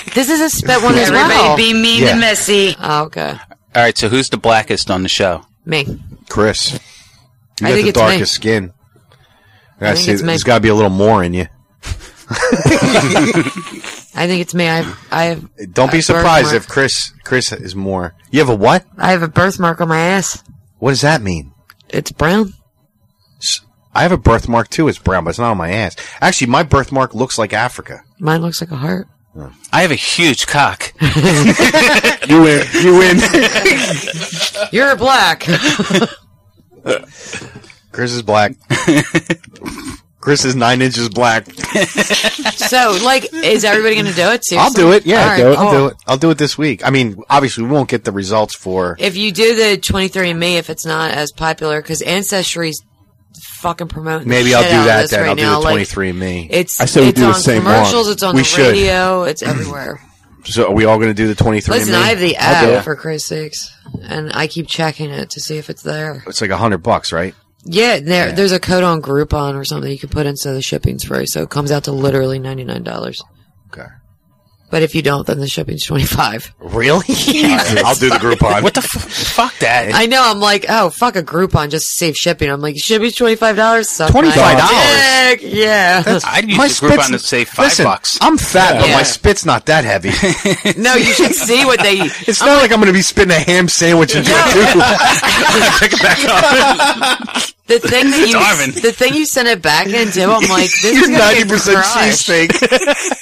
H: *laughs*
C: This is a spit one as
J: Everybody
C: well.
J: be mean
H: Yeah.
J: to Missy.
C: oh, okay.
E: All right, so who's the blackest on the show?
C: Me.
H: Chris, you
C: I
H: got
C: think
H: the
C: it's me.
H: darkest skin. I,
C: think
H: see.
C: it's me.
H: There's got to be a little more in you.
C: I think it's me. I have, I have,
H: Don't be
C: Uh,
H: surprised
C: birthmark.
H: if Chris. Chris is more. You have a what?
C: I have a birthmark on my ass.
H: What does that mean?
C: It's brown.
H: I have a birthmark too. It's brown, but it's not on my ass. Actually, my birthmark looks like Africa.
C: Mine looks like a heart.
E: I have a huge cock.
H: You win. You win.
C: You're black.
H: Chris is black. Chris is nine inches black.
C: so, like, is everybody going to do it? Seriously?
H: I'll do it. Yeah,
C: All
H: I'll,
C: right,
H: do it. I'll
C: cool.
H: do it. I'll do it this week. I mean, obviously, we won't get the results for.
C: If you do the 23andMe, if it's not as popular, because Ancestry's fucking promoting. the
H: Maybe
C: shit
H: I'll do
C: out of
H: that
C: this
H: then.
C: Right
H: I'll do
C: now.
H: the
C: Like,
H: twenty three me.
C: It's
A: I say we
C: it's
A: do the
C: on
A: same
C: commercials.
A: one.
C: It's on
H: We
C: the
H: should.
C: radio. It's everywhere.
H: So are we all going to do the twenty three?
C: Listen, I have the
A: I'll do it.
C: app for Christ's sakes, and I keep checking it to see if it's there.
H: It's like a hundred bucks, right?
C: Yeah, there, there's a code on Groupon or something you can put in so the shipping's free. So it comes out to literally ninety nine dollars.
H: Okay.
C: But if you don't, then the shipping's twenty five. *laughs*
H: Really? I'll do the Groupon.
E: What the f- fuck that?
C: I know. I'm like, oh fuck, a Groupon just to save shipping. I'm like, shipping's twenty five dollars.
H: $25?
C: Yeah.
E: I'd use the Groupon to save five
H: listen,
E: bucks.
H: I'm fat, but
C: Yeah.
H: my spit's not that heavy.
C: no,
H: *laughs*
C: you should see what they.
H: It's not like I'm going to be spitting a ham sandwich into a tube.
C: *laughs*
H: *laughs* Pick it back up.
C: The thing that you
E: Darvin.
C: the thing you sent it back into, I'm like, this is
H: You're
C: gonna
H: ninety
C: get
H: percent
C: crushed.
H: cheesesteak.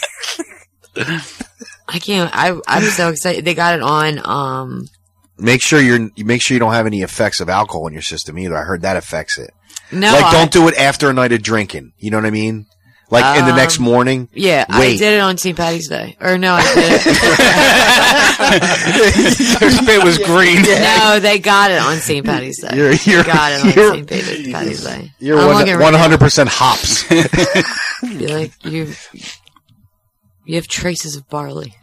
C: I can't. I I'm so excited. They got it on. Um,
H: *laughs* Make sure you're. Make sure you don't have any effects of alcohol in your system either. I heard that affects it.
C: no,
H: like,
C: I-
H: don't do it after a night of drinking. You know what I mean? Like in the
C: Um,
H: next
C: *laughs*
H: morning.
C: Yeah, I
H: Wait.
C: did it on St. Patty's Day. Or no, I did it.
H: *laughs* Your spit
E: *laughs*
H: was green.
C: no, they got it on St. Patty's Day.
H: You're- you're-
C: they got it on
H: you're-
C: St. Patty's, Patty's Day.
H: You're
C: I'm
H: one
C: looking right now.
H: hundred percent
C: *laughs*
H: hops.
C: Be like you. You have traces of barley.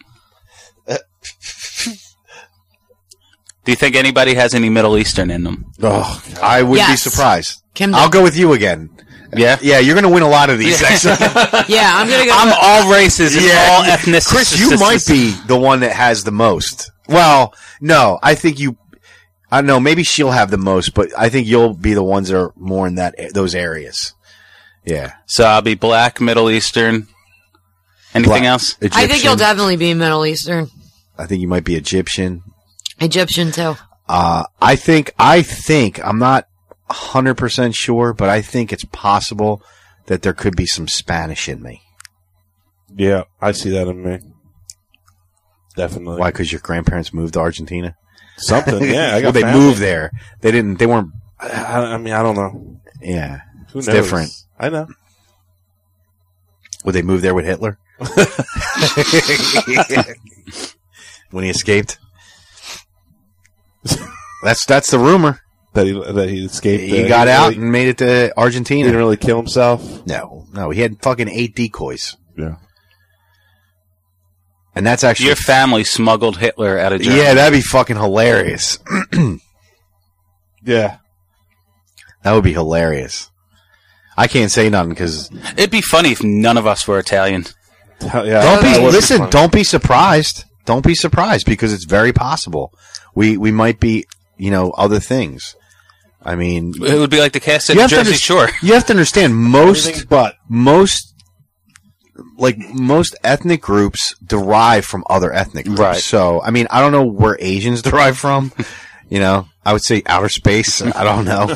E: Do you think anybody has any Middle Eastern in them?
A: Oh,
H: I would
C: Yes.
H: be surprised.
C: Kim,
H: I'll go with you again.
E: Yeah?
H: Yeah, you're gonna win a lot of these.
C: *laughs*
H: actually.
C: yeah, I'm gonna go.
E: *laughs* I'm all races and
H: Yeah.
E: all ethnicities.
H: Chris, you might be the one that has the most. Well, no, I think you. I don't know. Maybe she'll have the most, but I think you'll be the ones that are more in that those areas. Yeah.
E: So I'll be black, Middle Eastern. Anything
H: Black-
E: else?
C: I think you'll
H: Egyptian.
C: definitely be Middle Eastern,
H: I think you might be Egyptian.
C: Egyptian too.
H: Uh, I think, I think, I'm not 100% sure, but I think it's possible that there could be some Spanish in me.
A: yeah, I see that in me. Definitely.
H: Why? Because your grandparents moved to Argentina? *laughs*
A: something? Yeah, I
H: well,
A: got
H: they
A: family.
H: moved there. They didn't, they weren't,
A: I, I- I mean, I don't know.
H: yeah.
A: Who
H: It's
A: knows?
H: different.
A: I know.
H: Would they move there with
A: *laughs*
H: Hitler? *laughs* when he escaped? That's, that's the rumor.
A: That he that he escaped. uh,
H: He got
A: didn't
H: out
A: really-
H: and made it to
A: he didn't
H: Argentina.
A: really kill himself.
H: No, no, he had fucking eight decoys.
A: Yeah.
H: And that's actually
E: Your family smuggled Hitler out of Germany.
H: yeah, that'd be fucking hilarious.
A: Yeah.
H: That would be hilarious. I can't say nothing because
E: It'd be funny if none of us were Italian.
A: Hell, yeah.
H: don't
A: That
H: be
A: would
H: listen.
A: funny.
H: Don't be surprised. Don't be surprised because it's very possible. We we might be you know other things. I mean,
E: It would be like the cast of Jersey
H: underst-
E: Shore.
H: You have to understand most
A: Everything but
H: most like most ethnic groups derive from other ethnic groups.
E: Right.
H: So I mean, I don't know where Asians *laughs* derive from. you know, I would say outer space. *laughs* I don't know.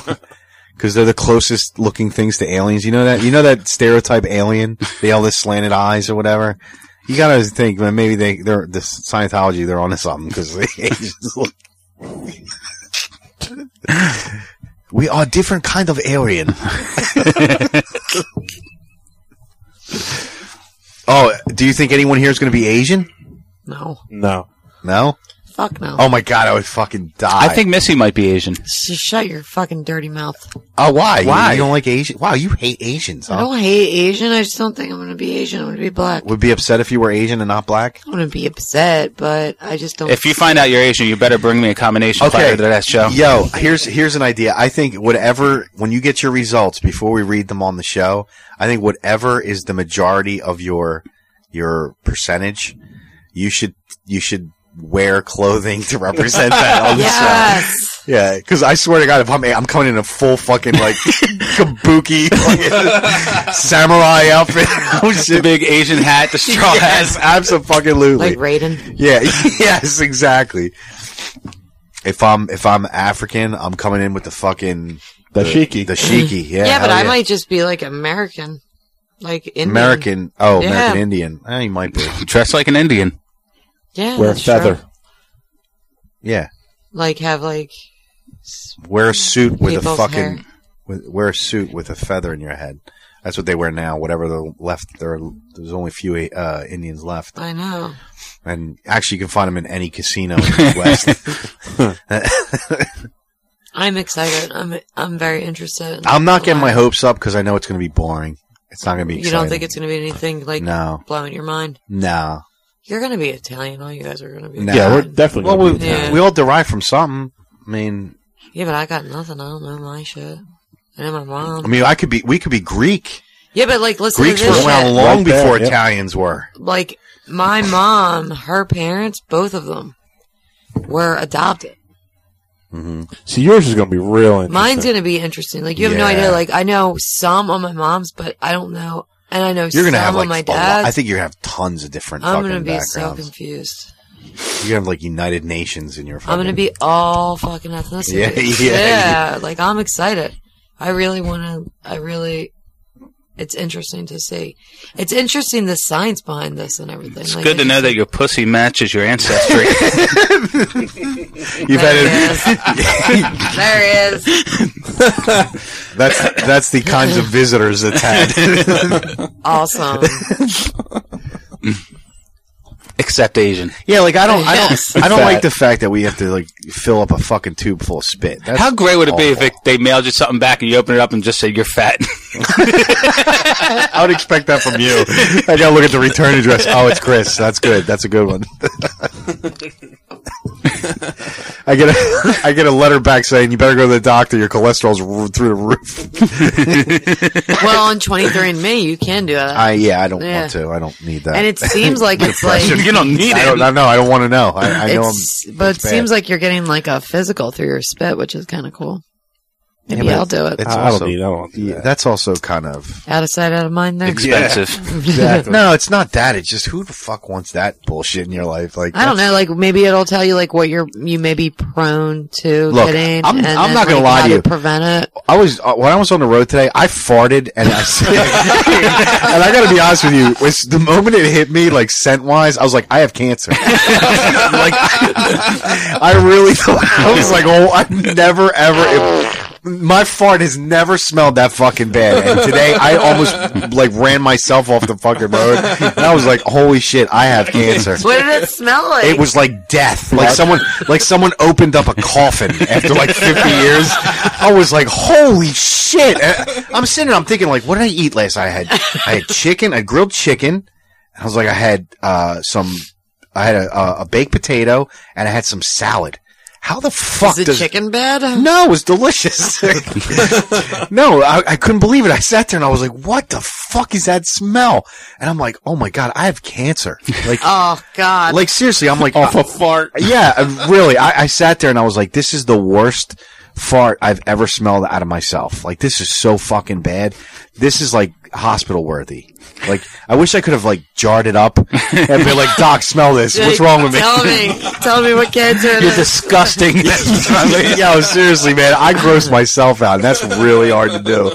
H: Because they're the closest looking things to aliens. You know that you know that stereotype alien, they all the slanted eyes or whatever. You gotta think, man. Maybe they they're the Scientology. They're onto something because the *laughs* Asians look. we are different kind of alien. Oh, do you think anyone here is going to be Asian?
C: No.
A: no.
H: No.
C: Fuck no.
H: Oh my god, I would fucking die.
E: I think Missy might be Asian.
C: Just shut your fucking dirty mouth.
H: Oh, why?
E: Why?
H: You, you don't like Asian? Wow, you hate Asians.
C: I
H: Huh?
C: don't hate Asian. I just don't think I'm going to be Asian. I'm going to be black.
H: Would be upset if you were Asian and not black.
C: I'm going to be upset, but I just don't.
E: If you find out you're Asian, you better bring me a combination platter to that show.
H: Yo, here's here's an idea. I think whatever when you get your results before we read them on the show, I think whatever is the majority of your your percentage, you should you should wear clothing to represent that
E: *laughs*
H: on the show.
C: yes.
H: Yeah, because I swear to God, if I'm I'm coming in a full fucking
C: *laughs*
H: like kabuki fucking samurai outfit,
C: *laughs*
H: *laughs* oh
E: The
H: shit,
E: big Asian hat, the
H: *laughs*
E: straw
H: yes,
E: hat.
H: absolutely.
C: Like Raiden. *laughs*
H: yeah, yes, exactly. If I'm if I'm African, I'm coming in with the fucking
A: The shiki.
H: the shiki.
C: *laughs*
H: Yeah,
C: Yeah, but
H: hell
C: I might just be like American. Like Indian.
H: American. Oh,
C: Yeah.
H: American Indian. Eh, you might be.
E: Dressed like an Indian.
C: Yeah.
A: Wear a
C: that's true.
A: feather.
H: Yeah,
C: Like have like.
H: wear a suit with a
C: People's
H: fucking
C: hair.
H: with, wear a suit with a feather in your head. That's what they wear now. Whatever the left, there are, there's only a few uh, Indians left.
C: I know.
H: and actually you can find them in any casino in the *laughs* West.
C: I'm excited. I'm I'm very interested.
H: I'm not getting my hopes up because I know it's going to be boring. It's not going to be.
C: You
H: Exciting.
C: don't think it's going to be anything like
H: No.
C: blowing your mind?
H: no,
C: You're going to be Italian. All you guys are going to be.
H: No.
A: Yeah, we're
C: Italian.
A: definitely
H: Well,
A: gonna
H: we,
A: be
C: Yeah.
H: we all derive from something. I mean,
C: Yeah, but I got nothing. I don't know my shit. I know my mom.
H: I mean, I could be. We could be Greek.
C: yeah, but like, listen
H: Greeks
C: to
H: were
C: this.
H: around
C: shit.
H: long
A: Right there,
H: before
A: yeah.
H: Italians were.
C: Like, my mom, her parents, both of them, were adopted.
A: So yours is going to be real interesting.
C: Mine's gonna be interesting. Like, you have no
H: Yeah.
C: idea. Like, I know some on my mom's, but I don't know, and I know
H: You're
C: some
H: gonna have
C: on
H: like
C: my
H: a lot.
C: dad's.
H: I think you're gonna have tons of different
C: I'm
H: fucking
C: gonna be so
H: backgrounds.
C: confused.
H: you're gonna have like United Nations in your. Fucking,
C: I'm gonna be all fucking ethnicity.
H: Yeah, yeah,
C: yeah. Like, I'm excited. I really wanna. I really. It's interesting to see. It's interesting the science behind this and everything.
E: It's good to know that your pussy matches
H: *laughs*
E: your ancestry.
H: *laughs* You've
C: There
H: had it.
C: it is. *laughs* there it
H: *laughs*
C: is.
H: That's that's the kinds of visitors it's had.
C: Awesome.
E: Except Asian.
H: *laughs* yeah, like I don't, I *laughs* don't,
C: Yes.
H: I don't
A: Fat.
H: like the fact that we have to like fill up a fucking tube full of spit. That's
E: How great would it be if
H: awful.
E: it, they mailed you something back and you open it up and just said you're fat? *laughs*
H: I would expect that from *laughs* you. I gotta look at the return address. Oh, it's Chris. That's good. That's a good *laughs* one. I get a I get a letter back saying you better go to the doctor. Your cholesterol's r- through the roof.
C: well, on 23andMe, you can do that.
H: I yeah, I don't
C: Yeah.
H: want to. I don't need that.
C: and it
H: *laughs*
C: seems like it's like.
E: you don't need
H: I don't
E: it.
H: I know. I don't want to know. I, I know. I'm,
C: It's, but it
H: bad.
C: seems like you're getting like a physical through your spit, which is kind of cool. Maybe
H: but
C: I'll do it.
H: it's
A: I don't
H: also,
A: need- I don't want
H: yeah,
A: that.
H: that's also kind of.
C: Out of sight, out of mind there.
E: *laughs* Expensive.
H: *laughs* No, it's not that. It's just who the fuck wants that bullshit in your life? Like
C: I don't know. Like maybe it'll tell you like what you're you may be prone to
H: Look,
C: getting.
H: I'm-
C: and
H: I'm
C: then,
H: not gonna
C: like,
H: lie
C: how
H: to you.
C: prevent it.
H: I was uh, when I was on the road today. I farted and I said, *laughs* and I got to be honest with you. Was the moment it hit me, like scent wise, I was like, I have cancer. *laughs* like I really, I was like, oh, I never ever. It, my fart has never smelled that fucking bad. And today, I almost like ran myself off the fucking road. And I was like, holy shit, I have cancer.
C: What did it smell like?
H: *laughs* It was like death. Like someone, like someone opened up a coffin after like 50
C: *laughs*
H: years. I was like, holy shit. And I'm sitting, there, I'm thinking like, what did I eat last? night? I had, I had chicken, I had grilled chicken. I was like, I had, uh, some I had a, a, a baked potato, and I had some salad. How the fuck
C: Is it
H: does
C: chicken bad?
H: No, it was delicious. *laughs* no, I, I couldn't believe it. I sat there and I was like, "What the fuck is that smell?" And I'm like, "Oh my god, I have cancer!" Like,
C: Oh God.
H: like seriously, I'm like, uh,
A: Off a fart.
H: yeah, I- really. I, I sat there and I was like, this is the worst fart I've ever smelled out of myself. Like, this is so fucking bad. This is like hospital worthy. Like, I wish I could have like jarred it up and been like, Doc, smell this. What's wrong with me? *laughs*
C: Tell me. Tell me what cancer it
E: You're
C: is. *laughs*
E: disgusting.
H: Yo, seriously, man, I grossed myself out. And that's really hard to do.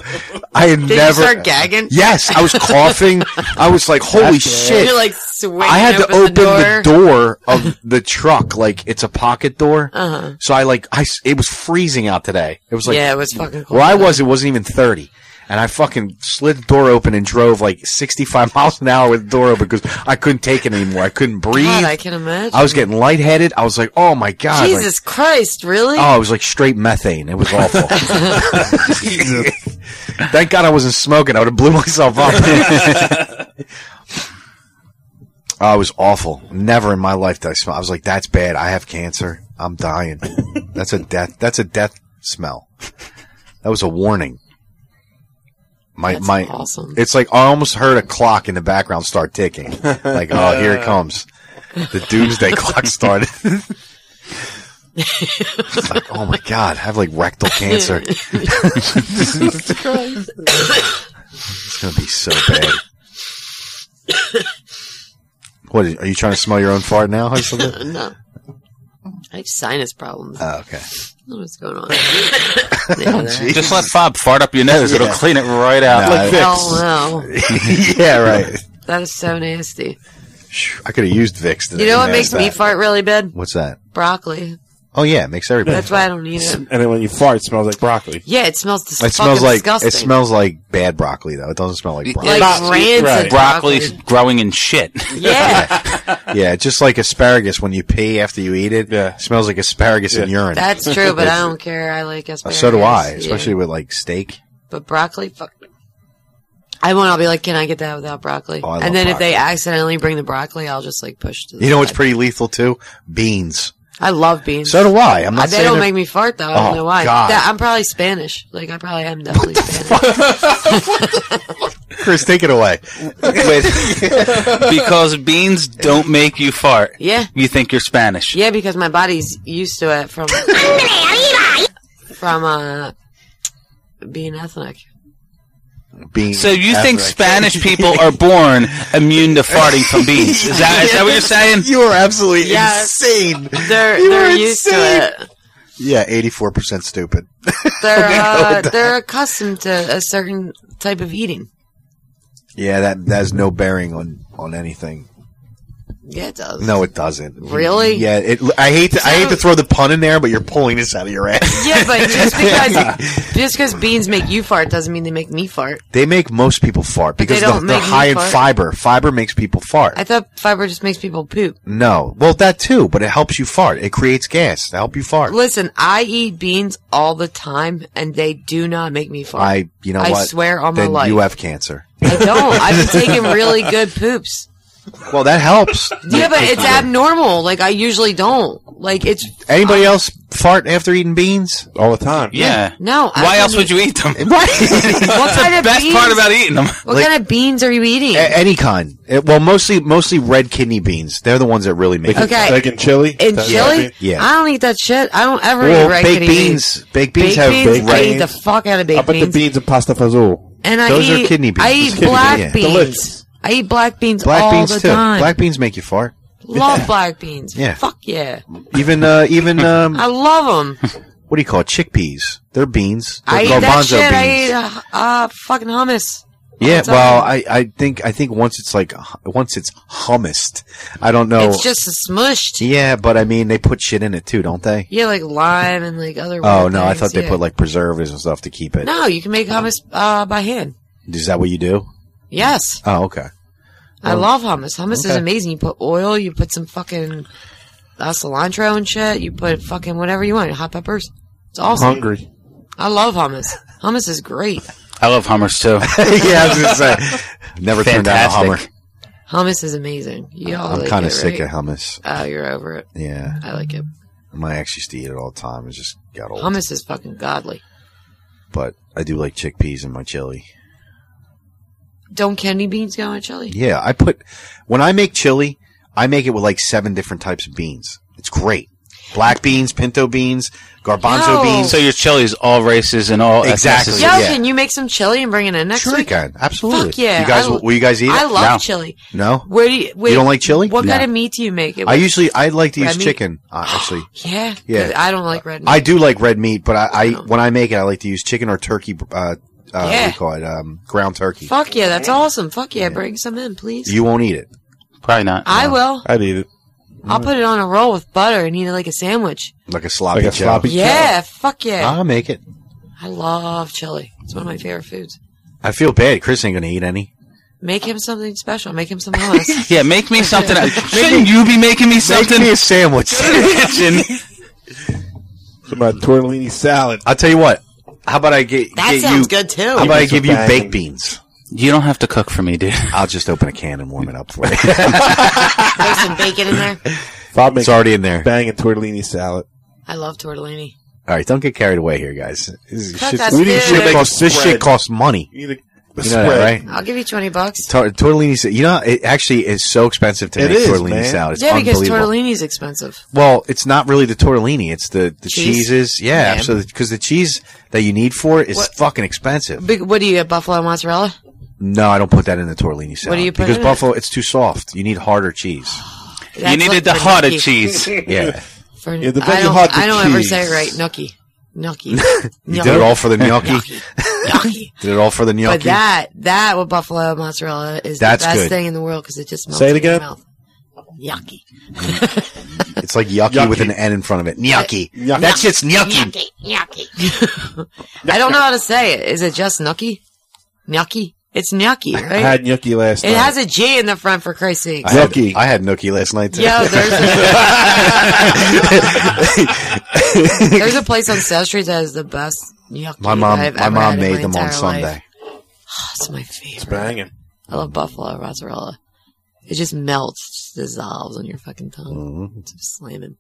H: I had
C: Did
H: never.
C: you start gagging?
H: Yes, I was coughing. I was like, holy shit.
C: You're like swinging
H: I had to open
C: open
H: the door, of the truck. Like it's a pocket door.
C: Uh-huh.
H: So I like I s- it was freezing out today. It was like
C: yeah, it was fucking cool.
H: where I was, it wasn't even thirty. And I fucking slid the door open and drove like 65 *laughs* miles an hour with the door open because I couldn't take it anymore. I couldn't breathe.
C: God, I
H: I,
C: can imagine.
H: was getting lightheaded. I was like, oh my God. like-
C: Jesus Christ, really?
H: oh, it was like straight methane. It was awful. *laughs* Thank God I wasn't smoking. I would have blew myself up. oh, it was awful. Never in my life did I smell. I was like, that's bad. I have cancer. I'm dying. That's a death. That's a death smell. That was a warning. My
C: That's
H: my.
C: awesome.
H: It's like I almost heard a clock in the background start ticking. Like, oh, here it comes. The doomsday clock started. It's like, oh my god, I have like rectal
C: *laughs*
H: cancer. it's gonna be so bad. What are you trying to smell your own fart now? Or something?
C: *laughs* no. I have sinus problems.
H: Oh, okay. *laughs*
C: I don't know what's going on. yeah, there.
E: Just let Fob fart up your nose. It'll clean it right out.
H: Nah,
C: Hell no.
H: yeah, right.
C: That is so nasty.
H: I could have used Vicks. Today.
C: You know what
H: Yeah,
C: makes me
H: that.
C: fart really bad?
H: What's that?
C: Broccoli.
H: Oh yeah, it makes everybody.
C: That's why I don't eat it.
A: And then when you fart, it smells like broccoli.
C: Yeah, it smells dis-
H: It smells
C: fucking
H: like
C: disgusting.
H: it smells like bad broccoli though. It doesn't smell like broccoli.
C: like
A: Not-
C: rancid
A: right.
C: broccoli.
E: Broccoli's growing in shit.
C: Yeah,
H: yeah, just like asparagus when you pee after you eat it.
A: Yeah.
H: it smells like asparagus and
A: Yeah.
H: urine.
C: that's true, but I don't care. I like asparagus.
H: Uh, so do I,
C: Yeah.
H: especially with like steak.
C: But broccoli, fuck. I won't. I'll be like, can I get that without broccoli?
H: Oh, I love
C: and then if
H: broccoli.
C: they accidentally bring the broccoli, I'll just like push. To the
H: You know what's
C: side.
H: pretty lethal too? Beans.
C: I love beans.
H: So do I. I'm
C: Uh,
H: not
C: they
H: saying
C: don't
H: they're-
C: make me fart though. I don't
H: Oh,
C: know why.
H: God.
C: That- I'm probably Spanish. Like I probably am definitely Spanish.
H: Chris, take it away. *laughs*
E: because beans don't make you fart.
C: Yeah.
E: You think you're Spanish.
C: Yeah, because my body's used to it *laughs* from from uh being ethnic.
H: Beans.
E: So you think
H: That's right.
E: Spanish people are born immune to farting from beans? Is that is that what you're saying?
H: You are absolutely
C: Yes.
H: insane.
C: They're
H: You
C: they're
H: are
C: used
H: insane.
C: to it.
H: Yeah, eighty-four percent stupid.
C: They're uh, they're accustomed to a certain type of eating.
H: Yeah, that that has no bearing on on anything.
C: Yeah, it does.
H: No, it doesn't.
C: Really?
H: Yeah. It, I hate to I hate to throw the pun in there, but you're pulling this out of your ass.
C: *laughs* Yeah,
H: *laughs*
C: but just because just because beans make you fart doesn't mean they make me fart.
H: They make most people fart
C: But they
H: because
C: don't
H: they're, they're
C: make me
H: high in
C: fart.
H: fiber. Fiber makes people fart.
C: I thought fiber just makes people poop.
H: no, well that too, but it helps you fart. It creates gas to help you fart.
C: Listen, I eat beans all the time, and they do not make me fart.
H: I, you know
C: I
H: what?
C: swear on my
H: then
C: life.
H: you have cancer.
C: I don't. I've been taking really good
H: *laughs*
C: poops.
H: Well, that helps.
C: *laughs* Yeah, but it's abnormal. Like I usually don't. Like it's
H: Anybody else fart after eating beans?
A: All the time.
E: Yeah.
C: no. I
E: Why
C: don't
E: else would you eat them? *laughs*
C: *laughs* What kind of
E: Best
C: beans?
E: part about Eh, eating them.
C: what kind of beans are you eating?
H: A- any kind. Uh, well, mostly mostly red kidney beans. They're the ones that really make
C: Okay.
H: it.
A: Like in chili.
E: eh,
C: In
A: That's
C: chili?
A: right.
H: Yeah.
C: I don't eat that shit. I don't ever
H: Well,
C: eat red
H: baked
C: kidney
H: beans, Baked beans
C: Baked
H: have
C: beans.
H: baked
C: I
H: beans. Ah,
C: eat the fuck out of
A: How
C: baked
A: about the
C: beans.
A: beans and pasta fazool?
C: And I
H: Those are
C: eat,
H: kidney
C: I
H: beans.
C: eat
A: Kidney
C: black
A: beans.
C: beans.
A: Delicious.
C: I eat black beans all
H: Black beans
C: the
H: too.
C: time.
H: Black beans make you fart.
C: *laughs* Love black beans.
H: Yeah.
C: Fuck yeah.
H: Even uh,
C: *laughs*
H: even um,
C: I love them.
H: what do you call it? chickpeas? They're beans. They're
C: I eat that shit. I
H: beans.
C: eat uh, uh, fucking hummus.
H: yeah,
C: the
H: well,
C: time.
H: I, I think I think once it's like hu- once it's hummused, I don't know.
C: It's just a smushed. Yeah.
H: yeah, but I mean they put shit in it too, don't they?
C: like lime and like other
H: Oh
C: weird
H: no, I
C: things,
H: thought they
C: yeah.
H: put like preservatives and stuff to keep it. Is
C: No, you can make hummus uh, by hand.
H: that what you do?
C: Yes.
H: Oh, okay.
C: I love hummus. Hummus is
H: okay.
C: amazing. You put oil, you put some fucking uh, cilantro and shit. You put fucking whatever you want, hot peppers. It's
H: *laughs*
C: awesome.
A: Hungry.
C: I love hummus. Hummus is great.
E: *laughs* I love Hummers too.
H: yeah, I was gonna say never turned down a
E: Fantastic.
H: Hummer.
C: Hummus is amazing. You all
H: I'm
C: like
H: kind
C: it,
H: of sick
C: Oh, right?
H: of hummus.
C: Oh, you're over it.
H: Yeah,
C: I like it.
H: I might actually used to eat it all the time. It just got old.
C: Hummus is fucking godly.
H: But I do like chickpeas in my chili.
C: Don't kidney beans go in chili?
H: Yeah, I put when I make chili, I make it with like seven different types of beans. It's great. Black beans, pinto beans, garbanzo
C: No.
H: beans.
E: So your chili is all races and all
H: Exactly.
E: ethnicities.
C: Yo,
H: yeah.
C: can you make some chili and bring it in next
H: Sure, you
C: week?
H: can. Absolutely.
C: Fuck yeah.
H: You guys,
C: I
H: will
C: lo-
H: you guys eat
C: I
H: it?
C: love
E: No.
C: chili.
H: no.
C: Where do you? Wait,
H: don't like chili?
C: What
E: No.
C: kind of meat do you make it?
H: I
C: with?
H: usually I like to use
C: Red meat?
H: chicken. Uh, actually,
C: yeah,
H: Yeah.
C: 'cause I don't like red meat.
H: I do like red meat, but I, I when I make it, I like to use chicken or turkey. Uh, uh, What do
C: Yeah.
H: you call it? Um, ground turkey.
C: Fuck yeah, that's awesome. Fuck yeah, bring some in, please.
H: You won't eat it.
E: Probably not.
C: I will.
A: I'd eat it.
C: I'll put it on a roll with butter and eat it like a sandwich.
H: Like a sloppy
A: Like a
H: Joe.
A: sloppy-
C: Yeah, fuck yeah.
H: I'll make it.
C: I love chili. It's one of my favorite foods.
H: I feel bad. Chris ain't gonna eat any.
C: Make him something special. Make him some hummus.
E: Yeah, make
C: *laughs*
E: me something. Shouldn't you be making me something?
H: Make me a sandwich. *laughs*
E: Kitchen.
A: Some uh, tortellini salad.
H: I'll tell you what. How about I get,
C: that
H: get
C: sounds
H: you?
C: good too.
H: How about I
A: Give
H: give
A: me
H: you
A: some bang.
H: baked beans?
E: You don't have to cook for me, dude.
H: I'll just open a can and warm it up *laughs* for you.
C: Throw some bacon in there.
A: Bob
H: it's
A: makes
H: already in there.
A: bang and tortellini salad.
C: I love tortellini.
H: All right, don't get carried away here, guys. This is
C: Cut
H: shit-
C: that
H: we didn't-
C: shit.
H: shit costs- this
A: Spread.
H: shit costs money.
A: You need a,
H: You know that, right?
C: I'll give you twenty bucks.
H: Tor- tortellini, sa- you know, it actually is so expensive to
A: It
H: make
A: is,
H: tortellini
A: man.
H: salad. It's
C: yeah, because
H: unbelievable.
C: tortellini's expensive.
H: Well, it's not really the tortellini; it's the, the
C: Cheese?
H: cheeses.
C: Yeah.
H: Yeah, absolutely. Because the cheese that you need for it is
C: What-
H: fucking expensive.
C: Big, what do you get? Buffalo mozzarella.
H: No, I don't put that in the tortellini salad.
C: do you put
H: Because
C: in it?
H: buffalo, it's too soft. You need harder
C: *laughs*
H: cheese.
E: you
C: That's
E: needed
C: what-
E: the
C: for
E: harder
C: gnocchi. *laughs*
E: cheese.
H: Yeah,
C: For,
A: Yeah, the
C: I
A: very
C: don't,
A: hard
C: I don't ever
A: cheese.
C: say it right. Gnocchi. Gnocchi.
H: you did it all
C: *laughs*
H: for the gnocchi.
C: Gnocchi.
H: did it all for the gnocchi.
C: But that, that with buffalo mozzarella is
H: That's
C: the best
H: good.
C: thing in the world because it just melts
A: Say it
C: in your
A: again.
C: mouth. Yucky.
H: it's like yucky,
A: Yucky.
H: with an N in front of it. Gnocchi.
A: Yucky.
H: That shit's gnocchi.
C: Yucky. Yucky. I don't know how to say it. Is it just gnocchi? Gnocchi? It's gnocchi,
A: I
C: right?
A: had gnocchi last night.
C: It has a G in the front for Christ's sake.
H: I had,
A: Yucky.
H: I had gnocchi last night too. *laughs*
C: Yo, there's there's a place on South Street that has the best
H: *laughs*
C: gnocchi
H: My mom,
C: that I've
H: my
C: ever had
H: mom
C: in
H: made
C: my
H: them on
C: entire life.
H: Sunday.
C: That's my favorite.
A: banging.
C: I love buffalo mozzarella. It just melts, just dissolves on your fucking tongue.
H: Mhm.
C: It's just slamming.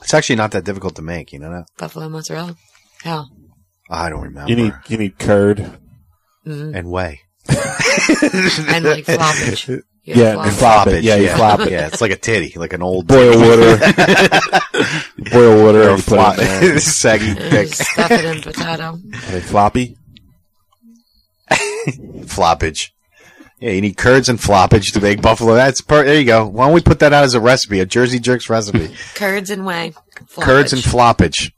H: It's actually not that difficult to make. You know that?
C: Buffalo mozzarella? How?
H: I don't remember.
A: You need you need curd.
H: *laughs* and whey.
C: Mm-hmm. And like floppage. You have
A: Yeah,
C: floppage.
A: and flop it. Yeah, you
H: *laughs*
A: flop it.
H: Yeah, it's like a titty, like an old
A: Boil
H: *laughs*
A: water. *laughs* Boil water
H: or
A: and put
H: flop.
A: it in
H: *laughs*
A: there.
H: saggy
C: And
H: dick.
C: just stuff it in potato.
A: Hey, floppy.
H: floppage. Yeah, you need curds and floppage to make buffalo. That's per- there. You go. Why don't we put that out as a recipe, a Jersey Jerks recipe?
A: *laughs*
C: Curds and whey. Floppage.
H: Curds and floppage.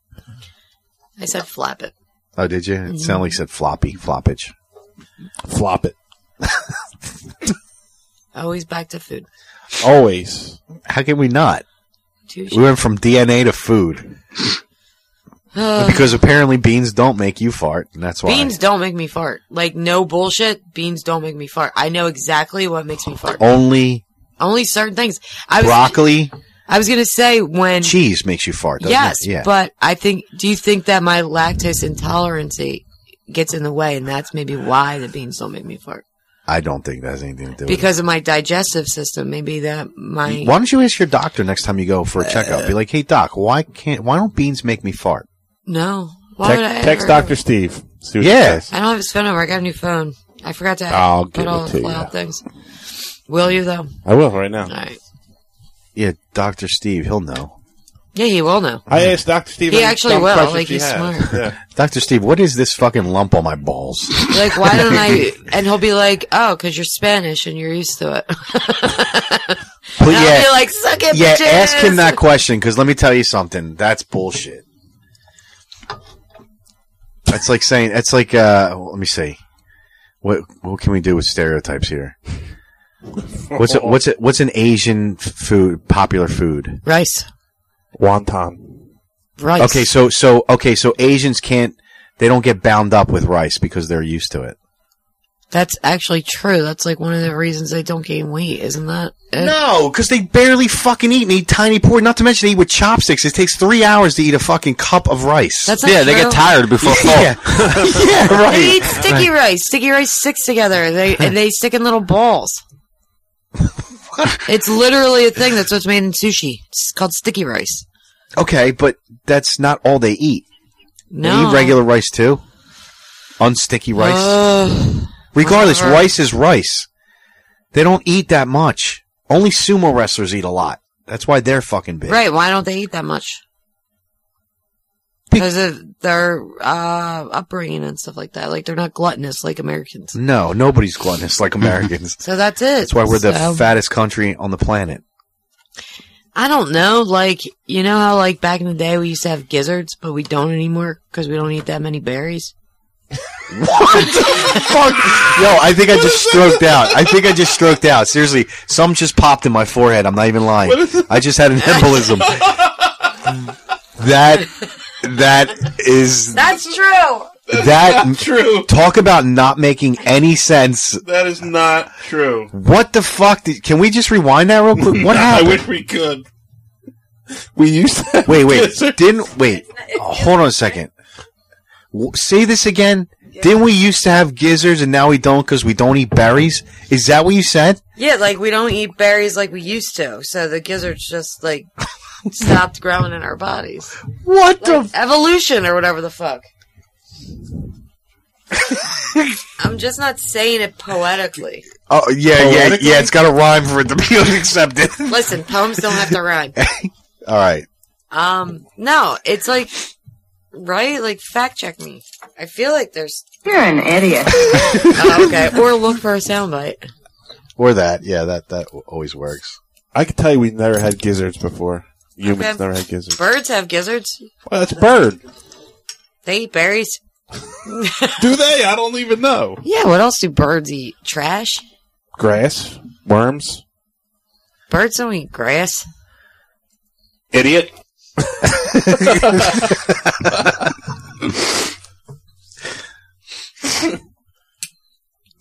C: I said flap it.
H: Oh, did you? It sounded like you said floppy floppage.
A: Flop it.
C: Always back to food.
A: Always.
H: How can we not?
C: Touche.
H: We
C: *sighs*
H: went from DNA to food
C: Ugh.
H: because apparently beans don't make you fart, and that's why.
C: Beans don't make me fart. Like no bullshit. Beans don't make me fart. I know exactly what makes me
A: Oh.
C: fart.
H: Only
C: Only certain things. I was
H: broccoli,
C: I was gonna say when
H: cheese makes you fart. doesn't
C: yes,
H: it? Yeah.
C: but I think. Do you think that my lactose intolerance gets in the way, and that's maybe why the beans don't make me fart
H: I don't think that has anything to do with it.
C: because of my digestive system? Maybe that my
H: Why don't you ask your doctor next time you go for a checkup?
C: Uh,
H: Be like, hey doc, why can't why don't beans make me fart?
C: no. Why would I
A: Text, text
C: ever-
A: Doctor Steve. See what
H: Yeah.
A: he says.
C: I don't have his phone number. I got a new phone. I forgot to
A: I'll
C: put
A: give it
C: all the
A: to
C: loud
A: you.
C: things. Will you though? All
A: I will right now.
C: right.
H: Yeah, Doctor Steve, he'll know.
C: Yeah, he will know.
A: I asked Doctor Steve.
C: He
A: any
C: actually
A: dumb
C: will,
A: questions
C: like,
A: he
C: he's
A: has.
C: smart.
A: Yeah.
H: Doctor Steve, what is this fucking lump on my
C: *laughs*
H: balls?
C: Like, why don't
H: *laughs*
C: I? And he'll be like, "Oh, because you're Spanish and you're used to it."
H: But
C: *laughs* And I'll
H: yeah,
C: be like, "Suck it,
H: yeah,
C: bitches."
H: ask him that question because let me tell you something. That's bullshit. That's like saying that's like uh let me see. What what can we do with stereotypes here? What's a, what's a, what's an Asian f- food popular food?
C: Rice,
A: Wonton.
C: rice.
H: Okay, so so okay, so Asians can't they don't get bound up with rice because they're used to it.
C: That's actually true. That's like one of the reasons they don't gain weight, isn't that? Uh, it?
H: No, because they barely fucking eat and eat tiny portions. Not to mention they eat with chopsticks. It takes three hours to eat a fucking cup of rice.
C: That's not
E: Yeah, they
C: true.
E: get tired before
H: *laughs*
C: *laughs*
E: fall.
H: yeah, *laughs* yeah,
C: They
H: right. *laughs*
C: eat sticky rice. Sticky rice sticks together. They and they stick in little balls. It's literally a thing. That's what's made in sushi. It's called sticky rice.
H: Okay, but that's not all they eat.
C: No. Uh,
H: They eat regular rice too. Unsticky rice.
C: Ugh.
H: Regardless,
C: whatever.
H: rice is rice. They don't eat that much. Only sumo wrestlers eat a lot. That's why they're fucking big.
C: right. Why don't they eat that much?
H: Be-
C: Because of their uh, upbringing and stuff like that. Like they're not gluttonous like Americans.
H: No, nobody's gluttonous like Americans.
C: So that's it.
H: That's why we're the
C: So-
H: fattest country on the planet. *laughs*
C: I don't know. Like, you know how, like, back in the day we used to have gizzards, but we don't anymore because we don't eat that many berries?
H: What the fuck? Yo, I think I just stroked out. I think I just stroked out. Seriously, some just popped in my forehead. I'm not even lying. I just had an
A: *laughs*
H: embolism. that that is
C: That's true.
H: that
A: True.
H: talk about not making any sense.
A: That is not true.
H: What the fuck? Did, can we just rewind that real quick? What
A: *laughs* I
H: happened?
A: wish we could.
I: We used to have
H: wait, wait.
A: Yes, sir.
H: Didn't wait. Uh, Hold on a second. W- Say this again. Didn't we used to have gizzards and now we don't because we don't eat berries? Is that what you said?
C: Yeah, like, we don't eat berries like we used to. So the gizzards
H: *laughs*
C: just, like, stopped growing in our bodies.
H: What the? F-
C: Evolution or whatever
H: *laughs*
C: the fuck. I'm just not saying it poetically.
H: oh yeah, yeah,
A: Poetically?
H: yeah. It's got a rhyme for it to be *laughs* accepted.
C: Listen, poems don't have to rhyme.
H: All right.
C: Um, no, it's like, right? Like, fact check me. I feel like there's
F: You're an idiot.
C: Oh, okay.
H: *laughs*
C: Or look for a soundbite.
H: Or that. Yeah, that that always works.
A: I can tell you we never had gizzards before. Humans
C: Okay.
A: never had gizzards.
C: Birds have gizzards.
A: Well, that's bird.
C: They eat berries.
A: Do they? I don't even know.
C: Yeah, what else do birds eat? Trash?
A: Grass, worms.
C: Birds don't eat grass.
B: Idiot.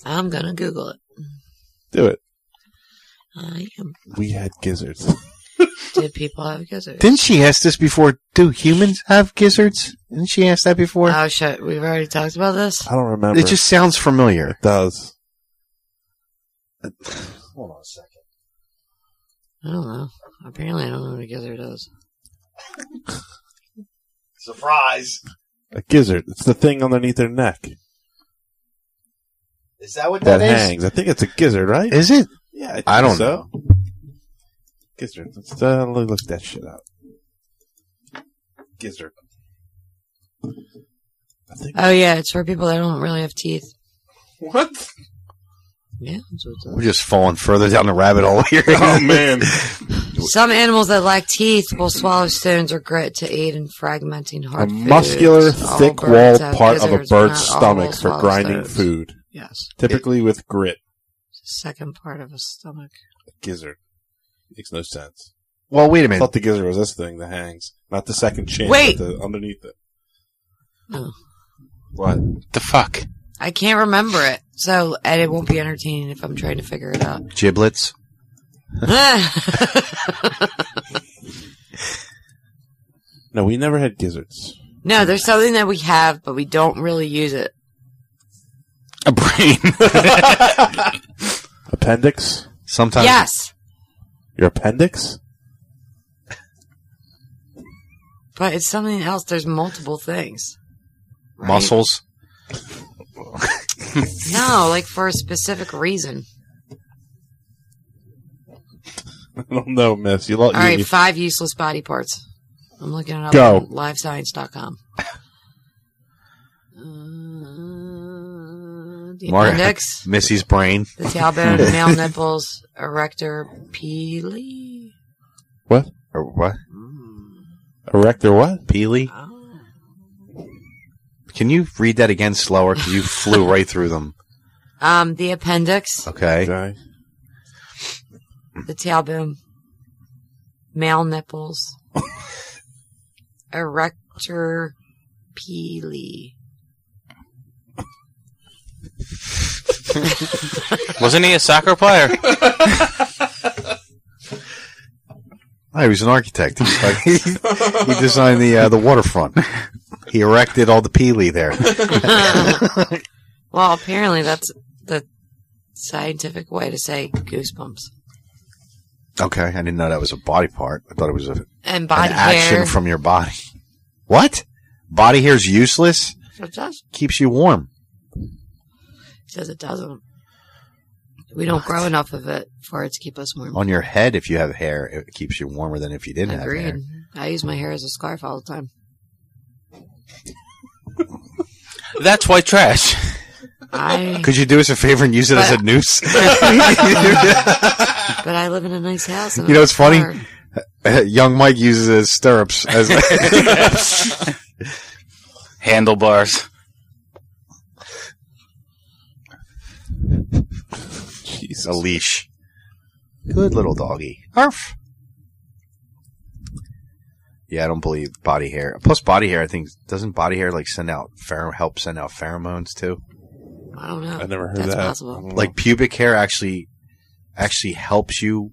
C: I'm gonna Google it.
A: Do it.
C: I am.
A: We had gizzards.
C: Did people have gizzards?
H: Didn't she ask this before? Do humans have gizzards? Didn't she ask that before?
C: Oh shit, we've already talked about this?
A: I don't remember.
H: it just sounds familiar.
A: does.
H: Hold on a second.
C: I don't know. Apparently I don't know what a gizzard is.
H: Surprise!
A: A gizzard. It's the thing underneath their neck
H: Is that what
A: that, hangs. I think it's a gizzard, right?
H: Is it?
A: yeah,
H: I don't
A: think so. Gizzard. Let's, uh, look look that shit up. Gizzard. I think.
C: Oh yeah, it's for people that don't really have teeth.
A: What?
C: Yeah, that's what it
H: We're just falling further down the rabbit hole here.
A: Oh man.
C: is. Some animals that lack teeth will swallow stones or grit to aid in fragmenting
A: a
C: hard foods.
A: muscular,
C: All
A: thick-walled
C: birds have
A: part of a
C: gizzards, but
A: bird's
C: not all
A: stomach for
C: swallow
A: grinding
C: stones.
A: food,
C: Yes.
A: typically with grit.
C: Second part of a stomach.
A: Gizzard makes no sense.
H: *laughs* well, wait a
A: I
H: minute.
A: thought the gizzard was this thing that hangs, not the second chin.
C: Wait.
A: but the, underneath it.
C: Oh.
A: What?
E: The fuck?
C: I can't remember it. So, and it won't be entertaining if I'm trying to figure it out. *laughs*
H: Giblets.
A: No, we never had gizzards.
C: no, there's something that we have, but we don't really use it.
E: A brain.
A: Appendix.
H: Sometimes.
C: yes,
A: Your appendix.
C: but it's something else. There's multiple things. right?
H: Muscles.
C: No, like for a specific reason.
A: *laughs* I don't know, miss. You, lo-
C: All
A: you-
C: right,
A: you-
C: five useless body parts. I'm looking it up
A: Go.
C: on livescience.com. Uh, the
H: Mark-
C: appendix,
H: Missy's brain.
C: the tailbone, male nipples, erector pili.
A: what?
H: Or what?
A: Erector what?
H: Peely.
C: Ah.
H: Can you read that again slower? 'Cause you flew right through them.
C: Um, the appendix,
H: Okay.
A: Okay.
C: the tailbone, male nipples, erector pili.
E: *laughs* Wasn't he a soccer player?
H: Oh, he was an architect. He, was like- *laughs* he designed the uh, the waterfront. He erected all the peely there.
C: *laughs* Well, apparently that's the scientific way to say goosebumps.
H: Okay, I didn't know that was a body part. I thought it was a
C: And body
H: an action
C: hair.
H: from your body. What? Body hair's useless.
C: it does.
H: Keeps you warm.
C: It says it doesn't. We don't grow enough of it for it to keep us warm.
H: On your head, if you have hair, it keeps you warmer than if you didn't have
C: Agreed.
H: hair.
C: I use my hair as a scarf all the time.
E: That's white trash.
H: *laughs*
C: I
H: Could you do us a favor and use it as a noose?
C: *laughs*
H: *laughs*
C: but I live in a nice house. And
H: You
C: I
H: know,
C: have
H: it's funny.
C: a car.
H: Young Mike uses it as stirrups. As
E: Handlebars.
H: a leash. Good little doggy. Arf. Yeah, I don't believe body hair. Plus, body hair. I think doesn't body hair like send out pher- help send out pheromones too.
C: I don't know.
A: I never heard
C: That's
A: that.
C: possible.
H: Like pubic hair actually actually helps you.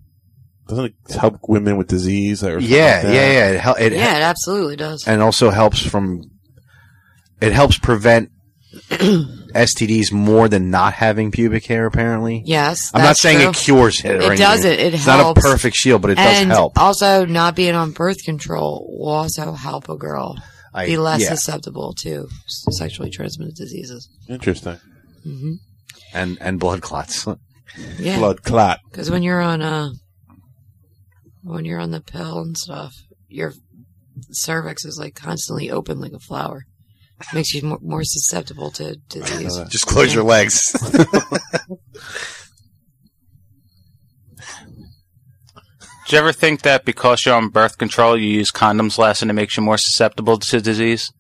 A: doesn't it help women with disease? Or something
H: Yeah,
A: like
H: yeah,
A: that?
H: yeah. It, hel- it
C: yeah, it absolutely does.
H: and also helps from. It helps
C: *clears throat*
H: prevent STDs more than not having pubic hair. Apparently,
C: yes,
H: I'm not
C: that's
H: saying
C: true.
H: it cures it. Or
C: It
H: anything.
C: doesn't. It
H: it's
C: helps.
H: not a perfect shield, but it does
C: and
H: help.
C: also, not being on birth control will also help a girl
H: I-
C: be less
H: yeah.
C: susceptible to s- sexually transmitted diseases. Mm-hmm.
A: Interesting.
H: and and blood clots. *laughs*
C: Yeah,
A: Blood clot.
C: Because when you're on uh when you're on the pill and stuff, your cervix is like constantly open like a flower. Makes you more, more susceptible to disease.
H: Just close your
C: *laughs*
H: legs.
E: Did you ever think that because you're on birth control, you use condoms less and it makes you more susceptible to disease?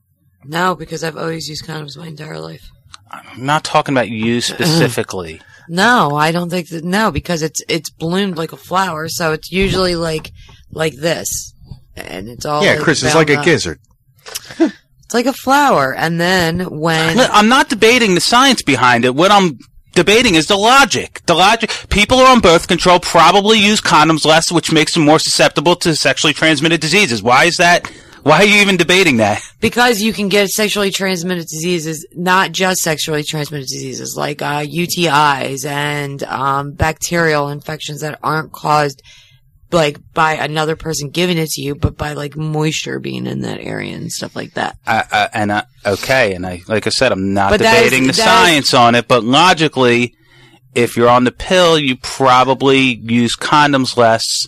C: No, because I've always used condoms my entire life.
E: I'm not talking about you specifically.
C: No, I don't think that. No, because it's it's bloomed like a flower, so it's usually like like this, and it's all
H: yeah,
C: like,
H: Chris, it's
C: bound
H: like a
C: up.
H: gizzard.
C: It's like a flower, and then when
E: Look, I'm not debating the science behind it. What I'm debating is the logic. The logic. People who are on birth control probably use condoms less, which makes them more susceptible to sexually transmitted diseases. Why is that? Why are you even debating that?
C: because you can get sexually transmitted diseases, not just sexually transmitted diseases like uh, UTIs and um, bacterial infections that aren't caused like by another person giving it to you, but by like moisture being in that area and stuff like that.
E: I, I, and I, okay, and I like I said, I'm not
C: But that is-
E: debating
C: that is-
E: the science on it, but logically, if you're on the pill, you probably use condoms less,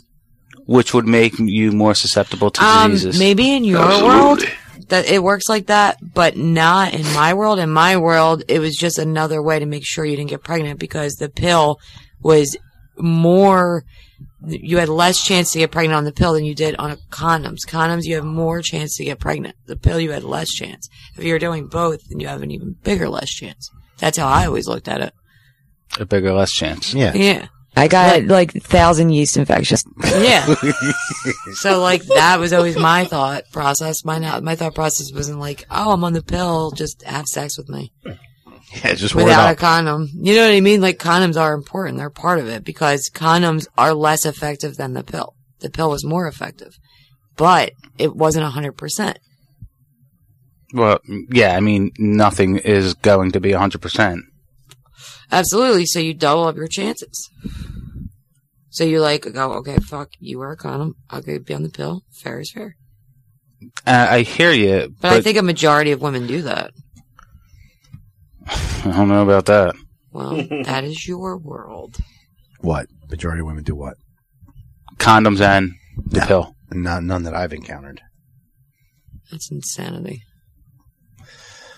E: which would make you more susceptible to
C: Um,
E: diseases.
C: maybe in your world that it works like that, but not in my world. In my world, it was just another way to make sure you didn't get pregnant because the pill was more. You had less chance to get pregnant on the pill than you did on a condoms. Condoms, you have more chance to get pregnant. The pill, you had less chance. If you're doing both, then you have an even bigger less chance. That's how I always looked at it.
E: a bigger, less chance.
H: Yeah.
C: Yeah. I got like thousand yeast infections. *laughs* Yeah. so like that was always my thought process. My not my thought process wasn't like, oh, I'm on the pill, just have sex with me
H: Yeah, just wore it
C: without a
H: up.
C: condom. You know what I mean? Like condoms are important. They're part of it because condoms are less effective than the pill. The pill was more effective, but it wasn't hundred percent.
E: Well, yeah, I mean, nothing is going to be 100%.
C: Absolutely. So you double up your chances. So you like go, okay, fuck, you wear a condom. I'll go be on the pill. Fair is fair.
E: Uh, I hear you, but,
C: But, I think a majority of women do that.
E: I don't know about that.
H: *laughs*
C: Well, that is your world.
H: What? Majority of women do what?
E: Condoms and the
H: No.
E: pill.
H: Not, none that I've encountered.
C: That's insanity.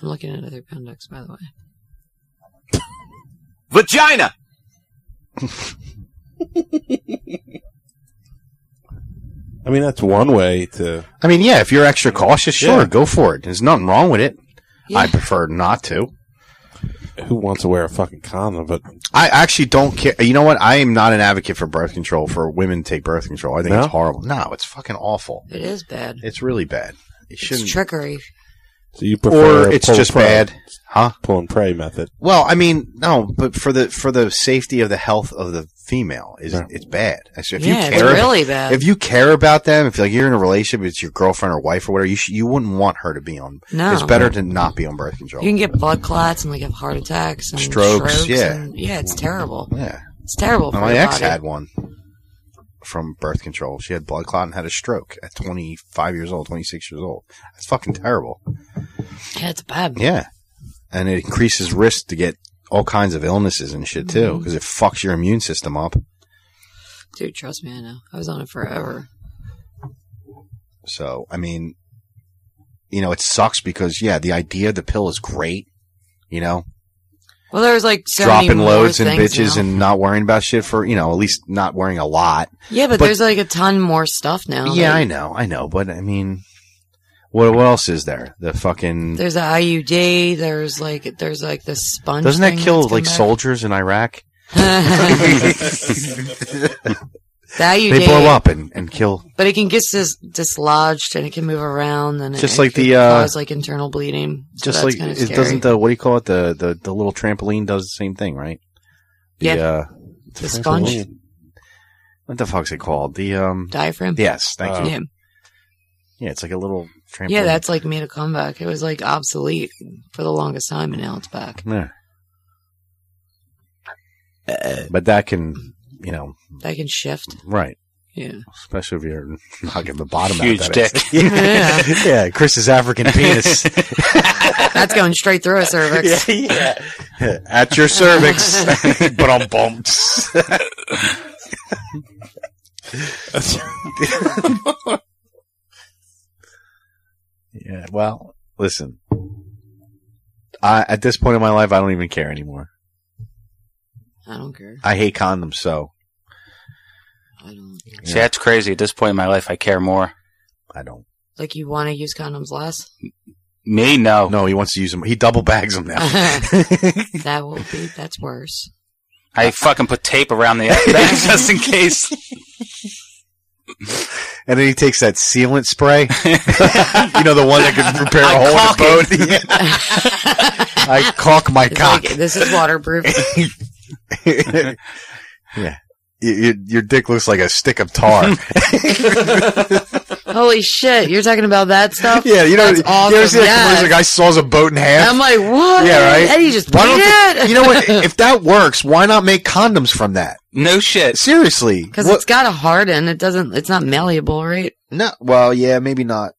C: I'm looking at other appendix, by the way.
I: Vagina!
A: I mean, that's one way to.
H: I mean, yeah, if you're extra cautious, sure,
A: Yeah.
H: go for it. There's nothing wrong with it.
C: Yeah.
H: I prefer not to.
A: Who wants to wear a fucking condom? But
H: I actually don't care. You know what? I am not an advocate for birth control for women to take birth control. I think
A: No?
H: it's horrible. No, it's fucking awful.
C: It is bad.
H: It's really bad. You
C: It's
H: shouldn't.
C: trickery.
A: so you prefer
H: or it's
A: pull and
H: just
A: pray-
H: bad. Huh?
A: Pull and pray method.
H: Well, I mean, no, but for the for the safety of the health of the female is
A: Yeah.
H: it's bad. So if
C: yeah,
H: you
C: it's
H: care,
C: really bad.
H: if you care about them, if like you're in a relationship, it's your girlfriend or wife or whatever, you sh- you wouldn't want her to be on.
C: No.
H: it's better to not be on birth control.
C: you can get blood clots and like have heart attacks and
H: Strokes,
C: strokes
H: yeah.
C: and- yeah, it's terrible.
H: yeah,
C: It's terrible for
H: my
C: your
H: ex
C: body.
H: had one. from birth control. She had blood clot and had a stroke at 25 years old, 26 years old. That's fucking terrible.
C: Yeah, it's bad.
H: Yeah. And it increases risk to get all kinds of illnesses and shit too,
C: Mm-hmm.
H: because it fucks your immune system up.
C: Dude, trust me, I know. I was on it forever.
H: So, I mean, you know, it sucks because, yeah, the idea of the pill is great, you know,
C: Well, there was like so many
H: dropping
C: more
H: loads and
C: things
H: bitches
C: now.
H: and not worrying about shit for, you know, at least not worrying a lot.
C: yeah, but,
H: but-
C: there's like a ton more stuff now.
H: yeah, I
C: Like,
H: know, I know, but I mean, what, what else is there? The fucking,
C: there's the IUD. There's like there's like the sponge.
H: doesn't that
C: thing
H: kill
C: that's come
H: like
C: back.
H: soldiers in
C: *laughs*
H: Iraq? *laughs*
C: The IUD,
H: They blow up and, and kill.
C: but it can get dis- dislodged and it can move around and
H: Just
C: it,
H: like
C: it could
H: the, uh,
C: cause like internal bleeding. So
H: Just
C: that's
H: like,
C: kinda
H: it
C: scary.
H: doesn't the, what do you call it? The, the, the little trampoline does the same thing, right? The,
C: Yeah.
H: uh,
C: The sponge?
H: trampoline. What the fuck's it called? The, um,
C: diaphragm.
H: yes, thank you.
C: yeah,
H: Yeah, it's like a little trampoline.
C: yeah, that's like made a comeback. It was like obsolete for the longest time, and now it's back.
H: Yeah.
C: Uh,
H: But that can, you know,
C: That can shift.
H: right.
C: Yeah,
H: Especially if you're *laughs* knocking the bottom
E: Huge
H: out. of
E: dick.
H: that ass. yeah. *laughs* yeah, Chris's African penis.
C: that's going straight through a cervix.
H: yeah, yeah. *laughs* At your cervix. *laughs* but on bumps. *laughs* yeah, well, listen. I, at this point in my life, I don't even care anymore.
C: I don't care.
H: I hate condoms, so
C: I don't
E: *laughs* See, that's crazy. At this point in my life, I care more.
H: I don't.
C: like you want to use
H: *laughs*
C: condoms less. *laughs*
E: Me, no.
H: No, he wants to use them. He double bags them
C: *laughs*
H: now.
C: That will be that's worse.
E: I fucking put tape around the *laughs* bags just in case.
H: and then he takes that sealant spray. *laughs* you know, the one that could repair a hole in a
E: caulk
H: boat. *laughs*
C: *laughs*
H: I caulk my
C: It's
H: cock.
C: like this
H: *laughs*
C: is waterproof. *laughs*
H: yeah. Y- y- your dick looks like a stick of
C: *laughs*
H: tar. *laughs*
C: Holy shit! You're talking about that stuff.
H: yeah, you know,
C: That's
H: you ever
C: awesome,
H: see that
C: yeah.
H: commercial? The guy saws a boat in half.
C: I'm like, what?
H: yeah, right.
C: And he just beat
H: Why don't
C: it.
H: they- you know what?
C: *laughs*
H: If that works, why not make condoms from that?
E: *laughs* No shit.
H: Seriously,
C: Because
H: What-
C: it's got to harden. It doesn't. It's not malleable, right?
H: no. Well, yeah, maybe not.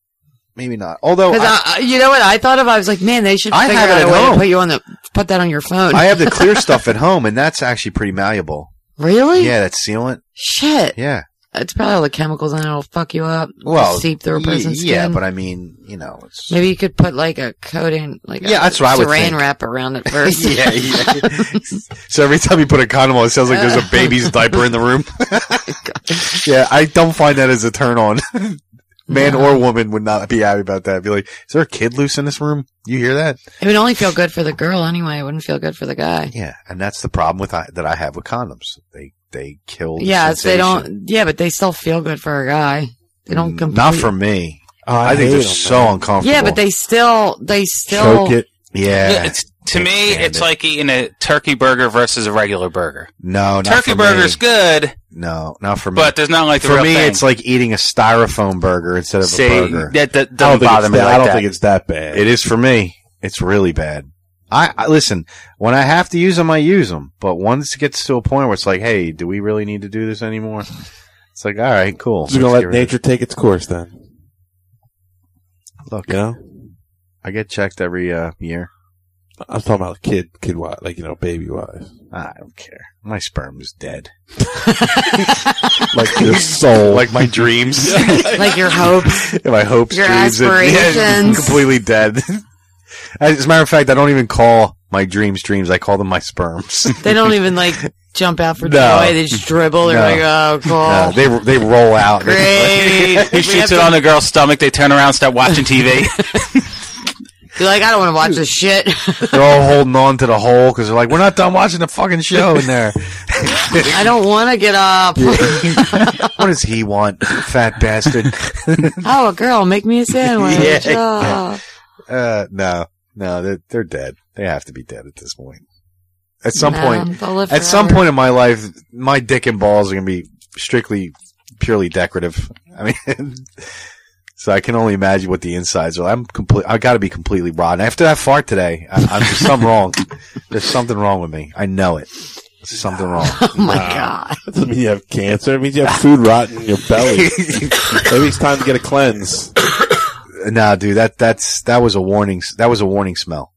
H: Maybe not. Although
C: Because
H: Oh, I-
C: I, I- you know what I thought of? I was like, man, they should
H: I
C: figure
H: have it
C: out
H: at
C: a way
H: home.
C: to put you on the put that on your phone.
H: I have the
C: *laughs*
H: clear stuff at home, and that's actually pretty malleable.
C: really?
H: Yeah, that sealant.
C: Shit.
H: Yeah.
C: It's probably all the chemicals in it will fuck you up.
H: Well,
C: seep through a
H: y-
C: person's
H: yeah,
C: skin.
H: but I mean, you know, it's
C: Maybe you could put like a coating, like
H: Yeah,
C: a
H: that's what I would
C: saran
H: think.
C: wrap
H: *laughs*
C: around it
E: *laughs*
C: first.
H: yeah, yeah. so every time you put a condom on, it sounds like there's a
E: *laughs*
H: baby's diaper in the room.
E: Oh
H: yeah, I don't find that as a turn on. Man or woman would not be happy about that. Be like, is there a kid loose in this room? You hear that?
C: It would only feel good for the girl anyway. It wouldn't feel good for the guy.
H: Yeah, and that's the problem with I, that I have with condoms. They they kill. The
C: Yeah, so they
H: sensation. Mm,
C: don't. Yeah, but they still feel good for a guy. They don't complete.
H: Not for me.
A: Oh,
H: I, think they're so uncomfortable.
C: Yeah, but they still. They still.
A: choke it.
H: Yeah,
E: Yeah, it's, to me,
H: Expand
E: it's
H: it.
E: like eating a turkey burger versus a regular burger.
H: no, not
E: turkey
H: for
E: burger's
H: me.
E: good,
H: No, not for me.
E: but there's not like the
H: for
E: real
H: me,
E: thing.
H: it's like eating a styrofoam burger instead of
E: See,
H: a burger.
E: that, that
A: I don't
E: doesn't
A: think
E: bother
A: it's
E: me
A: that-
E: like
A: I don't
E: that.
A: think it's that bad.
H: It is for me. It's really bad. I, I listen. When I have to use them, I use them. But once it gets to a point where it's like, hey, do we really need to do this anymore? It's like, all right, cool.
A: Just gonna
H: Let's
A: let
H: get rid of
A: nature take its course then.
H: it. Look,
A: You know,
H: I get checked every uh, year.
A: I'm talking about kid, kid wise, like you know, baby wise,
H: I don't care. My sperm is *laughs* dead.
A: like your soul.
H: Like my dreams,
C: like your hopes.
H: *laughs* my hopes,
C: Your
H: dreams, and- yeah,
C: aspirations.
H: completely dead. As a matter of fact, I don't even call my dreams dreams. I call them my *laughs* sperms.
C: They don't even like jump out for
H: No.
C: joy. They just dribble. They're
H: No.
C: like, oh, cool.
H: Uh, they they roll *laughs* out.
C: *laughs* Great.
E: he
C: We
E: shoots
C: have
E: it
C: to-
E: on the girl's stomach. They turn around, and start
H: *laughs*
E: watching TV.
C: You're like, I don't want to watch this shit. *laughs*
H: They're all holding on to the hole because they're like, we're not done watching the fucking show in *laughs* there.
C: I don't want to get up.
H: what does he want, fat bastard?
C: *laughs* oh, girl, make me a sandwich.
H: Yeah.
C: Oh.
H: uh, no, no, they're, they're dead. They have to be dead at this point. At some
C: No,
H: point,
C: they'll live
H: at some
C: forever.
H: point in my life, my dick and balls are going to be strictly, purely decorative. I mean, *laughs* so I can only imagine what the insides are. I'm complete. I got to be completely rotten after that fart today. I, I'm there's something wrong. There's something wrong with me. I know it. Something wrong.
C: Oh my god.
A: That *laughs* doesn't mean you have cancer. It means *laughs* you have food rot in your *laughs* belly. Maybe it's time to get a cleanse.
H: nah, dude, that that's that was a warning. That was a warning smell.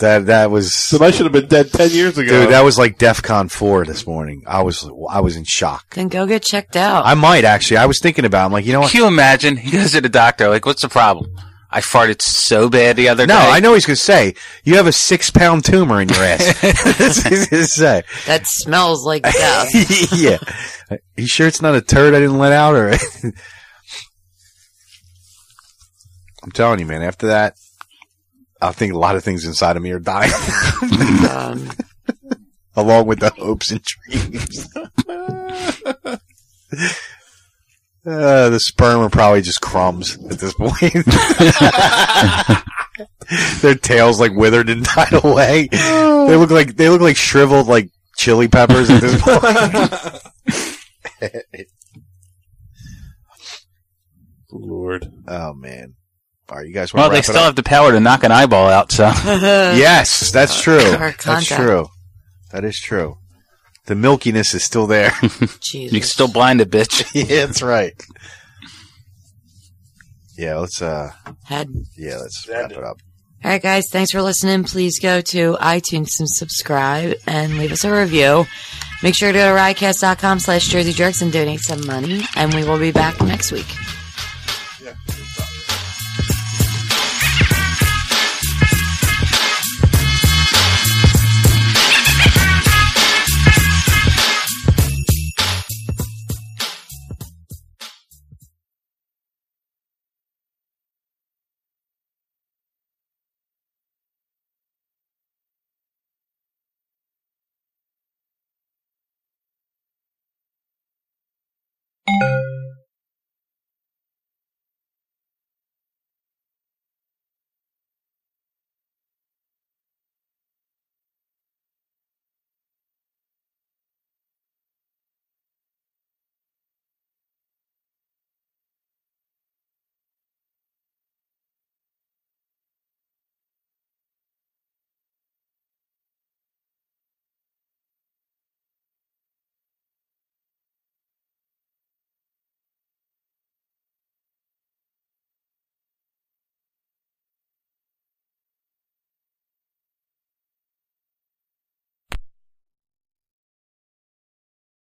H: that that was
A: So I should have been dead ten years ago.
H: dude. That was like DefCon four this morning. I was I was in shock.
C: Then go get checked out.
H: I might actually. I was thinking about. it. I'm like, you know
E: *laughs*
H: what?
E: Can you imagine? He goes to the doctor, like, what's the problem? I farted so bad the other
H: No,
E: day.
H: I know he's gonna say you have a six pound tumor in your ass. *laughs* That's what he's gonna say.
C: that smells like death.
H: *laughs* yeah. You sure it's not a turd I didn't let out or *laughs* I'm telling you, man, after that I think a lot of things inside of me are dying.
C: Um, *laughs*
H: along with the hopes and dreams. Uh, the sperm are probably just crumbs at this point. *laughs* Their tails like withered and died away. They look like they look like shriveled like chili peppers at this point. *laughs*
A: Lord.
H: oh man! All right, you guys want
E: Well,
H: to
E: they
H: wrap it
E: still
H: up?
E: have the power to knock an eyeball out, so. *laughs*
H: Yes, that's true.
C: our
H: That's
C: contact.
H: true. That is true. The milkiness is still there.
C: Jesus.
E: You can still blind a bitch.
H: *laughs* yeah, that's right. Yeah, let's uh
C: Head.
H: Yeah, let's wrap it up.
C: All right, guys. Thanks for listening. Please go to iTunes and subscribe and leave us a review. Make sure to go to riotcast.com slash Jersey Jerks and donate some money, and we will be back next week.